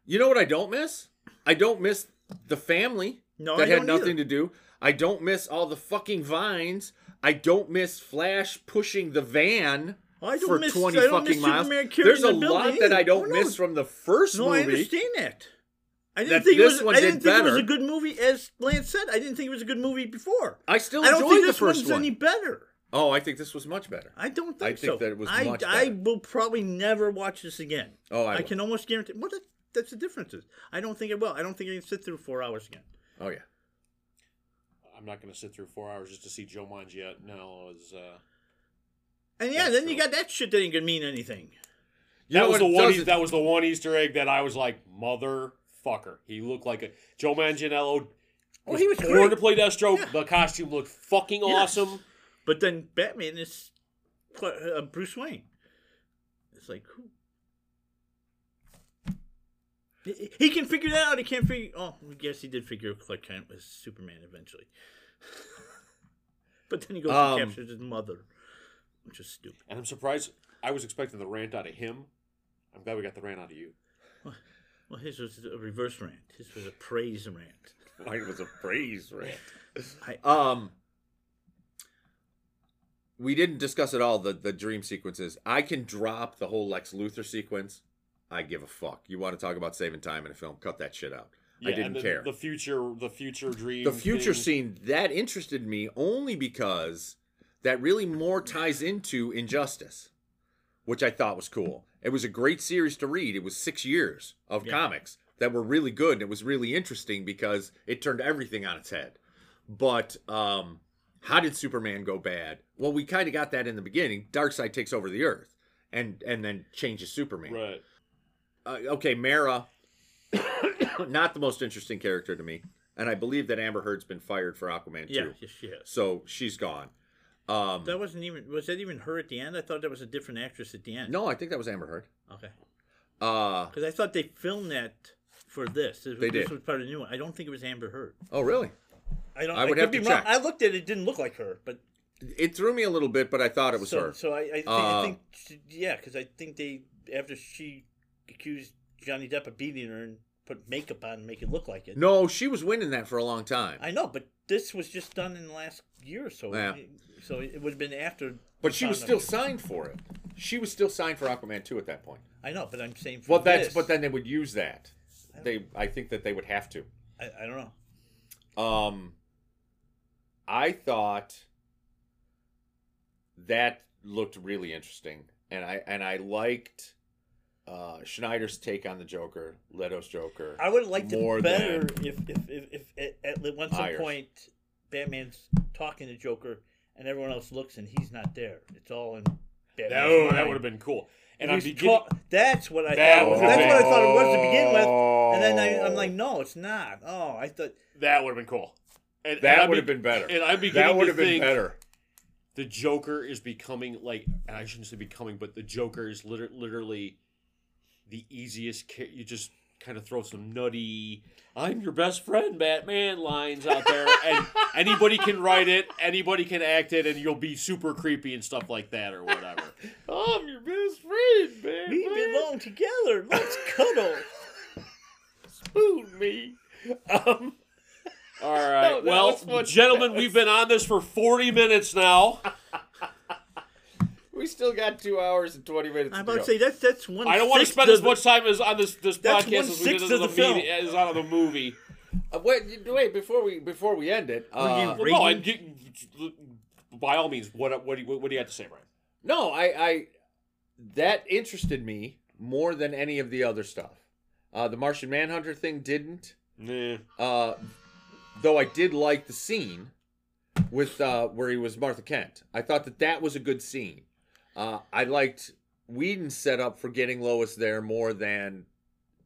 Speaker 3: You know what I don't miss? I don't miss the family
Speaker 4: No,
Speaker 3: that
Speaker 4: I
Speaker 3: had
Speaker 4: don't
Speaker 3: nothing
Speaker 4: either.
Speaker 3: to do. I don't miss all the fucking vines. I don't miss Flash pushing the van
Speaker 4: Oh, I don't
Speaker 3: for
Speaker 4: miss-
Speaker 3: twenty
Speaker 4: I don't
Speaker 3: fucking
Speaker 4: miss
Speaker 3: miles.
Speaker 4: Superman carrying
Speaker 3: There's
Speaker 4: the
Speaker 3: a
Speaker 4: building
Speaker 3: lot that
Speaker 4: either.
Speaker 3: I don't
Speaker 4: Oh, no.
Speaker 3: miss from the first
Speaker 4: No, I
Speaker 3: movie.
Speaker 4: understand that. I didn't
Speaker 3: That
Speaker 4: think it
Speaker 3: this
Speaker 4: was.
Speaker 3: one
Speaker 4: I didn't
Speaker 3: did
Speaker 4: think it was
Speaker 3: better.
Speaker 4: a good movie, as Lance said. I didn't think it was a good movie before.
Speaker 3: I still
Speaker 4: I don't think
Speaker 3: enjoyed the
Speaker 4: this
Speaker 3: first
Speaker 4: one's
Speaker 3: one.
Speaker 4: any better.
Speaker 3: Oh, I think this was much better.
Speaker 4: I don't think
Speaker 3: I think
Speaker 4: so.
Speaker 3: that it was
Speaker 4: I,
Speaker 3: much
Speaker 4: I
Speaker 3: better.
Speaker 4: will probably never watch this again.
Speaker 3: Oh, I will.
Speaker 4: can almost guarantee. What? The, that's the difference. Is I don't think I will. I don't think I can sit through four hours again.
Speaker 3: Oh yeah.
Speaker 1: I'm not going to sit through four hours just to see Joe Munch yet. No, it was, uh,
Speaker 4: And yeah,
Speaker 1: That's
Speaker 4: then
Speaker 1: true.
Speaker 4: you got that shit that ain't gonna mean anything.
Speaker 3: You know
Speaker 1: that was
Speaker 3: what
Speaker 1: the
Speaker 3: it
Speaker 1: one.
Speaker 3: does
Speaker 1: E-
Speaker 3: is-
Speaker 1: that was the one Easter egg that I was like, motherfucker. He looked like a Joe Manganiello.
Speaker 4: Oh, he was
Speaker 1: born
Speaker 4: great.
Speaker 1: to play Deathstroke.
Speaker 4: Yeah.
Speaker 1: The costume looked fucking
Speaker 4: Yes.
Speaker 1: awesome.
Speaker 4: But then Batman is Cl- uh, Bruce Wayne. It's like who? He- He can figure that out. He can't figure. Oh, I guess he did figure Clark Kent was Superman eventually. [LAUGHS] but then he goes
Speaker 3: Um,
Speaker 4: and captures his mother, which is stupid.
Speaker 1: And I'm surprised. I was expecting the rant out of him. I'm glad we got the rant out of you.
Speaker 4: Well, his was a reverse rant. His was a praise rant.
Speaker 3: Mine was a praise rant.
Speaker 4: I-
Speaker 3: Um, we didn't discuss at all the the dream sequences. I can drop the whole Lex Luthor sequence. I give a fuck. You want to talk about saving time in a film? Cut that shit out. I
Speaker 1: and
Speaker 3: didn't
Speaker 1: the,
Speaker 3: care.
Speaker 1: The future, the future dream,
Speaker 3: the future
Speaker 1: thing.
Speaker 3: scene that interested me only because that really more ties into injustice which i thought was cool it was a great series to read it was six years of
Speaker 4: Yeah.
Speaker 3: comics that were really good and it was really interesting because it turned everything on its head but um how did superman go bad well we kind of got that in the beginning darkseid takes over the earth and and then changes superman
Speaker 1: Right.
Speaker 3: uh, okay, Mara, [COUGHS] not the most interesting character to me, and I believe that Amber Heard's been fired for Aquaman
Speaker 4: Yeah,
Speaker 3: too,
Speaker 4: yes, she has.
Speaker 3: so she's gone. Um,
Speaker 4: That wasn't even. Was that even her at the end? I thought that was a different actress at the end.
Speaker 3: no, I think that was Amber Heard.
Speaker 4: Okay.
Speaker 3: Uh,
Speaker 4: Because I thought they filmed that for this. This,
Speaker 3: They
Speaker 4: this
Speaker 3: did.
Speaker 4: was part of the new one. I don't think it was Amber Heard.
Speaker 3: oh, really?
Speaker 4: I don't.
Speaker 3: I would
Speaker 4: could
Speaker 3: have to
Speaker 4: be wrong.
Speaker 3: check.
Speaker 4: I looked at it; it didn't look like her, but
Speaker 3: It threw me a little bit, but I thought it was
Speaker 4: so,
Speaker 3: her.
Speaker 4: So I, I, thi-
Speaker 3: Uh,
Speaker 4: I think, she, yeah, because I think they after she accused Johnny Depp of beating her and put makeup on and make it look like it.
Speaker 3: no, she was winning that for a long time,
Speaker 4: I know, but this was just done in the last year or so.
Speaker 3: Yeah.
Speaker 4: So it would have been after.
Speaker 3: but
Speaker 4: the
Speaker 3: she was
Speaker 4: found
Speaker 3: still
Speaker 4: out.
Speaker 3: signed for it. She was still signed for Aquaman two at that point.
Speaker 4: I know, but I'm saying. For
Speaker 3: Well, that's
Speaker 4: this,
Speaker 3: but then they would use that. They, I think that they would have to.
Speaker 4: I, I don't know.
Speaker 3: Um, I thought that looked really interesting, and I and I liked uh, Schneider's take on the Joker, Leto's Joker.
Speaker 4: I would have liked
Speaker 3: more
Speaker 4: it better
Speaker 3: than-
Speaker 4: if, if, if, if at, at one some
Speaker 3: Myers.
Speaker 4: point Batman's talking to Joker and everyone else looks and he's not there. It's all in Batman's
Speaker 1: No,
Speaker 4: mind.
Speaker 1: that would have been cool. And I'm
Speaker 4: He's
Speaker 1: beginning.
Speaker 4: ta- that's what I
Speaker 1: That
Speaker 4: thought.
Speaker 1: would've
Speaker 4: That's
Speaker 1: been-
Speaker 4: what I thought it was to begin with. And then I, I'm like, no, it's not. Oh, I thought
Speaker 1: that would have been cool. And, and
Speaker 3: that
Speaker 1: I'm
Speaker 3: would have
Speaker 1: be-
Speaker 3: been better.
Speaker 1: And I'm beginning
Speaker 3: That would
Speaker 1: to
Speaker 3: have been
Speaker 1: think
Speaker 3: better.
Speaker 1: the Joker is becoming like and I shouldn't say becoming, but the Joker is liter- literally the easiest. Ca- you just kind of throw some nutty "I'm your best friend, Batman" lines out there,
Speaker 3: [LAUGHS]
Speaker 1: and anybody can write it, anybody can act it, and you'll be super creepy and stuff like that or whatever. I'm your best friend, Batman.
Speaker 4: we belong together. Let's cuddle.
Speaker 3: [LAUGHS]
Speaker 1: Spoon me. Um, all
Speaker 3: [LAUGHS]
Speaker 1: right.
Speaker 3: that was
Speaker 1: well,
Speaker 3: what-
Speaker 1: gentlemen, we've been on this for 40 minutes now.
Speaker 3: We still got two hours and twenty minutes.
Speaker 4: I'm
Speaker 3: to
Speaker 4: about to say
Speaker 3: go.
Speaker 4: that's that's one.
Speaker 1: I don't want to
Speaker 4: sixth
Speaker 1: spend as
Speaker 4: of-
Speaker 1: much time as on this this
Speaker 4: That's
Speaker 1: podcast as we did
Speaker 4: one-sixth
Speaker 1: on
Speaker 4: of
Speaker 1: the,
Speaker 4: the film.
Speaker 1: media, as on the movie.
Speaker 3: Uh, wait, you- wait before we before we end it.
Speaker 4: you-
Speaker 3: uh,
Speaker 1: Well, no, and you, by all means, what what do you, what do you have to say, Brian?
Speaker 3: No, I, I that interested me more than any of the other stuff. Uh, the Martian Manhunter thing didn't.
Speaker 1: Nah.
Speaker 3: Uh, though I did like the scene, with uh, where he was Martha Kent. I thought that that was a good scene. Uh, I liked Whedon's setup for getting Lois there more than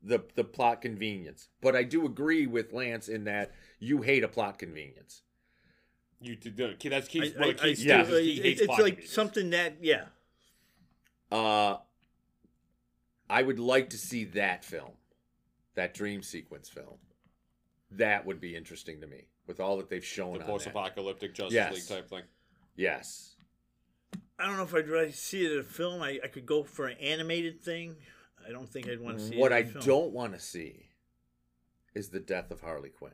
Speaker 3: the the plot convenience. But I do agree with Lance in that you hate a plot convenience.
Speaker 1: You did the- that's
Speaker 4: I,
Speaker 1: Keith's,
Speaker 4: I,
Speaker 1: one of
Speaker 4: I
Speaker 1: Keith's
Speaker 4: still-
Speaker 1: things is he
Speaker 4: it-
Speaker 1: hates
Speaker 4: it's
Speaker 1: plot
Speaker 4: like
Speaker 1: convenience.
Speaker 4: something that yeah.
Speaker 3: Uh, I would like to see that film, that dream sequence film. That would be interesting to me with all that they've shown.
Speaker 1: the
Speaker 3: on that.
Speaker 1: post-apocalyptic Justice
Speaker 3: Yes.
Speaker 1: League type thing.
Speaker 3: Yes.
Speaker 4: I don't know if I'd rather see it in a film. I, I could go for an animated thing. I don't think I'd want to see
Speaker 3: What
Speaker 4: it
Speaker 3: I
Speaker 4: in a film.
Speaker 3: don't want to see is the death of Harley Quinn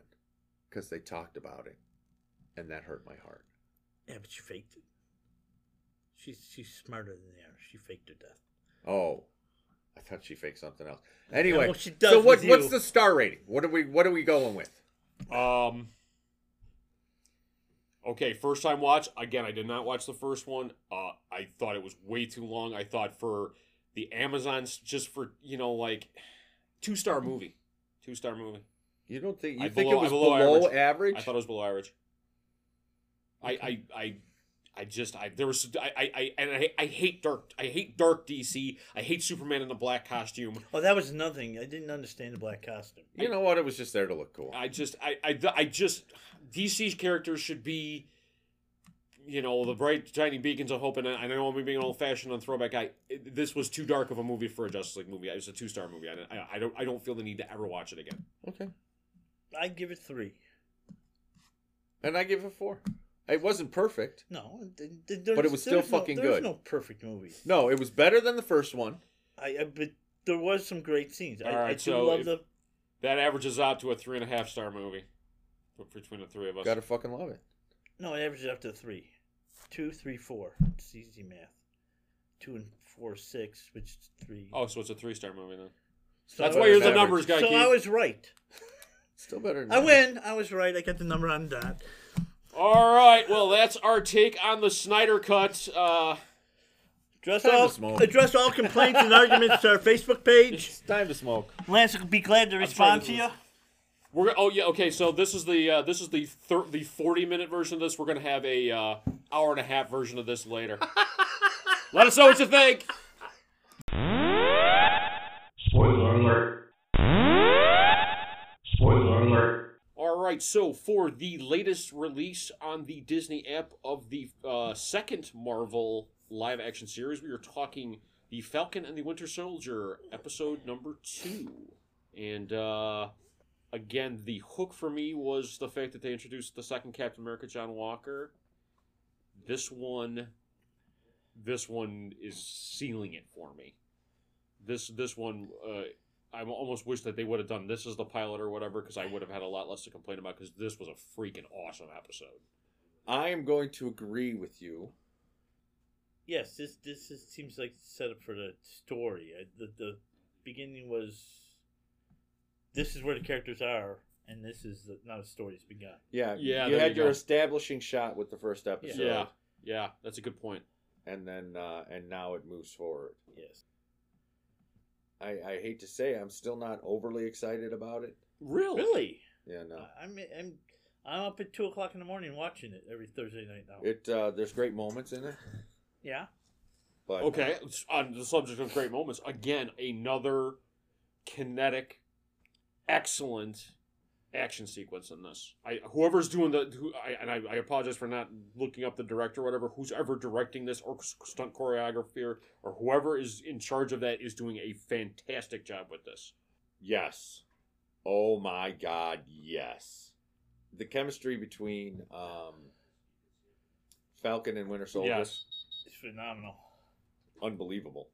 Speaker 3: because they talked about it, and that hurt my heart.
Speaker 4: Yeah, but she faked it. She's she's smarter than they are. She faked her death.
Speaker 3: Oh, I thought she faked something else. Anyway,
Speaker 4: well, she does
Speaker 3: so what,
Speaker 4: with
Speaker 3: what's
Speaker 4: you.
Speaker 3: the star rating? What are we What are we going with?
Speaker 1: Um. Okay, first time watch. Again, I did not watch the first one. Uh, I thought it was way too long. I thought for the Amazon's just for you know like two star movie, two star movie.
Speaker 3: You don't think you
Speaker 1: I
Speaker 3: think
Speaker 1: below-
Speaker 3: it was
Speaker 1: I below
Speaker 3: below
Speaker 1: average.
Speaker 3: average?
Speaker 1: I thought it was below average. I, I I I just I there was I I, I and I, I hate dark I hate dark DC. I hate Superman in the black costume.
Speaker 4: Oh, that was another thing. I didn't understand the black costume.
Speaker 3: you know what? It was just there to look cool.
Speaker 1: I just I I, I just DC's characters should be you know the bright shiny beacons of hope and I I know I'm being old fashioned on throwback guy. It- This was too dark of a movie for a Justice League movie. It was a two star movie. I, I- I don't I don't feel the need to ever watch it again.
Speaker 3: okay,
Speaker 4: I'd give it three.
Speaker 3: and I give it four. It wasn't perfect.
Speaker 4: No, th- th- there
Speaker 3: But it was
Speaker 4: there
Speaker 3: still fucking
Speaker 4: no, there was
Speaker 3: good.
Speaker 4: no perfect movie.
Speaker 3: No, it was better than the first one.
Speaker 4: I, I but there was some great scenes. I,
Speaker 1: All right,
Speaker 4: I do
Speaker 1: so
Speaker 4: love
Speaker 1: if-
Speaker 4: the.
Speaker 1: That averages out to a three and a half star movie between the three of us.
Speaker 3: Gotta fucking love it.
Speaker 4: No, it averages up to three, two, three, four. It's easy math. Two and four, six, which is three.
Speaker 1: Oh, so it's a three star movie then.
Speaker 4: So
Speaker 1: That's
Speaker 4: I
Speaker 1: why
Speaker 4: was-
Speaker 1: you're the numbers
Speaker 3: average.
Speaker 1: guy.
Speaker 4: So
Speaker 1: Keith.
Speaker 4: I was right.
Speaker 3: Still better. Than
Speaker 4: I win. I was right. I got the number on that.
Speaker 1: All right. Well, that's our take on the Snyder cut. Uh,
Speaker 4: Address
Speaker 3: Time to
Speaker 4: all,
Speaker 3: smoke.
Speaker 4: address all complaints and arguments to our Facebook page.
Speaker 3: It's time to smoke.
Speaker 4: [LAUGHS] Lance will be glad to
Speaker 1: trying
Speaker 4: respond
Speaker 1: to
Speaker 4: to you.
Speaker 1: we're oh yeah okay. So this is the uh, this is the thir- the forty minute version of this. We're gonna have a uh, hour and a half version of this later. Let us know what you think.
Speaker 5: Spoiler alert. Spoiler alert.
Speaker 1: All right. So for the latest release on the Disney app of the uh, second Marvel live action series, we are talking the Falcon and the Winter Soldier episode number two, and. uh again, the hook for me was the fact that they introduced the second Captain America, John Walker. This one, this one is sealing it for me. This this one, uh, I almost wish that they would have done this as the pilot or whatever, because I would have had a lot less to complain about. Because this was a freaking awesome episode.
Speaker 3: I am going to agree with you.
Speaker 4: Yes, this this is, seems like set up for the story. I, the the beginning was this is where the characters are, and this is the, now the story's begun.
Speaker 3: Yeah,
Speaker 1: Yeah,
Speaker 3: You
Speaker 1: there
Speaker 3: had
Speaker 1: you
Speaker 3: your
Speaker 1: go.
Speaker 3: establishing shot with the first episode,
Speaker 1: Yeah, yeah, that's a good point.
Speaker 3: and then uh, and now it moves forward.
Speaker 4: Yes,
Speaker 3: I, I hate to say I'm still not overly excited about it.
Speaker 1: Really,
Speaker 4: Oh, really.
Speaker 3: Yeah, no.
Speaker 4: I- I'm I'm I'm up at two o'clock in the morning watching it every Thursday night now.
Speaker 3: It uh, there's great moments in it,
Speaker 4: yeah,
Speaker 3: but
Speaker 1: Okay, on the subject of great moments, again, another kinetic, excellent action sequence in this. I whoever's doing the who, I, and I, I apologize for not looking up the director, or whatever, who's ever directing this or stunt choreographer or whoever is in charge of that is doing a fantastic job with this.
Speaker 3: yes. Oh my God, yes. The chemistry between um, Falcon and Winter Soldier,
Speaker 1: Yes,
Speaker 4: it's phenomenal.
Speaker 3: unbelievable.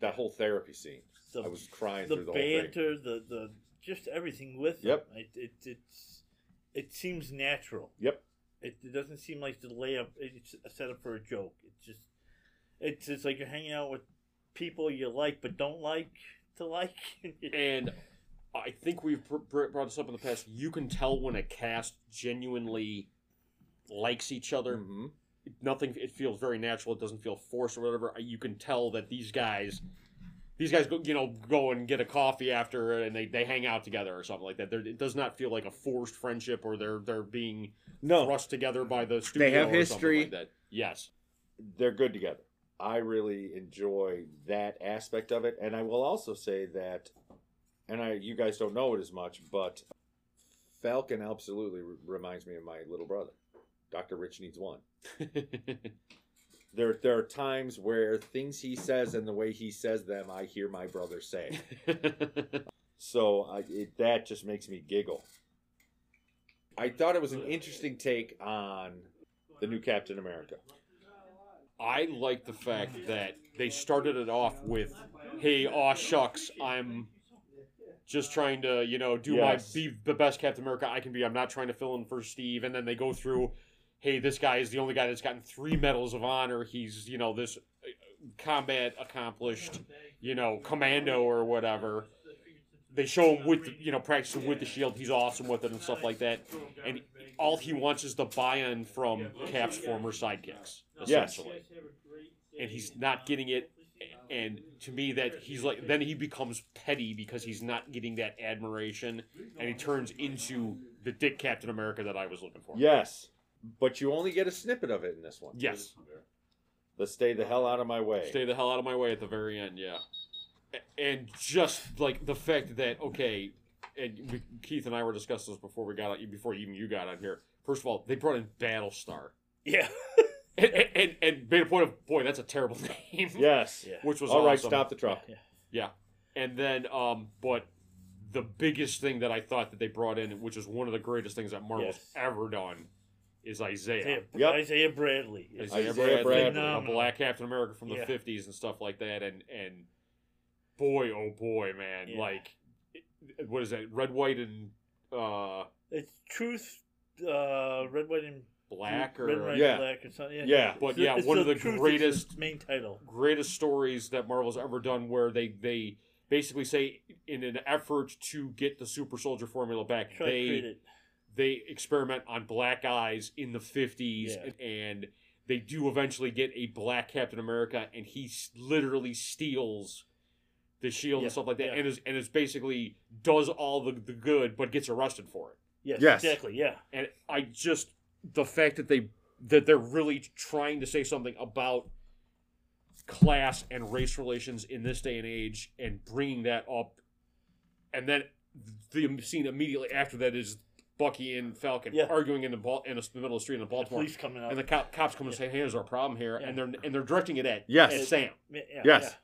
Speaker 3: That whole therapy scene,
Speaker 4: The,
Speaker 3: I was crying
Speaker 4: the
Speaker 3: through the whole thing.
Speaker 4: banter, the the just everything with
Speaker 3: Yep.
Speaker 4: them. It, it it's it seems natural.
Speaker 3: Yep.
Speaker 4: It, it doesn't seem like the layup. It's a setup for a joke. It's just, it's it's like you're hanging out with people you like but don't like to like. [LAUGHS]
Speaker 1: and I think we've br- br- brought this up in the past. You can tell when a cast genuinely likes each other.
Speaker 3: hmm
Speaker 1: nothing it feels very natural it doesn't feel forced or whatever you can tell that these guys these guys go, you know, go and get a coffee after, and they, they hang out together or something like that. There, it does not feel like a forced friendship, or they're they're being
Speaker 3: No,
Speaker 1: thrust together by the studio.
Speaker 3: have
Speaker 1: or something
Speaker 3: history.
Speaker 1: Like that. Yes, [LAUGHS]
Speaker 3: they're good together. I really enjoy that aspect of it, and I will also say that, and I you guys don't know it as much, but Falcon absolutely re- reminds me of my little brother, Doctor Rich needs one. There there are times where things he says and the way he says them, I hear my brother say. So I, it, that just makes me giggle. I thought it was an interesting take on the new Captain America.
Speaker 1: I like the fact that they started it off with, "Hey, aw shucks, I'm." Just trying to, you know, do
Speaker 3: Yes.
Speaker 1: my be the best Captain America I can be. I'm not trying to fill in for Steve. And then they go through, hey, this guy is the only guy that's gotten three medals of honor. He's, you know, this uh, combat accomplished, you know, commando or whatever. They show him with, the, you know, practicing with the shield. He's awesome with it and stuff like that. And all he wants is the buy-in from Cap's former sidekicks,
Speaker 3: Yes.
Speaker 1: essentially. And he's not getting it. And to me, that he's like, then he becomes petty because he's not getting that admiration, and he turns into the dick Captain America that I was looking for.
Speaker 3: Yes, but you only get a snippet of it in this one.
Speaker 1: Yes.
Speaker 3: Let's stay the hell out of my way.
Speaker 1: Stay the hell out of my way at the very end, yeah. A- And just like the fact that okay, and we, Keith and I were discussing this before we got out, before even you got on here. First of all, they brought in Battlestar,
Speaker 4: Yeah.
Speaker 1: and and, and, and made a point of boy, that's a terrible [LAUGHS] name.
Speaker 3: yes.
Speaker 4: Yeah.
Speaker 1: which was
Speaker 3: All right,
Speaker 1: awesome.
Speaker 3: stop the truck.
Speaker 4: Yeah.
Speaker 1: And then, um, but the biggest thing that I thought that they brought in, which is one of the greatest things that Marvel's
Speaker 4: Yes.
Speaker 1: ever done, is Isaiah.
Speaker 4: Isaiah,
Speaker 3: Yep.
Speaker 4: Isaiah Bradley.
Speaker 1: Isaiah,
Speaker 3: Isaiah
Speaker 1: Bradley,
Speaker 3: Bradley.
Speaker 1: a
Speaker 4: Phenomenal.
Speaker 1: black Captain America from the
Speaker 4: Yeah.
Speaker 1: '50s and stuff like that, and and boy, oh boy, man,
Speaker 4: Yeah.
Speaker 1: like it- what is that? Red, white, and uh,
Speaker 4: It's Truth, uh, Red, White, and
Speaker 1: black, or
Speaker 4: Red, White,
Speaker 3: Yeah.
Speaker 4: and Black, or something. Yeah.
Speaker 3: Yeah.
Speaker 1: but
Speaker 4: It's
Speaker 1: yeah,
Speaker 4: it's
Speaker 1: one of the
Speaker 4: Truth is
Speaker 1: greatest
Speaker 4: main title.
Speaker 1: greatest stories that Marvel's ever done where they they basically say in an effort to get the super soldier formula back
Speaker 4: Try to create
Speaker 1: they
Speaker 4: it.
Speaker 1: they experiment on black eyes in the 50s
Speaker 4: Yeah.
Speaker 1: and, they do eventually get a black Captain America and he s- literally steals the shield
Speaker 4: Yeah,
Speaker 1: and stuff like that
Speaker 4: yeah.
Speaker 1: and is and is basically does all the, the good but gets arrested for it
Speaker 4: Yes,
Speaker 3: Yes.
Speaker 4: Exactly. Yeah.
Speaker 1: and I just the fact that they that they're really trying to say something about class and race relations in this day and age and bringing that up and then the scene immediately after that is Bucky and Falcon
Speaker 4: Yeah.
Speaker 1: arguing in the ball in the middle of the street in
Speaker 4: The
Speaker 1: Baltimore
Speaker 4: police coming out.
Speaker 1: and the cop, cops come and say hey there's our problem here and they're and they're directing it at
Speaker 3: Yes.
Speaker 1: at Sam
Speaker 4: Yeah, yeah,
Speaker 3: Yes.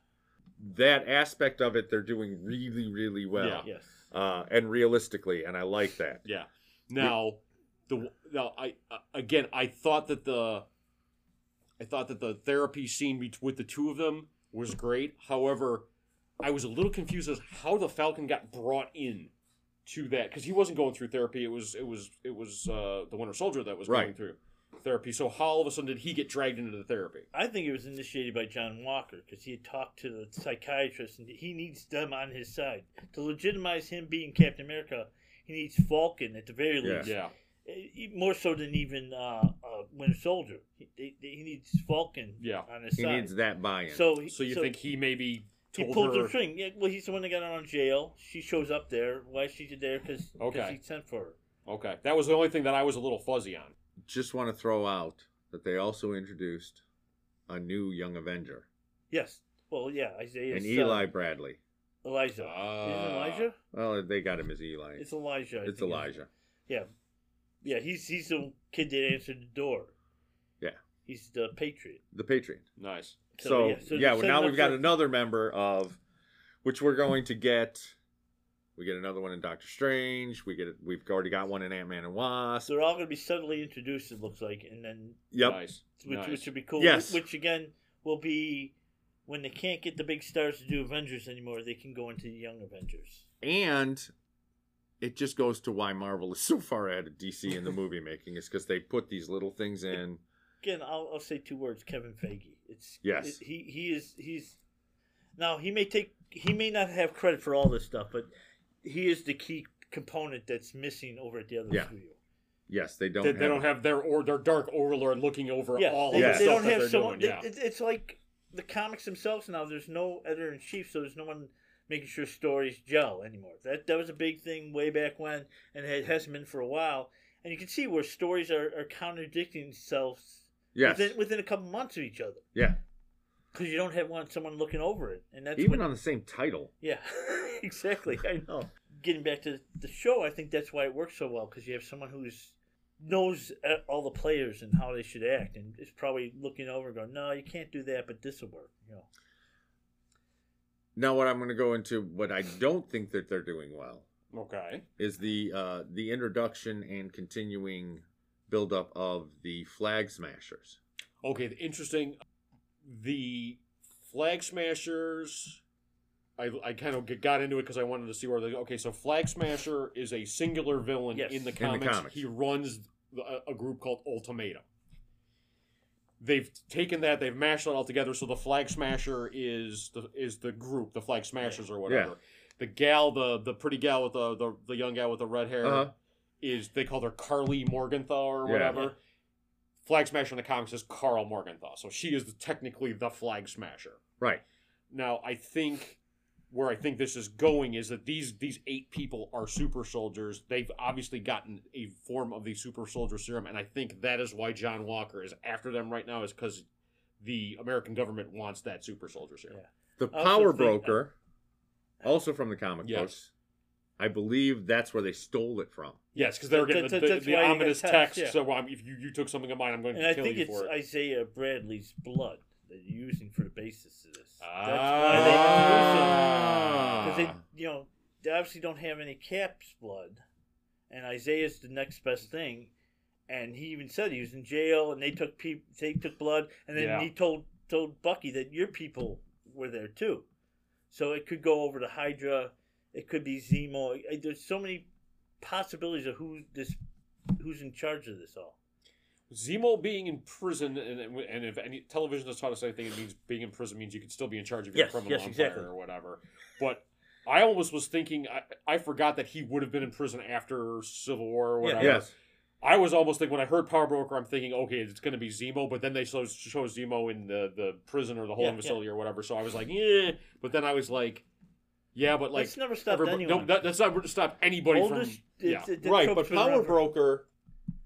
Speaker 3: That aspect of it, they're doing really, really well,
Speaker 1: Yeah.
Speaker 4: Yeah. Yes.
Speaker 3: uh, and realistically, and I like that.
Speaker 1: Yeah. Now, the now I uh, again I thought that the I thought that the therapy scene bet- with the two of them was great. However, I was a little confused as how the Falcon got brought in to that because he wasn't going through therapy. It was it was it was uh, the Winter Soldier that was going
Speaker 3: Right.
Speaker 1: through therapy. So how all of a sudden did he get dragged into the therapy?
Speaker 4: I think it was initiated by John Walker because he had talked to the psychiatrist and he needs them on his side to legitimize him being Captain America. He needs Falcon at the very
Speaker 3: Yeah.
Speaker 4: least,
Speaker 1: Yeah,
Speaker 4: Eh, more so than even uh, uh, Winter Soldier. He, they- they- he needs Falcon
Speaker 1: Yeah.
Speaker 4: on his
Speaker 3: He
Speaker 4: side.
Speaker 3: needs that buy-in.
Speaker 4: so, he-
Speaker 1: so you think he maybe
Speaker 4: he
Speaker 1: told
Speaker 4: pulled
Speaker 1: her?
Speaker 4: her string? Yeah, well, he's the one that got her out of jail. She shows up there. Why is she there? Because
Speaker 1: Okay.
Speaker 4: he sent for her.
Speaker 1: Okay, that was the only thing that I was a little fuzzy on.
Speaker 3: Just want to throw out that they also introduced a new Young Avenger,
Speaker 4: Yes. Well, yeah, Isaiah.
Speaker 3: and Eli Bradley.
Speaker 4: Elijah. Is it
Speaker 1: Ah.
Speaker 4: Elijah?
Speaker 3: Well, they got him as Eli.
Speaker 4: It's Elijah. I
Speaker 3: It's
Speaker 4: think.
Speaker 3: Elijah.
Speaker 4: Yeah, yeah. He's he's the kid that answered the door.
Speaker 3: Yeah.
Speaker 4: He's the patriot.
Speaker 3: the Patriot.
Speaker 1: Nice.
Speaker 3: So,
Speaker 4: So,
Speaker 3: yeah,
Speaker 4: yeah, so
Speaker 3: well,
Speaker 4: set it
Speaker 3: now
Speaker 4: up
Speaker 3: we've got
Speaker 4: for-
Speaker 3: another member of which we're going to get. We get another one in Doctor Strange. We get we've already got one in Ant Man and Wasp.
Speaker 4: So they're all going to be subtly introduced. It looks like, and then
Speaker 3: Yep.
Speaker 1: Nice.
Speaker 4: which
Speaker 1: nice.
Speaker 4: which would be cool.
Speaker 3: Yes.
Speaker 4: Which again will be when they can't get the big stars to do Avengers anymore, they can go into the Young Avengers.
Speaker 3: And it just goes to why Marvel is [LAUGHS] so far ahead of DC in the movie making is because they put these little things in.
Speaker 4: Again, I'll, I'll say two words: Kevin Feige. It's
Speaker 3: Yes.
Speaker 4: it- he he is he's now he may take he may not have credit for all this stuff, but he is the key component that's missing over at the other
Speaker 3: Yeah.
Speaker 4: studio.
Speaker 3: Yes, they don't.
Speaker 1: they,
Speaker 3: have,
Speaker 1: they don't have their or their dark overlord looking over
Speaker 4: Yeah,
Speaker 1: all
Speaker 4: they,
Speaker 1: of the
Speaker 3: Yeah.
Speaker 4: they
Speaker 1: stuff
Speaker 4: don't
Speaker 1: that
Speaker 4: have
Speaker 1: they're
Speaker 4: someone.
Speaker 1: doing. Yeah.
Speaker 4: it- it's like the comics themselves now. There's no editor in chief, so there's no one making sure stories gel anymore. That that was a big thing way back when, and it hasn't been for a while. And you can see where stories are, are contradicting themselves
Speaker 3: Yes.
Speaker 4: within, within a couple months of each other
Speaker 3: yeah.
Speaker 4: because you don't have one someone looking over it, and that's
Speaker 3: Even
Speaker 4: when-
Speaker 3: on the same title.
Speaker 4: [LAUGHS] yeah, [LAUGHS] exactly. I know. Getting back to the show, I think that's why it works so well because you have someone who's knows uh, all the players and how they should act, and is probably looking over and going, "No, you can't do that, but this will work." You know,
Speaker 3: Now, what I'm going to go into, what I don't think that they're doing well,
Speaker 1: Okay.
Speaker 3: is the uh, the introduction and continuing buildup of the Flag Smashers.
Speaker 1: Okay, the interesting. The Flag Smashers. I, I kind of g- got into it because I wanted to see where they. Okay, so Flag Smasher is a singular villain
Speaker 4: Yes.
Speaker 1: in the
Speaker 3: the
Speaker 1: comics.
Speaker 3: comics.
Speaker 1: He runs the- a, a group called Ultimatum. They've taken that, they've mashed it all together. So the Flag Smasher is the is the group, the Flag Smashers or whatever. The gal, the the pretty gal with the the, the young gal with the red hair,
Speaker 3: Uh-huh.
Speaker 1: is they called her Carly Morgenthau or
Speaker 3: Yeah.
Speaker 1: whatever. Flag Smasher in the comics is Carl Morgenthau, so she is the, technically the Flag Smasher.
Speaker 3: Right.
Speaker 1: Now, I think where I think this is going is that these these eight people are super soldiers. They've obviously gotten a form of the super soldier serum, and I think that is why John Walker is after them right now, is because the American government wants that super soldier serum.
Speaker 4: Yeah.
Speaker 3: The
Speaker 4: I also uh,
Speaker 3: Power
Speaker 4: think-
Speaker 3: Broker, also from the comic
Speaker 1: Yes.
Speaker 3: books. I believe that's where they stole it from.
Speaker 1: Yes, because they're
Speaker 4: That-
Speaker 1: getting
Speaker 4: that-
Speaker 1: the,
Speaker 4: that's
Speaker 1: the, the
Speaker 4: why you
Speaker 1: ominous
Speaker 4: got
Speaker 1: text.
Speaker 4: text, yeah.
Speaker 1: So well, I'm- if you, you took something of mine, I'm going
Speaker 4: and
Speaker 1: to
Speaker 4: I
Speaker 1: kill
Speaker 4: think
Speaker 1: you
Speaker 4: it's
Speaker 1: for it.
Speaker 4: Isaiah Bradley's blood that you're using for the basis of this.
Speaker 1: Ah.
Speaker 4: Because they, you know, they obviously don't have any Cap's blood, and Isaiah's the next best thing. And he even said he was in jail, and they took peop they took blood, and then
Speaker 1: Yeah.
Speaker 4: he told told Bucky that your people were there too. So it could go over to Hydra, it could be Zemo. I- There's so many possibilities of who this, who's in charge of this all.
Speaker 1: Zemo being in prison, and, and if any television has taught us anything, it means being in prison means you can still be in charge of your
Speaker 6: Yes,
Speaker 1: criminal
Speaker 6: yes,
Speaker 1: empire
Speaker 6: exactly.
Speaker 1: or whatever. But I almost was thinking, I, I forgot that he would have been in prison after Civil War or
Speaker 6: Yeah.
Speaker 1: whatever.
Speaker 3: Yes.
Speaker 1: I was almost thinking, when I heard Power Broker, I'm thinking, okay, it's going to be Zemo, but then they show, show Zemo in the, the prison or the holding
Speaker 4: Yeah, yeah.
Speaker 1: facility or whatever. So I was like, yeah. But then I was like, yeah, but like.
Speaker 4: It's never stopped
Speaker 1: everybo-
Speaker 4: anyone.
Speaker 1: No, that, that's not stop anybody
Speaker 4: Oldest-
Speaker 1: from. Yeah.
Speaker 4: it's- it- the
Speaker 3: Right,
Speaker 4: trope's
Speaker 3: but
Speaker 4: been around
Speaker 3: Power
Speaker 4: for-
Speaker 3: Broker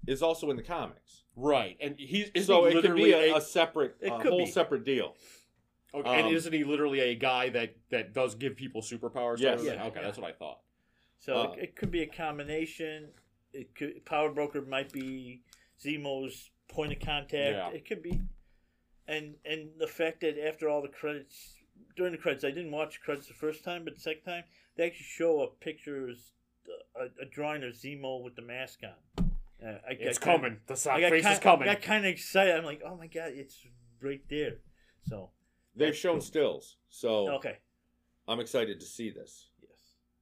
Speaker 3: is also in the comics.
Speaker 1: right. And he's isn't
Speaker 3: so
Speaker 1: he
Speaker 3: it could be
Speaker 1: literally
Speaker 3: a,
Speaker 1: a-
Speaker 3: a separate,
Speaker 4: It
Speaker 3: a
Speaker 4: could
Speaker 3: whole
Speaker 4: be.
Speaker 3: separate deal.
Speaker 1: Okay, and
Speaker 3: Um,
Speaker 1: isn't he literally a guy that that does give people superpowers?
Speaker 3: Yes.
Speaker 1: Sort of thing?
Speaker 4: Yeah.
Speaker 1: okay, that's what I thought.
Speaker 4: So
Speaker 3: Uh,
Speaker 4: it, it could be a combination. It could Power Broker might be Zemo's point of contact.
Speaker 1: Yeah.
Speaker 4: It could be, and and the fact that after all the credits, during the credits, I didn't watch the credits the first time, but the second time they actually show a pictures, uh, a, a drawing of Zemo with the mask on. Uh, I,
Speaker 1: It's
Speaker 4: I kinda-
Speaker 1: coming. The
Speaker 4: I
Speaker 1: sock
Speaker 4: got
Speaker 1: face
Speaker 4: kind,
Speaker 1: is coming.
Speaker 4: I got kind of excited. I'm like, oh my god, it's right there. So
Speaker 3: They've shown stills, so
Speaker 1: Oh.
Speaker 4: okay,
Speaker 3: I'm excited to see this.
Speaker 4: yes.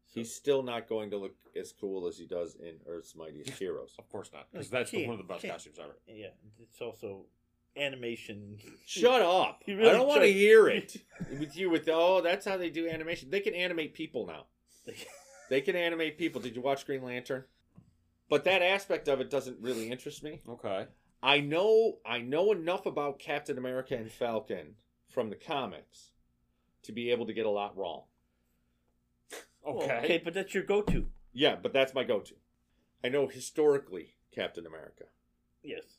Speaker 4: So,
Speaker 3: He's still not going to look as cool as he does in
Speaker 4: [LAUGHS]
Speaker 3: Earth's Mightiest Heroes.
Speaker 1: Of course not, because
Speaker 4: Like,
Speaker 1: that's the-
Speaker 4: gee,
Speaker 1: one of the best
Speaker 4: gee.
Speaker 1: costumes ever.
Speaker 4: yeah, it's also animation. [LAUGHS]
Speaker 3: Shut up!
Speaker 4: He really
Speaker 3: I don't want to
Speaker 4: tried- [LAUGHS]
Speaker 3: hear it with you. With oh, that's how they do animation. They can animate people now. They can animate people. Did you watch Green Lantern? But that aspect of it doesn't really interest me.
Speaker 1: Okay.
Speaker 3: I know I know enough about Captain America and Falcon from the comics to be able to get a lot wrong.
Speaker 1: Okay.
Speaker 4: Well, okay, but that's your go-to.
Speaker 3: Yeah, but that's my go-to. I know historically Captain America
Speaker 4: Yes.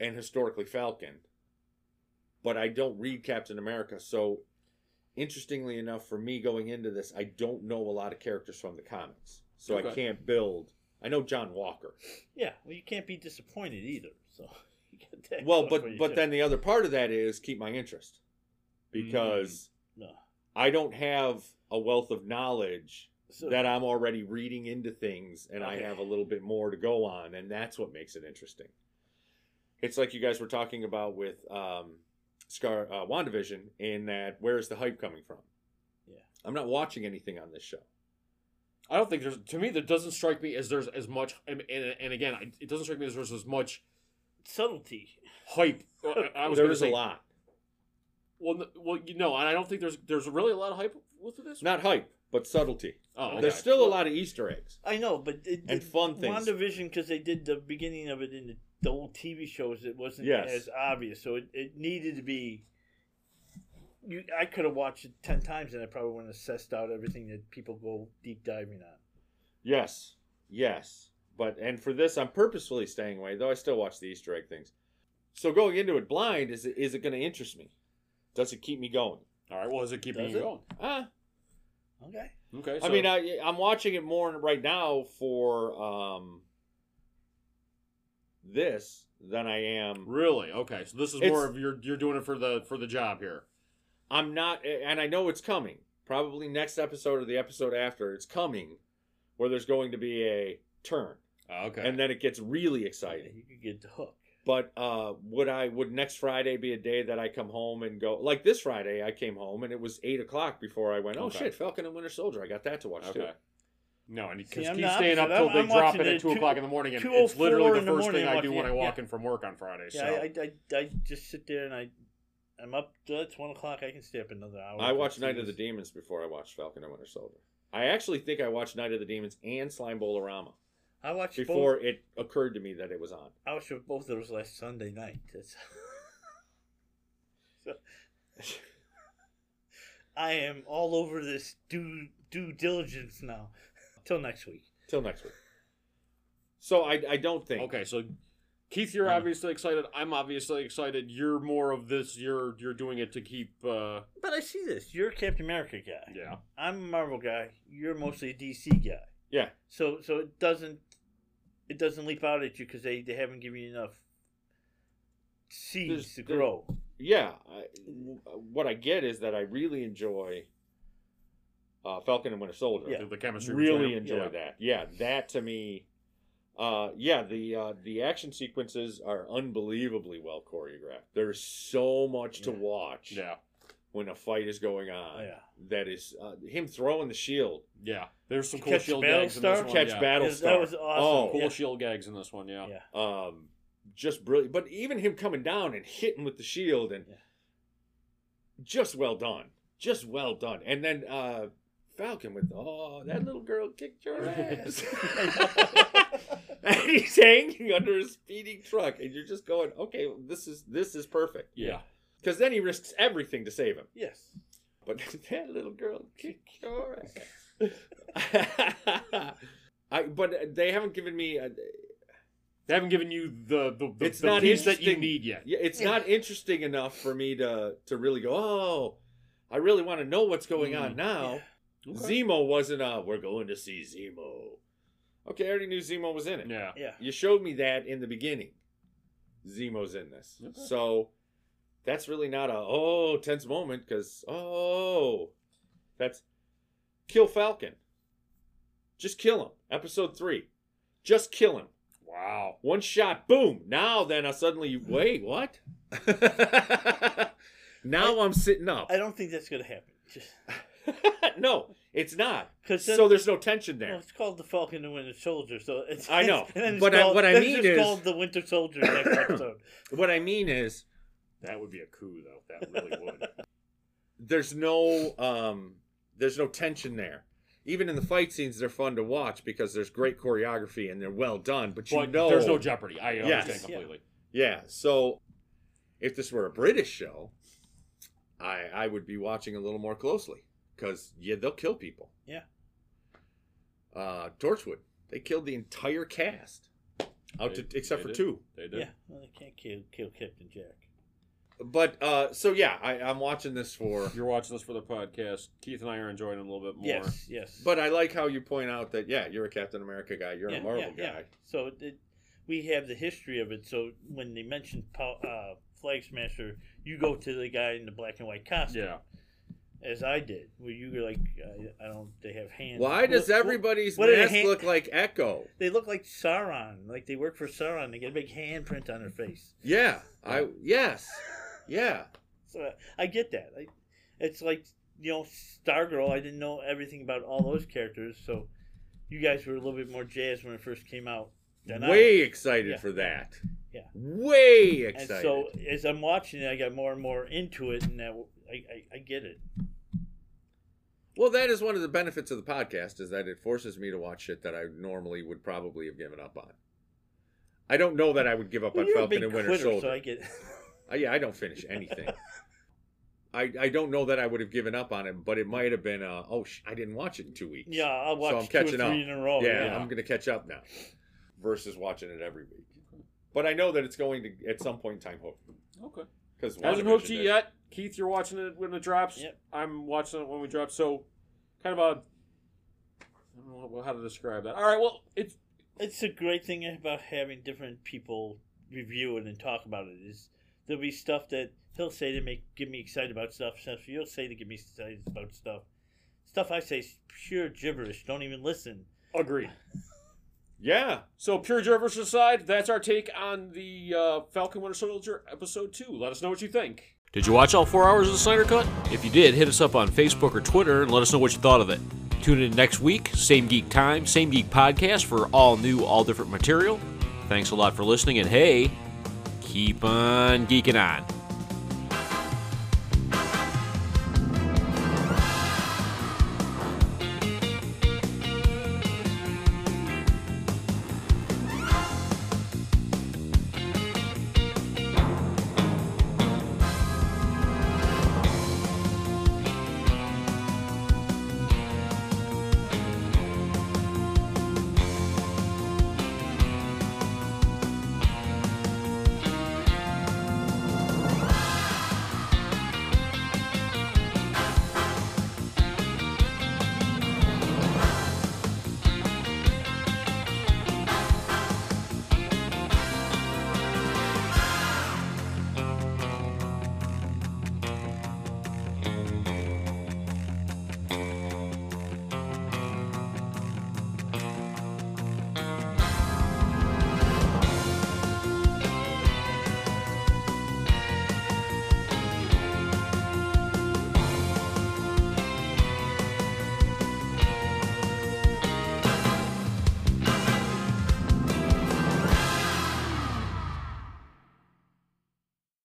Speaker 3: and historically Falcon, but I don't read Captain America, so interestingly enough for me going into this, I don't know a lot of characters from the comics. So I
Speaker 1: Okay.
Speaker 3: can't build. I know John Walker.
Speaker 4: Yeah. Well, you can't be disappointed either. So. [LAUGHS] you got that
Speaker 3: Well,
Speaker 4: going for
Speaker 3: but
Speaker 4: you,
Speaker 3: but
Speaker 4: too.
Speaker 3: then the other part of that is keep my interest because
Speaker 4: no.
Speaker 3: I don't have a wealth of knowledge
Speaker 4: So,
Speaker 3: that I'm already reading into things and
Speaker 4: Okay.
Speaker 3: I have a little bit more to go on, and that's what makes it interesting. It's like you guys were talking about with um, Scar uh, WandaVision in that where is the hype coming from?
Speaker 4: Yeah.
Speaker 3: I'm not watching anything on this show.
Speaker 1: I don't think there's to me that doesn't strike me as there's as much and and, and again I, it doesn't strike me as there's as much
Speaker 4: subtlety.
Speaker 1: hype. I, I was
Speaker 3: There
Speaker 1: gonna
Speaker 3: is
Speaker 1: say-
Speaker 3: a lot.
Speaker 1: Well, n- well, you know, and I don't think there's there's really a lot of hype with this.
Speaker 3: Not hype, but subtlety.
Speaker 1: Oh, okay.
Speaker 3: There's still a lot of Easter eggs.
Speaker 4: I know, but it,
Speaker 3: And
Speaker 4: it-
Speaker 3: fun things.
Speaker 4: WandaVision because they did the beginning of it in the, the old TV shows. It wasn't
Speaker 3: Yes.
Speaker 4: as obvious, so it, it needed to be. You, I could have watched it ten times, and I probably wouldn't have sussed out everything that people go deep diving on.
Speaker 3: Yes, yes. But and for this, I'm purposefully staying away, though I still watch the Easter egg things. So going into it blind is it, is it going to interest me? Does it keep me going?
Speaker 1: All right. Well, is it keeping
Speaker 4: Does
Speaker 1: you
Speaker 4: it?
Speaker 1: going?
Speaker 3: Ah,
Speaker 4: Okay,
Speaker 1: Okay.
Speaker 3: I mean, I, I'm watching it more right now for um this than I am
Speaker 1: really? Okay. So this is
Speaker 3: It's-
Speaker 1: more of you're you're doing it for the for the job here.
Speaker 3: I'm not, and I know it's coming. Probably next episode or the episode after, it's coming, where there's going to be a turn,
Speaker 1: Okay.
Speaker 3: and then it gets really exciting.
Speaker 4: you could get the hook.
Speaker 3: But uh, would I? Would next Friday be a day that I come home and go? Like this Friday, I came home and it was eight o'clock before I went. Oh
Speaker 1: Okay.
Speaker 3: shit, Falcon and Winter Soldier. I got that to watch too.
Speaker 1: okay. No, and
Speaker 4: See,
Speaker 1: because
Speaker 4: I'm
Speaker 1: keep
Speaker 4: the
Speaker 1: staying up
Speaker 4: opposite.
Speaker 1: till
Speaker 4: I'm-
Speaker 1: they
Speaker 4: I'm
Speaker 1: drop
Speaker 4: watching
Speaker 1: it
Speaker 4: it
Speaker 1: at
Speaker 4: at
Speaker 1: two
Speaker 4: two-
Speaker 1: o'clock in the morning, and it's
Speaker 4: 2:04
Speaker 1: literally
Speaker 4: in
Speaker 1: the
Speaker 4: the
Speaker 1: first
Speaker 4: morning,
Speaker 1: thing
Speaker 4: I'm
Speaker 1: I do when I
Speaker 4: watching it,
Speaker 1: walk
Speaker 4: yeah.
Speaker 1: in from work on Friday. So
Speaker 4: Yeah, I, I, I I just sit there and I I'm up. till It's one o'clock. I can stay up another hour.
Speaker 3: I
Speaker 4: and
Speaker 3: watched
Speaker 4: see
Speaker 3: Night of the
Speaker 4: this.
Speaker 3: Demons before I watched Falcon and Winter Soldier. I actually think I watched Night of the Demons and Slime Bolorama
Speaker 4: I watched
Speaker 3: before
Speaker 4: both.
Speaker 3: it occurred to me that it was on.
Speaker 4: I watched both of those last Sunday night. That's. [LAUGHS] so, I am all over this due due diligence now. Till next week.
Speaker 3: Till next week. So I, I don't think.
Speaker 1: okay. So Keith, you're
Speaker 3: Mm.
Speaker 1: obviously excited. I'm obviously excited. You're more of this. You're you're doing it to keep. uh
Speaker 4: But I see this. You're a Captain America guy.
Speaker 1: Yeah.
Speaker 4: I'm a Marvel guy. You're mostly a DC guy.
Speaker 3: Hmm. Yeah.
Speaker 4: So so it doesn't it doesn't leap out at you because they, they haven't given you enough seeds
Speaker 3: There's-
Speaker 4: to
Speaker 3: there-
Speaker 4: grow.
Speaker 3: yeah, I, w- what I get is that I really enjoy uh, Falcon and Winter Soldier.
Speaker 4: Yeah.
Speaker 1: The, the chemistry.
Speaker 3: Really
Speaker 1: between
Speaker 3: enjoy
Speaker 1: them.
Speaker 3: that. Yeah, that to me. Uh, yeah, the uh, the action sequences are unbelievably well choreographed. There's so much to
Speaker 4: Yeah.
Speaker 3: watch
Speaker 1: Yeah. yeah.
Speaker 3: when a fight is going on.
Speaker 4: Oh, yeah.
Speaker 3: That is uh, him throwing the shield,
Speaker 1: Yeah. There's some
Speaker 4: Did you
Speaker 1: cool
Speaker 4: catch
Speaker 1: shield
Speaker 4: the
Speaker 1: gags in this
Speaker 4: Battlestar?
Speaker 1: one.
Speaker 3: catch
Speaker 1: yeah.
Speaker 3: battle
Speaker 4: Yes, Oh, that was awesome.
Speaker 1: Cool
Speaker 3: Oh,
Speaker 4: Yeah.
Speaker 1: shield gags in this one. Yeah.
Speaker 4: Yeah.
Speaker 3: um, just brilliant. But even him coming down and hitting with the shield and
Speaker 4: Yeah.
Speaker 3: just well done, just well done. And then uh, Falcon with oh that little girl
Speaker 4: [LAUGHS]
Speaker 3: kicked your ass, and [LAUGHS] he's hanging under a speeding truck, and you're just going, okay, this is this is perfect.
Speaker 1: Yeah.
Speaker 3: because then he risks everything to save him.
Speaker 4: Yes.
Speaker 3: But [LAUGHS] that little girl kicked your ass. [LAUGHS] I, but they haven't given me. uh, A,
Speaker 1: They haven't given you the the, the,
Speaker 3: It's
Speaker 1: the
Speaker 3: not
Speaker 1: piece that you
Speaker 3: interesting.
Speaker 1: need yet.
Speaker 3: Yeah, it's not interesting enough for me to to really go. Oh, I really want to know what's going on now. Zemo wasn't a. We're going to see Zemo. Okay, I already knew Zemo was in it.
Speaker 1: Yeah.
Speaker 4: Yeah.
Speaker 3: You showed me that in the beginning. Zemo's in this,
Speaker 1: Okay.
Speaker 3: so that's really not a oh tense moment because oh that's kill Falcon. Just kill him. Episode three. Just kill him.
Speaker 1: Wow.
Speaker 3: One shot, boom. Now then, I suddenly
Speaker 1: [LAUGHS]
Speaker 3: wait. What? now I, am sitting up.
Speaker 4: I don't think that's going to happen.
Speaker 3: [LAUGHS] no, it's not.
Speaker 4: Because
Speaker 3: So there's no tension there.
Speaker 4: it's called the Falcon and Winter Soldier, so it's
Speaker 3: I know,
Speaker 4: and [LAUGHS] then it's
Speaker 3: but I-
Speaker 4: called-
Speaker 3: what I
Speaker 4: then
Speaker 3: mean
Speaker 4: it's
Speaker 3: is-
Speaker 4: called the Winter Soldier next
Speaker 3: [COUGHS]
Speaker 4: episode.
Speaker 1: Oh.
Speaker 3: What I mean is,
Speaker 1: That would be a coup, though. That really [LAUGHS] would.
Speaker 3: there's no um, there's no tension there. Even in the fight scenes, they're fun to watch because there's great choreography and they're well done. But you
Speaker 1: but
Speaker 3: know,
Speaker 1: there's no jeopardy. I
Speaker 3: Yes.
Speaker 1: understand
Speaker 4: Yeah.
Speaker 1: completely.
Speaker 3: yeah. So if this were a British show, I I would be watching a little more closely because yeah, they'll kill people.
Speaker 4: Yeah.
Speaker 3: Uh, Torchwood, they killed the entire cast, out
Speaker 1: They-
Speaker 3: to, except
Speaker 1: they
Speaker 3: for
Speaker 1: did.
Speaker 3: two.
Speaker 1: They did.
Speaker 4: Yeah, well, they can't kill kill Captain Jack.
Speaker 3: But uh, so yeah, I, I'm watching this for.
Speaker 1: You're watching this for the podcast. Keith and I are enjoying it a little bit more.
Speaker 4: Yes, yes.
Speaker 3: But I like how you point out that yeah, you're a Captain America guy, you're
Speaker 4: Yeah,
Speaker 3: a Marvel
Speaker 4: yeah,
Speaker 3: guy.
Speaker 4: yeah. So it, we have the history of it. So when they mentioned Pow- uh, Flag Smasher, you go to the guy in the black and white costume,
Speaker 1: Yeah.
Speaker 4: as I did. Where you were like, I, I don't. They have hands.
Speaker 3: Why does
Speaker 4: Well,
Speaker 3: everybody's
Speaker 4: what are the
Speaker 3: mask
Speaker 4: hand-
Speaker 3: look like Echo?
Speaker 4: They look like Sauron. Like they work for Sauron. They get a big handprint on their face.
Speaker 3: Yeah, I yes, yeah,
Speaker 4: So I get that. I, it's like you know, Stargirl. I didn't know everything about all those characters, so you guys were a little bit more jazzed when it first came out. Than I
Speaker 3: way excited
Speaker 4: Yeah.
Speaker 3: for that.
Speaker 4: Yeah.
Speaker 3: way
Speaker 4: And
Speaker 3: excited.
Speaker 4: so as I'm watching it, I got more and more into it, and that I, I, I get it.
Speaker 3: Well, that is one of the benefits of the podcast is that it forces me to watch shit that I normally would probably have given up on. I don't know that I would give up
Speaker 4: Well,
Speaker 3: on
Speaker 4: you're a
Speaker 3: Falcon
Speaker 4: big
Speaker 3: and Winter
Speaker 4: quitter,
Speaker 3: Soldier.
Speaker 4: so I [LAUGHS] get.
Speaker 3: Uh, yeah, I don't finish
Speaker 4: [LAUGHS]
Speaker 3: anything. I, I don't know that I would have given up on it, but it might have been uh, oh sh- I didn't watch it in two weeks.
Speaker 4: Yeah, I'll
Speaker 3: So
Speaker 4: watch
Speaker 3: I'm
Speaker 4: two or
Speaker 3: catching
Speaker 4: three
Speaker 3: up.
Speaker 4: in a row.
Speaker 3: yeah,
Speaker 4: Oh, yeah.
Speaker 3: I'm gonna catch up now. Versus watching it every week. But I know that it's going to at some point in time hook
Speaker 1: Okay.
Speaker 3: because
Speaker 1: Hasn't hooked you yet. Keith, you're watching it when it drops.
Speaker 4: Yep.
Speaker 1: I'm watching it when we drop. So, kind of a. I don't know how to describe that. All right, well, it's
Speaker 4: it's a great thing about having different people review it and talk about it is there'll be stuff that he'll say to make get me excited about stuff stuff he'll say to get me excited about stuff stuff i say is pure gibberish don't even listen
Speaker 1: agreed.
Speaker 3: Yeah,
Speaker 1: So, Pure Joe versus Side, that's our take on the uh, Falcon Winter Soldier episode 2. Let us know what you think. Did you watch all four hours of the Snyder Cut? If you did, hit us up on Facebook or Twitter and let us know what you thought of it. Tune in next week, same geek time, same geek podcast for all new, all different material. Thanks a lot for listening, and hey, keep on geeking on.